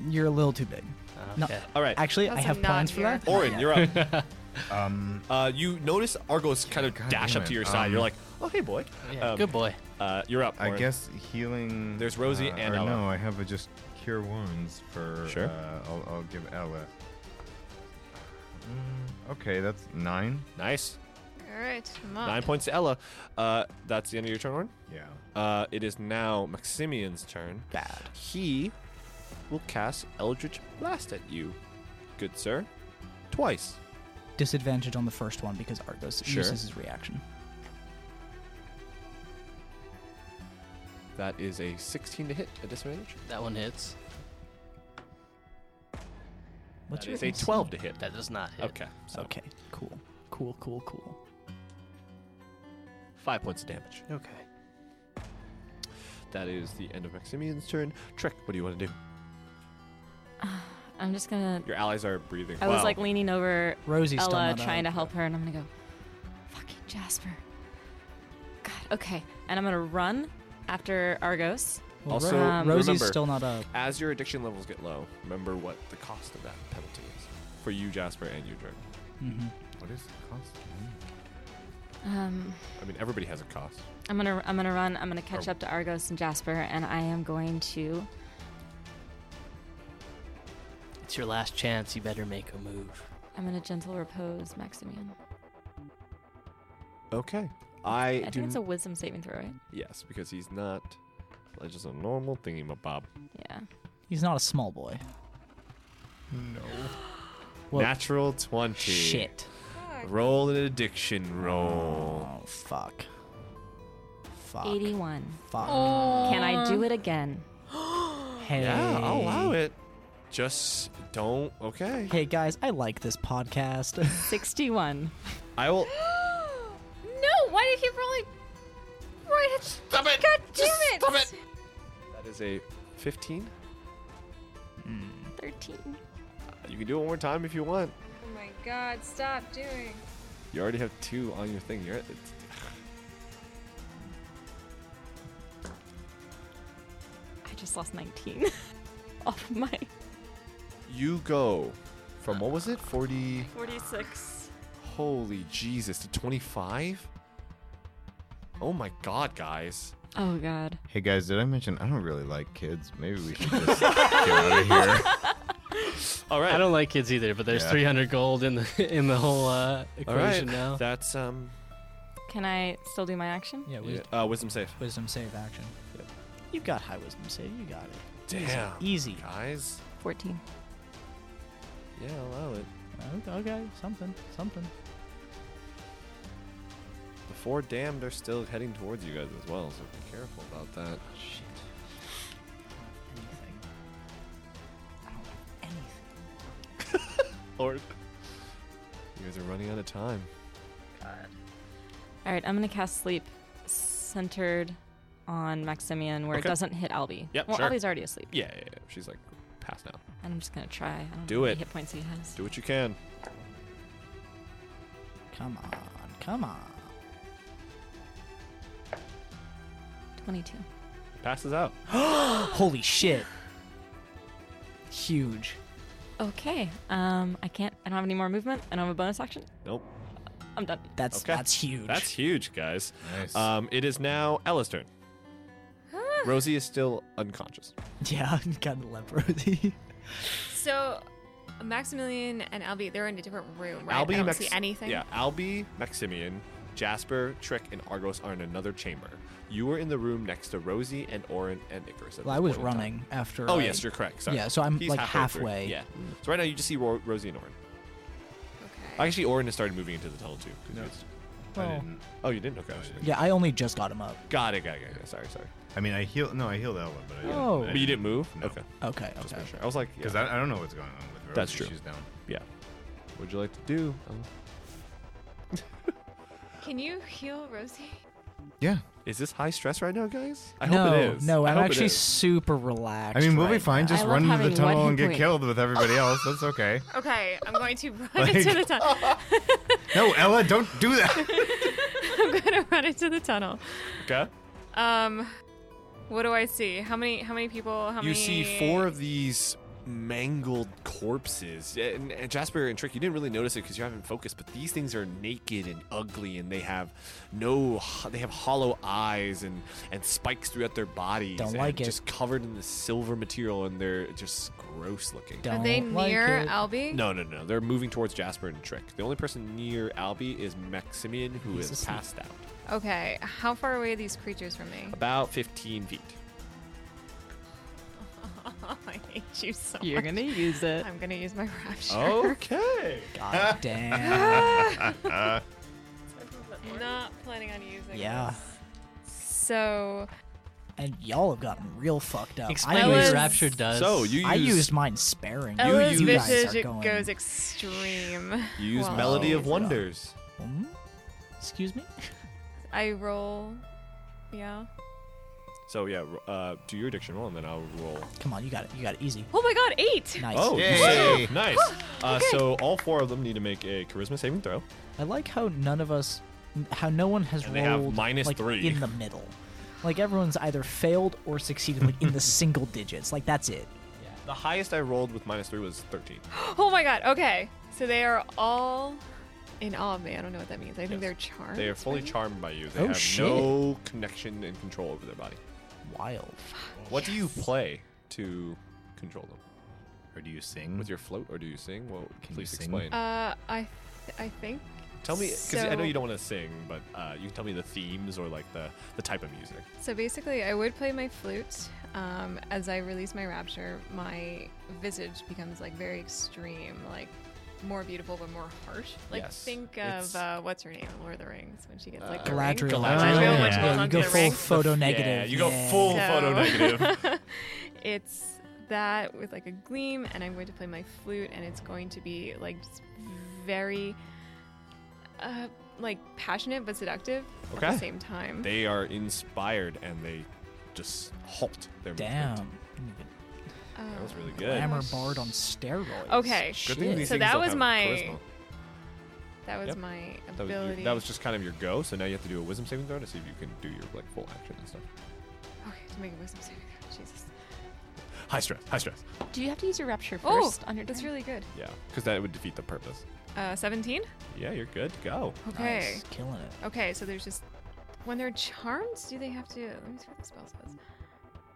S4: You're a little too big.
S2: Oh,
S4: No.
S2: Okay.
S1: All right,
S4: Actually, I
S7: That's
S4: have
S7: not
S4: plans for
S7: here.
S4: that.
S1: Orin, you're up.
S3: Um,
S1: Uh, you notice Argos kind of
S3: God
S1: dash
S3: damn
S1: up
S3: it.
S1: to your side. You're
S3: Um,
S1: like, oh hey boy.
S2: Yeah,
S1: Um,
S2: good boy.
S1: Uh, you're up.
S3: I
S1: Orin.
S3: guess healing.
S1: There's Rosie
S3: uh,
S1: and
S3: or
S1: Ella.
S3: No, I have a just cure wounds for.
S1: Sure.
S3: Uh, I'll, I'll give Ella. Mm, okay, that's nine.
S1: Nice.
S7: All right, come on.
S1: Nine points to Ella. Uh, that's the end of your turn, Orin.
S3: Yeah.
S1: Uh, it is now Maximian's turn.
S4: Bad.
S1: He will cast Eldritch Blast at you, good sir. Twice.
S4: Disadvantage on the first one because Argos
S1: Sure.
S4: uses his reaction.
S1: That is a 16 to hit, a disadvantage.
S2: That one hits.
S4: What's
S1: That is
S4: your
S1: a
S4: AC?
S1: 12 to hit.
S2: That does not hit.
S1: Okay, so
S4: Okay, cool. Cool, cool, cool.
S1: five points of damage.
S2: Okay.
S1: That is the end of Maximian's turn. Trick, what do you want to do?
S8: I'm just gonna.
S1: Your allies are breathing.
S8: I was like leaning over
S4: Rosie's still
S8: Ella
S4: not
S8: trying to
S4: up.
S8: help her, and I'm gonna go, fucking Jasper. God, okay. And I'm gonna run after Argos.
S4: Well,
S1: Also,
S4: Ro-
S8: Um,
S4: Rosie's
S1: remember-
S4: still not up.
S1: As your addiction levels get low, remember what the cost of that penalty is for you, Jasper, and you, Trick.
S4: hmm
S3: What is the cost?
S8: Um,
S1: I mean, everybody has a cost.
S8: I'm gonna I'm gonna run. I'm
S1: Oh.
S8: gonna catch up to Argos and Jasper, and I am going to.
S2: It's your last chance. You better make a move.
S8: I'm gonna gentle repose Maximian.
S1: Okay. I,
S8: I
S1: do.
S8: think it's a wisdom saving throw, right?
S1: yes, because he's not. That's just a normal thingy, my bob.
S8: Yeah.
S4: He's not a small boy.
S3: No.
S4: Well,
S1: Natural 20.
S4: Shit.
S1: Roll an addiction roll.
S4: Oh fuck. Fuck.
S8: 81.
S4: Fuck.
S1: Ah.
S8: Can I do it again?
S4: Hey.
S1: Yeah, I'll allow it. Just don't. Okay.
S4: Hey guys, I like this podcast.
S8: 61.
S1: I will.
S7: no, why did he roll like right at Stop it! God damn it! Stop it!
S1: That is a 15.
S8: 13.
S1: You can do it one more time if you want.
S7: Oh my god, stop doing.
S1: You already have two on your thing. You're at, it's,
S8: I just lost 19 off of my
S1: you go from what was it? Forty.
S8: 46.
S1: Holy Jesus! To twenty-five. Oh my God, guys!
S8: Oh, God.
S3: Hey guys, did I mention I don't really like kids? Maybe we should just get out of here.
S1: All right.
S2: I don't like kids either, but there's
S3: Yeah.
S2: 300 gold in the in the whole uh,
S1: All right.
S2: equation now.
S1: That's um.
S8: Can I still do my action?
S4: Yeah, wis-
S1: Uh, wisdom safe.
S4: wisdom save action. You got high wisdom save. You got it.
S1: Damn.
S4: Easy.
S1: Guys.
S8: 14.
S1: Yeah, allow it.
S4: Okay, okay, something, something.
S1: The four damned are still heading towards you guys as well, so be careful about that.
S4: Shit. I don't have anything. I don't have anything.
S1: Lord. You guys are running out of time.
S8: All right, I'm going to cast sleep centered on Maximian where
S1: Okay.
S8: it doesn't hit Albie.
S1: Yep,
S8: well,
S1: sure.
S8: Albie's already asleep.
S1: Yeah, yeah, yeah. She's like, pass now.
S8: I'm just going to try. I don't
S1: Do
S8: know how many
S1: it.
S8: hit points he has.
S1: Do what you can.
S4: Come on, come on.
S8: 22.
S1: Passes out.
S4: Holy shit. Huge.
S8: Okay. Um, I can't. I don't have any more movement. I don't have a bonus action.
S1: Nope.
S8: I'm done.
S4: That's
S1: Okay.
S4: that's huge.
S1: That's huge, guys.
S3: Nice.
S1: Um, it is now Ella's turn. Rosie is still unconscious.
S4: yeah, got the leprosy.
S7: So, Maximilian and Albie, they're in a different room, right?
S1: Albie,
S7: I don't
S1: Max-
S7: see anything.
S1: Yeah, Albie, Maximian, Jasper, Trick, and Argos are in another chamber. You were in the room next to Rosie and Orin and Icarus. At
S4: Well,
S1: this
S4: I was
S1: point in time.
S4: running after.
S1: Oh
S4: I-
S1: yes, you're correct. Sorry.
S4: Yeah, so I'm,
S1: He's
S4: like,
S1: through.
S4: halfway.
S1: Yeah. So right now you just see Ro- Rosie and Orin.
S7: Okay.
S1: Actually, Orin has started moving into the tunnel too. 'cause
S3: No.
S1: he's-
S3: I
S4: well,
S3: didn't.
S1: Oh, you didn't. Okay.
S4: Yeah, I only just got him up.
S1: Got it. Got it. Got it. got it. Sorry. Sorry.
S3: I mean, I healed. No, I healed Ella, but I didn't.
S4: Oh.
S1: But you didn't move.
S3: No.
S1: Okay.
S4: Okay,
S1: Just
S4: okay.
S1: making sure. I was like,
S3: Because
S1: yeah.
S3: I, I don't know what's going on with Rosie.
S1: That's true.
S3: She's down.
S1: yeah. What'd you like to do? Um,
S7: Can you heal Rosie?
S3: Yeah.
S1: is this high stress right now, guys? I
S4: no,
S1: hope it is.
S4: no,
S1: I
S4: I'm
S1: hope it
S4: actually
S1: is.
S4: super relaxed.
S3: I mean, we'll be
S4: right
S3: fine.
S4: now.
S3: Just
S8: I
S3: run
S8: love
S3: into the
S8: having one
S3: tunnel and get
S8: point.
S3: killed with everybody else. That's okay.
S7: Okay, I'm going to run
S3: Like-
S7: into the tunnel.
S3: No, Ella, don't do that.
S7: I'm going to run into the tunnel.
S1: Okay.
S7: Um, what do I see? How many? How many people? How
S1: you
S7: many?
S1: see four of these mangled corpses and, and jasper and trick you didn't really notice it because you haven't focused but these things are naked and ugly and they have no they have hollow eyes and and spikes throughout their bodies
S4: Don't
S1: and
S4: like it.
S1: just covered in this silver material and they're just gross looking
S4: Don't
S7: Are they
S4: like
S7: near
S4: it.
S7: Albie?
S1: no no no they're moving towards jasper and trick the only person near albie is maximian who
S4: He's
S1: is
S4: asleep.
S1: passed out
S7: Okay. How far away are these creatures from me?
S1: about 15 feet
S7: I hate you so
S2: You're
S7: much.
S2: gonna use it.
S7: I'm gonna use my rapture.
S1: okay
S4: God damn.
S7: Not planning on using.
S4: Yeah.
S7: This. So
S4: And y'all have gotten real fucked up.
S2: Explain
S4: I
S2: what
S4: used,
S2: rapture does.
S1: so Oh, you
S4: I
S1: use-
S4: used mine sparing.
S7: Ella's
S4: you guys
S7: visage
S4: are
S7: it
S4: going.
S7: goes extreme.
S1: you use
S7: Well,
S1: melody of
S4: Wow.
S1: wonders
S4: Hmm? Excuse me.
S7: I roll. Yeah.
S1: so yeah ro- uh, do your addiction roll and then i'll roll
S4: Come on, you got it. You got it. Easy.
S7: Oh my god, eight.
S4: Nice.
S1: Oh, you
S3: Yay.
S1: saved. nice. Uh, So all four of them need to make a charisma saving throw.
S4: I like how none of us, how no one has
S1: And they have
S4: rolled
S1: minus
S4: like,
S1: three.
S4: in the middle. Like everyone's either failed or succeeded like in the single digits. Like that's it.
S1: The highest I rolled with minus three was 13.
S7: Oh my god. Okay. So they are all in awe of me. I don't know what that means. I think
S1: Yes.
S7: they're charmed.
S1: They are fully charmed by you. They
S4: Oh,
S1: have
S4: shit.
S1: no connection and control over their body.
S4: Wild.
S1: What do you play to control them?
S3: Or do you sing
S1: With your float, or do you sing? Well,
S3: Can you
S1: please
S3: sing?
S1: explain.
S7: Uh, I, th- I think.
S1: tell me, because I know
S7: so-
S1: you don't want to sing, but uh, you can tell me the themes or like the, the type of music.
S7: So basically, I would play my flute. Um, as I release my rapture, my visage becomes like very extreme, like more beautiful but more harsh. Like
S1: Yes.
S7: think
S1: It's- Uh,
S7: of uh, what's her name, in Lord of the Rings, when she gets like the ring.
S4: Galadriel.
S1: Galadriel.
S7: Galadriel,
S3: Oh,
S7: when she
S3: yeah.
S7: holds
S4: you
S7: onto
S4: go
S7: the
S4: full
S7: ring.
S4: photo negative.
S1: Yeah, you go full
S7: So-
S1: photo negative.
S7: It's that with like a gleam, and I'm going to play my flute, and it's going to be like just very, uh, like passionate but seductive at
S1: Okay.
S7: the same time.
S1: they are inspired and they just halt their movement.
S4: Damn.
S1: That
S7: Um,
S1: was really good.
S4: Glamour bard on steroids.
S7: Okay,
S1: Good thing these
S7: So
S1: things
S7: that
S1: don't
S7: was
S1: have
S7: my
S1: charisma.
S7: that was
S1: Yep.
S7: my
S1: That was,
S7: ability.
S1: your, that was just kind of your go. So now you have to do a wisdom saving throw to see if you can do your like full action and stuff.
S7: okay to make a wisdom saving throw. Jesus,
S1: High stress. High stress.
S8: Do you have to use your rapture
S7: Oh,
S8: first on your
S7: that's
S8: turn?
S7: really good.
S1: Yeah, because that would defeat the purpose.
S7: Uh, seventeen.
S1: Yeah, you're good. Go.
S7: Okay.
S4: Nice. Killing it.
S7: Okay, so there's just when they're charmed, do they have to? Let me see what the spell says.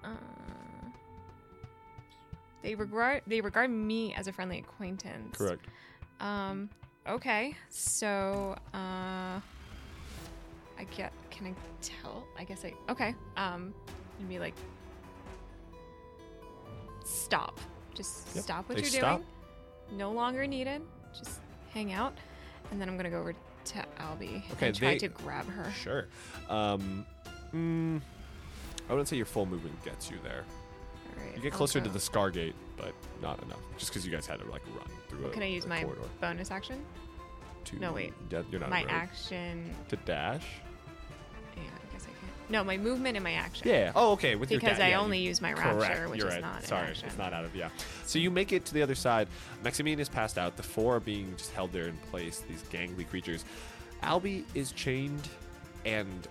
S7: Uh, they regard they regard me as a friendly acquaintance.
S1: Correct.
S7: Um. Okay, so uh, I get. Can I tell? I guess I. Okay. Um, and be like, stop. Just
S1: Yep,
S7: stop what
S1: they
S7: you're
S1: stop.
S7: doing. No longer needed. Just hang out, and then I'm gonna go over to Albie
S1: Okay,
S7: and try
S1: they-
S7: to grab her.
S1: Sure. Um, mm, I wouldn't say your full movement gets you there.
S7: Alright,
S1: You get
S7: I'll
S1: closer to
S7: go.
S1: the Scargate, but not enough. Just because you guys had to like run through. a,
S7: Can I use
S1: a
S7: my
S1: uh, corridor
S7: bonus action?
S1: to
S7: no, wait.
S1: Yeah, you're not
S7: my
S1: rogue.
S7: action.
S1: to dash.
S7: Yeah, I guess I can. No, my movement and my action.
S1: Yeah. Oh, okay. With your
S7: Because
S1: da-
S7: I
S1: yeah,
S7: only
S1: you-
S7: use my
S1: Correct.
S7: rapture, which
S1: You're
S7: is
S1: right.
S7: not
S1: Sorry,
S7: an action.
S1: it's not out of yeah. So you make it to the other side. Maximine is passed out. The four are being just held there in place. These gangly creatures. Albie is chained and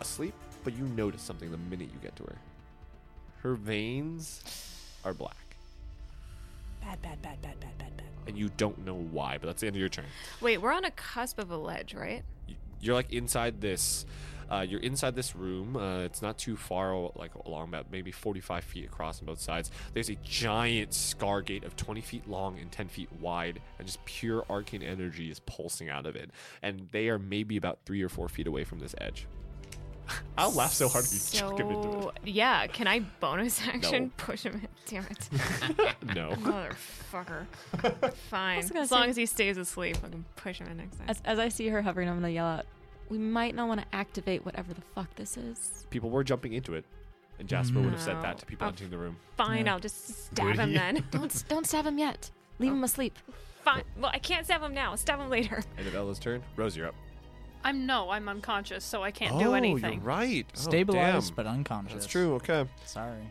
S1: asleep, but you notice something the minute you get to her. Her veins are black,
S4: Bad, bad, bad, bad, bad, bad, bad.
S1: and you don't know why. But that's the end of your turn.
S7: Wait, we're on a cusp of a ledge, right?
S1: y- you're like inside this uh, you're inside this room uh, it's not too far o- like along about maybe 45 feet across on both sides there's a giant scar gate of 20 feet long and 10 feet wide and just pure arcane energy is pulsing out of it and they are maybe about three or four feet away from this edge i'll laugh so hard if you chuck him into
S7: So yeah, can I bonus action
S1: No.
S7: push him? In? Damn it,
S1: it no
S7: motherfucker! Fine,
S8: gonna
S7: as long
S8: say-
S7: as he stays asleep, I can push him in next time.
S8: As, as I see her hovering, I'm gonna yell out, "We might not want to activate whatever the fuck this is."
S1: people were jumping into it and jasper would have said that
S7: No.
S1: to people
S7: Oh.
S1: entering the room
S7: Fine,
S4: Yeah.
S7: I'll just stab
S3: Would
S7: him
S3: he?
S7: then.
S8: Don't s- don't stab him yet. Oh. Leave him asleep.
S7: Fine. Well, I can't stab him now. Stab him later.
S1: end of ella's turn rose you're up
S6: I'm no, I'm unconscious, so I can't
S1: oh
S6: do anything.
S1: you're right Oh,
S4: Stabilized
S1: damn.
S4: but unconscious.
S1: that's true okay
S4: Sorry,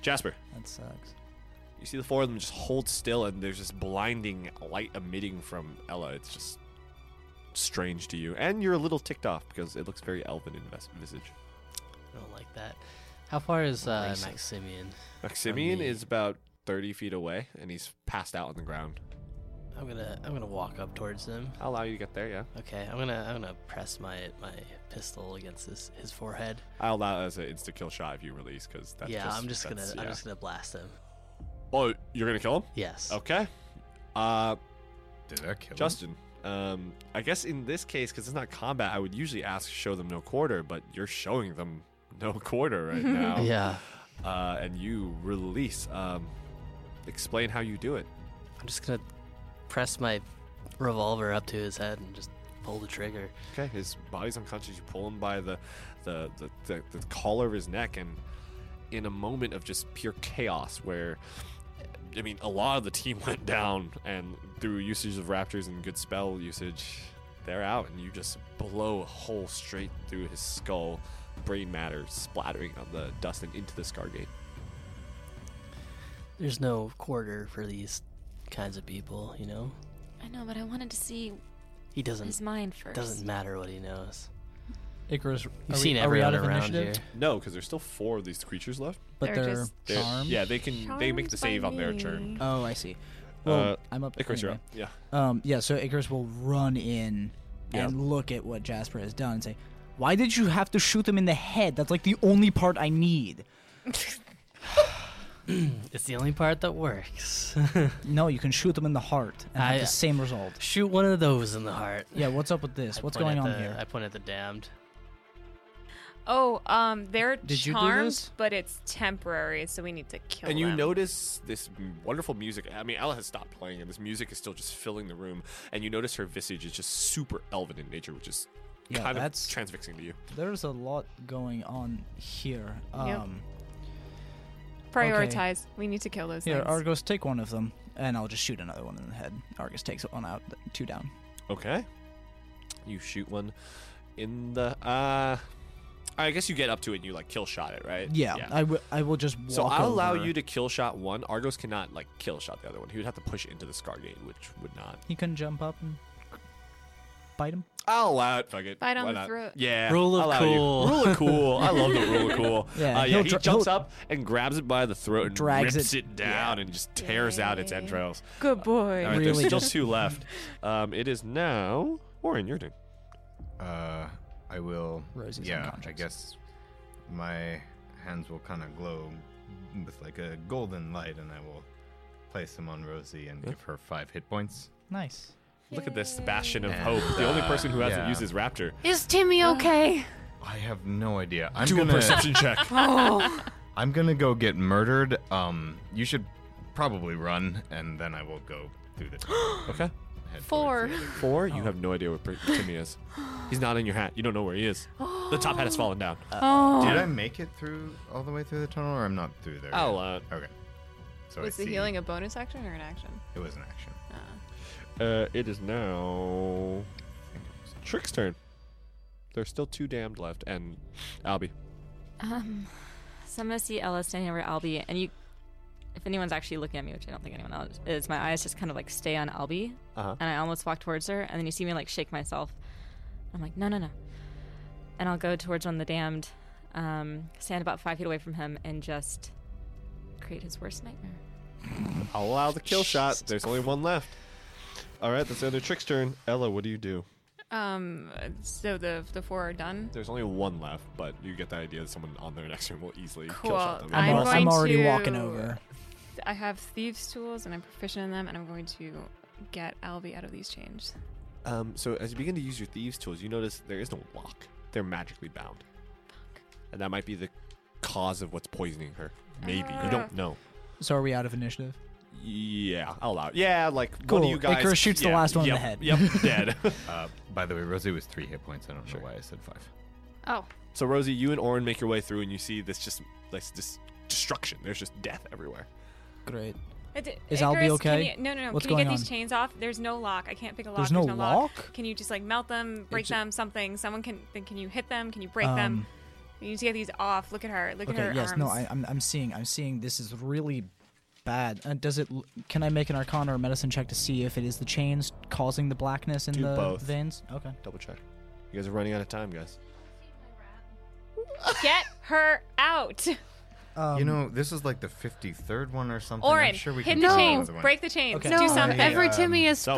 S1: jasper
S4: that sucks.
S1: You see the four of them just hold still, and there's this blinding light emitting from Ella. It's just strange to you, and you're a little ticked off because it looks very elven in vis- visage.
S2: I don't like that. How far is uh,
S1: Racist.
S2: Maximian?
S1: Maximian
S2: me.
S1: is about thirty feet away, and he's passed out on the ground.
S2: I'm gonna I'm gonna walk up towards him.
S1: I'll allow you to get there, yeah.
S2: Okay, I'm gonna I'm gonna press my my pistol against his his forehead.
S1: I'll allow it as an insta kill shot if you release, because that's
S2: yeah,
S1: just,
S2: I'm just gonna
S1: that's-
S2: I'm
S1: yeah.
S2: just gonna blast him.
S1: Oh, you're gonna kill him?
S2: Yes.
S1: Okay. Uh,
S3: Did that kill him?
S1: Justin. Um, I guess in this case, because it's not combat, I would usually ask show them no quarter, but you're showing them no quarter right now.
S2: Yeah.
S1: uh, and you release. Um, explain how you do it.
S2: I'm just gonna press my revolver up to his head and just pull the trigger.
S1: Okay, his body's unconscious. You pull him by the the, the, the, the collar of his neck, and in a moment of just pure chaos, where I mean, a lot of the team went down, and through usage of raptors and good spell usage, they're out, and you just blow a hole straight through his skull, brain matter splattering on the dust and into the Scargate.
S2: There's no quarter for these kinds of people, you know.
S8: I know, but I wanted to see
S2: He
S8: his
S2: doesn't
S8: mind 1st
S2: doesn't matter what he knows.
S4: Icarus,
S2: You've
S4: are
S2: seen
S4: we, are we
S2: everyone
S4: out of
S2: around
S4: initiative?
S2: here.
S1: No, because there's still four of these creatures left.
S4: But
S7: They're
S4: they're,
S7: just
S1: They're-
S4: charmed.
S1: Yeah, they can. they make the
S7: Charmed
S1: save
S7: by
S1: on their turn.
S7: me.
S4: Oh, I see. Well,
S1: Uh,
S4: I'm up.
S1: Icarus,
S4: anyway.
S1: you're up.
S4: Um, yeah, so Icarus will run in
S1: Yeah.
S4: and look at what Jasper has done and say, Why did you have to shoot him in the head? That's like the only part I need.
S2: It's the only part that works.
S4: No, you can shoot them in the heart and have
S2: I-
S4: the same result.
S2: Shoot one of those in the heart.
S4: Yeah, what's up with this?
S2: I
S4: What's
S2: point
S4: going
S2: at
S4: on
S2: the-
S4: here?
S2: I point at the damned.
S7: Oh, um, they're
S4: Did you do
S7: charmed,
S4: this?
S7: but it's temporary, so we need to
S4: Oh,
S7: kill
S1: and you
S7: them.
S1: notice this m- wonderful music. I mean, Ella has stopped playing, and this music is still just filling the room. And you notice her visage is just super elven in nature, which is
S4: Yeah,
S1: kind
S4: that's-
S1: of transfixing to you.
S4: There's a lot going on here.
S7: Yep.
S4: Um,
S7: prioritize. We need to kill those
S4: Here,
S7: things.
S4: Argos, take one of them, and I'll just shoot another one in the head. Argus takes one out, th- two down.
S1: Okay. You shoot one in the. Uh, I guess you get up to it and you like kill shot it, right?
S4: Yeah, I will. I will just. Walk
S1: So I'll allow
S4: over.
S1: you to kill shot one. Argos cannot like kill shot the other one. He would have to push into the Scargate, which would not.
S4: He couldn't jump up and bite him.
S1: I'll allow it. Fuck it.
S5: Bite on
S1: Why
S5: the
S1: not?
S5: throat.
S1: Yeah.
S2: Rule of
S1: I'll allow you.
S2: cool.
S1: Rule of cool. I love the rule of cool.
S4: Yeah,
S1: Uh, yeah
S4: he'll
S1: he
S4: dra-
S1: jumps
S4: he'll-
S1: up and grabs it by the throat and
S4: Drags
S1: rips it,
S4: it-
S1: down and just tears out its
S5: Yay.
S1: entrails.
S7: Good boy.
S1: All right,
S4: Really?
S1: there's still two left. Um, it is now Warren. Your turn.
S3: Uh, I will.
S4: Rosie's
S3: yeah, I
S4: unconscious.
S3: guess my hands will kind of glow with like a golden light, and I will place them on Rosie and give her five hit points.
S4: Nice.
S1: Look at this bastion of
S3: And,
S1: hope. The only
S3: uh,
S1: person who hasn't
S3: yeah.
S1: used his raptor.
S7: Is Timmy okay?
S3: I have no idea. I'm
S1: Do
S3: gonna.
S1: a perception check.
S3: I'm gonna go get murdered. Um, you should probably run, and then I will go through the.
S1: Okay.
S3: head towards
S6: Four.
S3: the other-
S1: Four. You have no idea where Per- Timmy is. He's not in your hat. You don't know where he is. The top hat has fallen down.
S3: Did
S1: Oh.
S3: I make it through all the way through the tunnel, or I'm not through there?
S1: I'll
S3: yet?
S1: uh,
S3: Okay. So
S5: Oh. Was
S3: I
S5: the
S3: see-
S5: healing a bonus action or an action?
S3: It was an action.
S1: Uh, it is now
S3: I think it was.
S1: Trick's turn. There's still two damned left, and Albie.
S8: Um, so I'm gonna see Ella standing over Albie, and you, if anyone's actually looking at me, which I don't think anyone else is, my eyes just kind of like stay on Albie,
S1: Uh-huh.
S8: and I almost walk towards her, and then you see me like shake myself. I'm like, no, no, no, and I'll go towards one of the damned, um, stand about five feet away from him, and just create his worst nightmare.
S1: I'll allow the kill shot. There's only one left. All right, that's the other Trick's turn. Ella, what do you do?
S5: Um, so the the four are done.
S1: There's only one left, but you get the idea that someone on their next turn will easily
S5: Cool.
S1: kill shot them.
S5: I'm
S4: al-
S5: going
S4: already
S5: to-
S4: walking over.
S5: I have thieves' tools and I'm proficient in them, and I'm going to get Albi out of these chains.
S1: Um, so as you begin to use your thieves' tools, you notice there is no lock. They're magically bound, and that might be the cause of what's poisoning her. Maybe
S5: Uh.
S1: you don't know.
S4: So are we out of initiative?
S1: Yeah, I'll allow. it. Yeah, like one of
S4: Cool.
S1: you guys.
S4: Icarus shoots the
S1: yeah,
S4: last one in
S1: yep,
S4: the head.
S1: Yep, dead.
S3: Uh, by the way, Rosie was three hit points. I don't
S1: Sure.
S3: know why I said five.
S6: Oh,
S1: So Rosie, you and Orin make your way through, and you see this just like this destruction. There's just death everywhere.
S4: Great.
S5: Is
S4: Is Albi okay?
S5: Can you, no, no, no.
S4: What's
S5: can you get
S4: going
S5: these
S4: on?
S5: chains off? There's no lock. I can't pick a lock.
S4: There's
S5: There's no,
S4: no
S5: lock.
S4: lock?
S5: Can you just like melt them, break
S4: ju-
S5: them, something? Someone can. Then can you hit them? Can you break them?
S4: Um,
S5: You need to get these off. Look at her. Look at
S4: Okay.
S5: her
S4: Yes.
S5: arms.
S4: No. I, I'm. I'm seeing. I'm seeing. This is really bad. Uh, does it? l- Can I make an Arcana or Medicine check to see if it is the chains causing the blackness in
S1: Do
S4: the
S1: both.
S4: veins? Okay.
S1: Double check. You guys are running out of time, guys.
S5: Get her out.
S4: Um,
S3: you know, this is like the 53rd one or something.
S5: Orin,
S3: I'm sure we
S5: hit
S3: can
S5: the
S3: do
S5: chains.
S3: another one.
S5: Break the chains.
S4: Okay.
S5: Do
S4: No,
S5: something.
S3: every um, Timmy
S7: is
S1: so-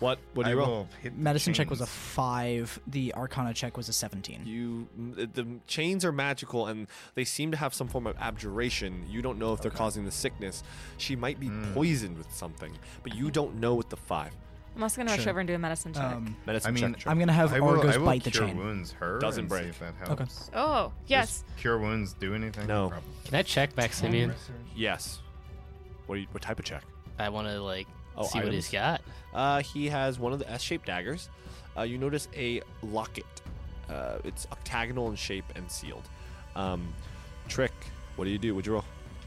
S1: What? What do
S3: I
S1: you roll?
S3: will hit the
S4: Medicine check was a
S3: chains.
S4: five. The Arcana check was a seventeen.
S1: You, the chains are magical, and they seem to have some form of abjuration. You don't know if they're causing the sickness. She might be
S4: Hmm.
S1: poisoned with something, but you don't know with the five.
S8: I'm also gonna rush
S4: Sure.
S8: over and do a medicine check.
S4: um,
S1: Medicine
S3: I mean,
S1: check.
S4: I'm gonna have
S3: I will,
S4: Argos
S3: I will
S4: bite the
S3: cure
S4: chain.
S3: wounds her.
S1: Doesn't
S3: and
S1: break.
S3: See if that helps. Does
S5: Oh yes.
S3: cure wounds do anything?
S1: No.
S3: Probably.
S2: Can I check back, Simeon?
S1: yes. What? do you, what type of check?
S2: I want to like
S1: Oh,
S2: see what he's
S1: items.
S2: got.
S1: Uh, he has one of the S-shaped daggers. Uh, you notice a locket. Uh, it's octagonal in shape and sealed. Um, trick. What do you do? Would you roll?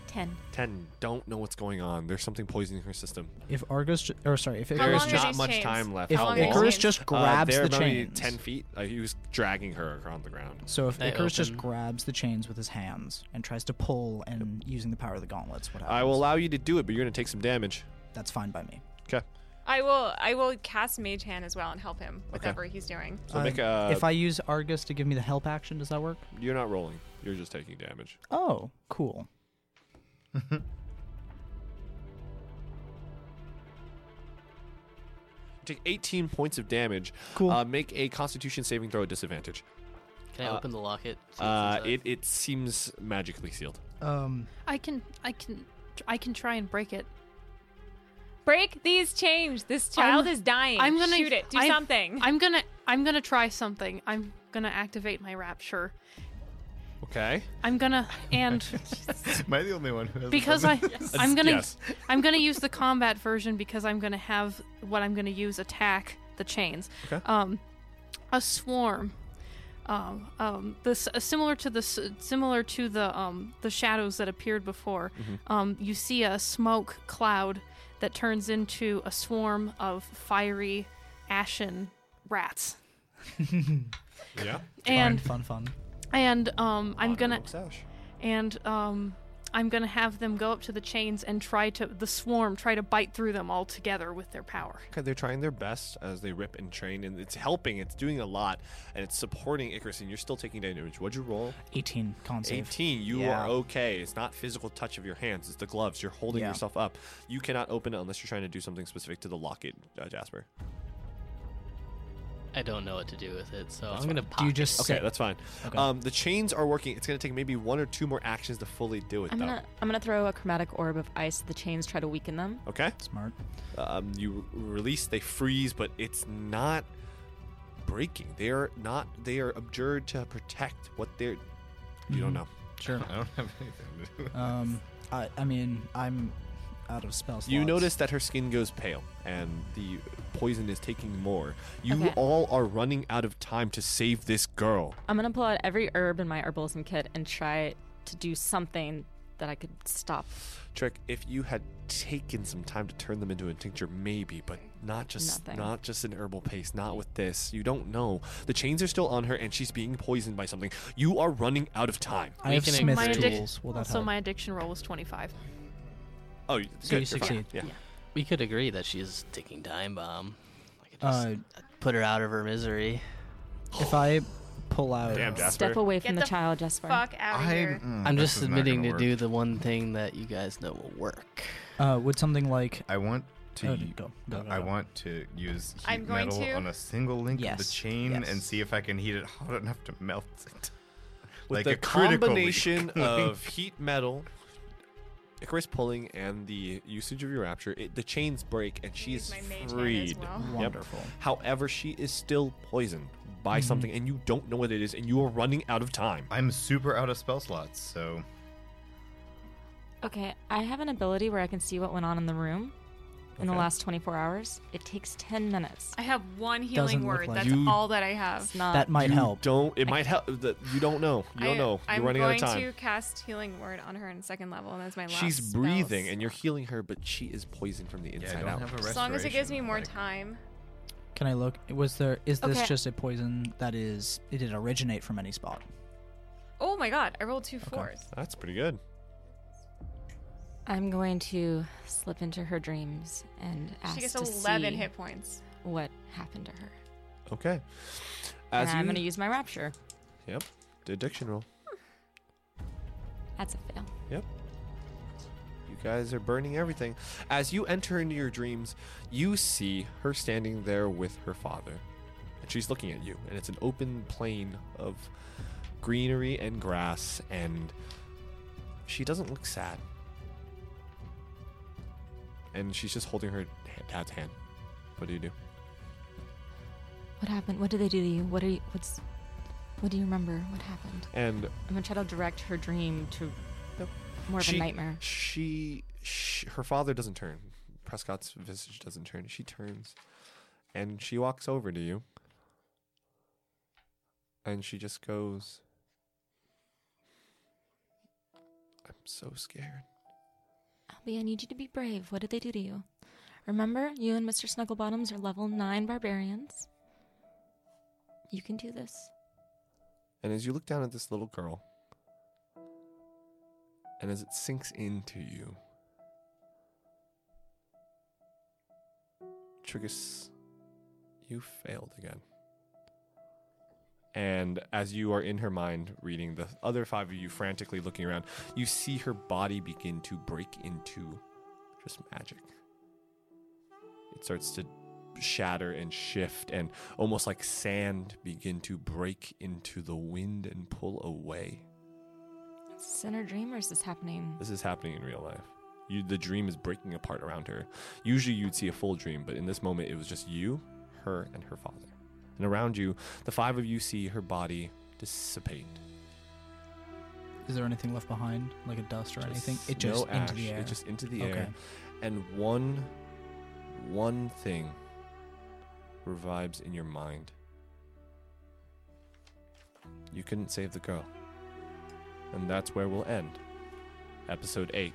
S8: Ten.
S1: Ten. Don't know what's going on. There's something poisoning her system.
S4: If Argos, ju- or sorry, if
S5: How
S1: There's
S5: long
S4: Icarus
S5: are
S4: just,
S1: not
S5: these
S1: much
S5: chains?
S1: time left.
S4: if
S5: How long are
S4: Icarus
S5: these
S4: just
S1: Uh,
S4: grabs
S1: they're
S4: the
S1: maybe
S4: chains,
S1: ten feet. Uh, he was dragging her around the ground.
S4: So if
S2: They
S4: Icarus just
S2: open.
S4: grabs the chains with his hands and tries to pull and using the power of the gauntlets, what
S1: I will
S4: happens?
S1: allow you to do it, but you're gonna take some damage.
S4: That's fine by me.
S1: Okay.
S5: I will. I will cast Mage Hand as well and help him with
S1: Okay.
S5: whatever he's doing.
S1: So
S4: Uh,
S1: make a.
S4: if I use Argus to give me the help action, does that work?
S1: You're not rolling. You're just taking damage.
S4: Oh, cool.
S1: Take 18 points of damage.
S4: Cool.
S1: Uh, make a Constitution saving throw at disadvantage.
S2: Can I
S1: Uh,
S2: open the locket? see what's
S1: Uh,
S2: inside?
S1: it it seems magically sealed.
S4: Um,
S6: I can, I can, I can try and break it.
S5: Break these chains. This child is dying.
S6: I'm gonna
S5: shoot it. Do
S6: I'm-
S5: something.
S6: I'm gonna, I'm gonna try something. I'm gonna activate my rapture.
S1: Okay.
S6: I'm gonna and
S3: Am I the only one who has
S6: because I, I'm gonna,
S1: Yes.
S6: I'm gonna use the combat version because I'm gonna have what I'm gonna use attack the chains.
S1: Okay.
S6: Um, a swarm. Um, um, this uh, similar to the s- similar to the um the shadows that appeared before.
S1: Mm-hmm.
S6: Um, you see a smoke cloud that turns into a swarm of fiery, ashen rats.
S1: Yeah.
S6: And
S4: fun, fun, fun.
S6: and um, I'm
S1: Honor
S6: gonna
S1: amongst Ash.
S6: and um, I'm gonna have them go up to the chains and try to the swarm try to bite through them all together with their power.
S1: Okay, they're trying their best as they rip and train, and it's helping. It's doing a lot, and it's supporting Icarus. And you're still taking damage. What'd you roll?
S4: 18 con save.
S1: 18. You
S4: Yeah.
S1: are okay. It's not physical touch of your hands. It's the gloves. You're holding
S4: Yeah.
S1: yourself up. You cannot open it unless you're trying to do something specific to the locket, uh, Jasper.
S2: I don't know what to do with it, so
S1: That's
S2: I'm gonna
S1: fine.
S2: pop.
S4: Do you just
S1: Okay,
S4: sit?
S1: that's fine.
S4: Okay.
S1: Um, the chains are working. It's going to take maybe one or two more actions to fully do it,
S8: I'm
S1: though.
S8: gonna I'm gonna throw a chromatic orb of ice at the chains, try to weaken them.
S1: Okay.
S4: Smart.
S1: Um, you release. They freeze, but it's not breaking. They are not. They are abjured to protect what they're. You don't
S4: Mhm.
S1: know.
S4: Sure.
S3: I don't have anything to do. with
S4: Um, I, I mean, I'm out of spells.
S1: You notice that her skin goes pale and the poison is taking more. You
S8: Okay.
S1: all are running out of time to save this girl.
S8: I'm gonna pull out every herb in my herbalism kit and try to do something that I could stop.
S1: Trick, if you had taken some time to turn them into a tincture, maybe, but not just
S8: Nothing.
S1: not just an herbal paste, not with this. You don't know. The chains are still on her and she's being poisoned by something. You are running out of time.
S4: I have
S2: Weakening
S4: Smith
S6: my addic-
S4: tools. Will that
S6: also,
S4: help?
S6: my addiction roll was 25.
S1: Oh, you-
S4: So
S1: good,
S4: you
S1: you're fine.
S4: succeed.
S1: Yeah.
S2: We could agree that she's ticking time bomb. I could just
S4: Uh,
S2: put her out of her misery.
S4: if I pull out,
S1: Damn, Jasper.
S8: Step away from
S7: Get
S8: the,
S7: the
S8: child, Jasper.
S7: Fuck out of
S3: I,
S7: here.
S3: mm,
S2: I'm
S3: this
S2: just
S3: is not gonna
S2: admitting to
S3: work.
S2: do the one thing that you guys know will work.
S4: uh, would something like
S3: I want to.
S4: Oh, go, go, go,
S3: I
S4: go.
S3: want to use heat
S7: I'm going
S3: metal
S7: to-
S3: on a single link of
S4: Yes,
S3: the chain
S4: yes.
S3: and see if I can heat it hot enough to melt it.
S1: With
S3: Like
S1: the
S3: a critical
S1: combination
S3: leak.
S1: of heat metal, Icarus pulling, and the usage of your rapture, it, the chains break and she
S7: Use
S1: is
S7: my mage hand as
S1: freed.
S7: well.
S1: Yep.
S4: wonderful.
S1: However, she is still poisoned by
S3: Mm-hmm.
S1: something, and you don't know what it is, and you are running out of time.
S3: I'm super out of spell slots, so
S8: Okay, I have an ability where I can see what went on in the room in the
S1: Okay.
S8: last 24 hours. It takes 10 minutes.
S7: I have one healing
S4: Doesn't look
S7: word.
S4: like
S7: That's
S1: You-
S7: all that I have.
S8: It's not.
S4: That might
S1: you
S4: help.
S1: Don't. It might help. the- You don't know. You don't
S7: I,
S1: know. You're
S7: I'm
S1: running out
S7: going
S1: of time.
S7: to cast healing word on her in second level, and that's my last.
S1: She's breathing,
S7: spell.
S1: and you're healing her, but she is poisoned from the
S3: yeah, I
S1: inside
S3: don't
S1: out.
S3: have a
S7: as long as it gives me
S3: restoration,
S7: more
S3: like-
S7: time.
S4: Can I look? Was there? Is this
S8: Okay.
S4: just a poison that is? It did originate from any spot.
S7: Oh my god! I rolled two fours.
S1: That's pretty good.
S8: I'm going to slip into her dreams and ask
S7: She gets
S8: to
S7: 11
S8: see
S7: hit points.
S8: what happened to her.
S1: Okay. As
S8: and I'm
S1: you-
S8: going to use my rapture.
S1: Yep. The addiction roll.
S8: That's a fail.
S1: You guys are burning everything. As you enter into your dreams, you see her standing there with her father. And she's looking at you, and it's an open plain of greenery and grass, and she doesn't look sad. And she's just holding her ha- dad's hand. What do you do?
S8: What happened? What did they do to you? What are you? What's? What do you remember? What happened?
S1: And
S8: I'm gonna try to direct her dream to
S1: Nope.
S8: more of
S1: she,
S8: a nightmare.
S1: She, sh her father doesn't turn. Prescott's visage doesn't turn. She turns, and she walks over to you, and she just goes, "I'm so scared."
S8: Albie, Oh, I need you to be brave. What did they do to you? Remember, you and Mr. Snugglebottoms are level nine barbarians. You can do this.
S1: And as you look down at this little girl, and as it sinks into you, Trigus, you failed again. And as you are in her mind reading, the other five of you frantically looking around, you see her body begin to break into just magic. It starts to shatter and shift and almost like sand begin to break into the wind and pull away.
S8: Is this in her dream, or is this happening?
S1: This is happening in real life. You, the dream is breaking apart around her. Usually you'd see a full dream, but in this moment it was just you, her, and her father. And around you, the five of you see her body dissipate.
S4: Is there anything left behind, like a dust or anything? It
S1: no
S4: just into
S1: ash,
S4: the air.
S1: It just into the
S4: okay.
S1: air. And one, one thing revives in your mind. You couldn't save the girl. And that's where we'll end. Episode 8.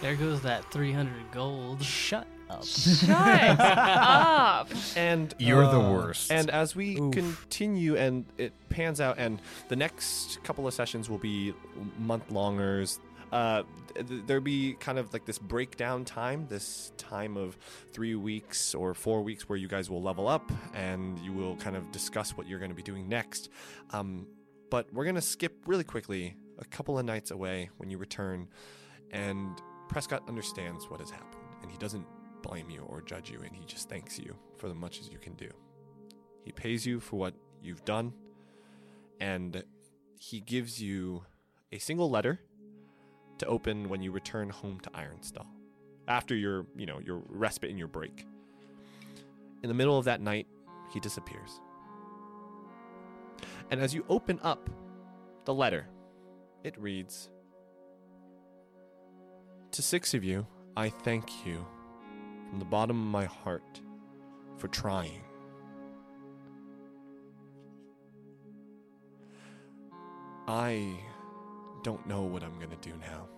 S2: There goes that 300 gold.
S4: Shut
S6: Oh.
S2: up.
S7: Shut up.
S1: And
S3: You're the
S1: uh,
S3: worst.
S1: And as we
S4: Oof.
S1: continue and it pans out, and the next couple of sessions will be month longers. Uh, th- th- there'll be kind of like this breakdown time, this time of three weeks or four weeks where you guys will level up and you will kind of discuss what you're going to be doing next. Um, but we're going to skip really quickly a couple of nights away when you return, and Prescott understands what has happened and he doesn't blame you or judge you, and he just thanks you for the much as you can do. He pays you for what you've done, and he gives you a single letter to open when you return home to Ironstall after your, you know, your respite and your break. In the middle of that night, he disappears. And as you open up the letter, it reads To six of you, I thank you from the bottom of my heart for trying. I don't know what I'm going to do now.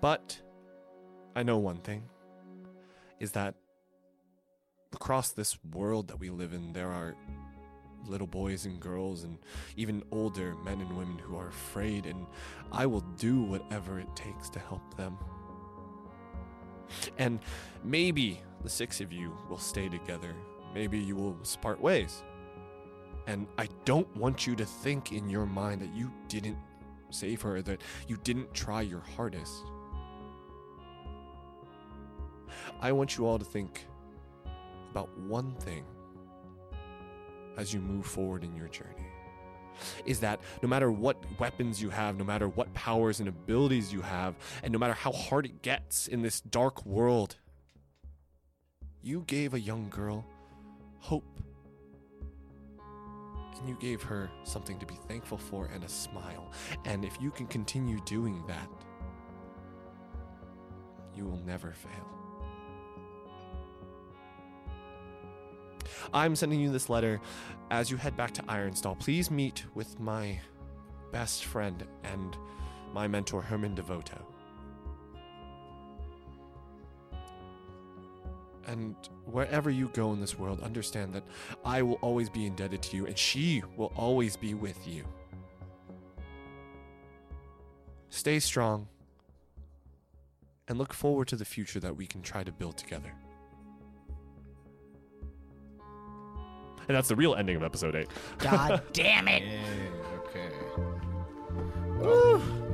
S1: But I know one thing is that across this world that we live in, there are little boys and girls, and even older men and women who are afraid and I will do whatever it takes to help them. And maybe the six of you will stay together. Maybe you will part ways. And I don't want you to think in your mind that you didn't save her, that you didn't try your hardest. I want you all to think about one thing as you move forward in your journey is that no matter what weapons you have, no matter what powers and abilities you have, and no matter how hard it gets in this dark world, you gave a young girl hope. And you gave her something to be thankful for and a smile. And if you can continue doing that, you will never fail. I'm sending you this letter as you head back to Ironstall. Please meet with my best friend and my mentor, Herman Devoto. And wherever you go in this world, understand that I will always be indebted to you, and she will always be with you. Stay strong and look forward to the future that we can try to build together. And that's the real ending of episode 8.
S4: God damn it.
S3: Yeah, okay. Well,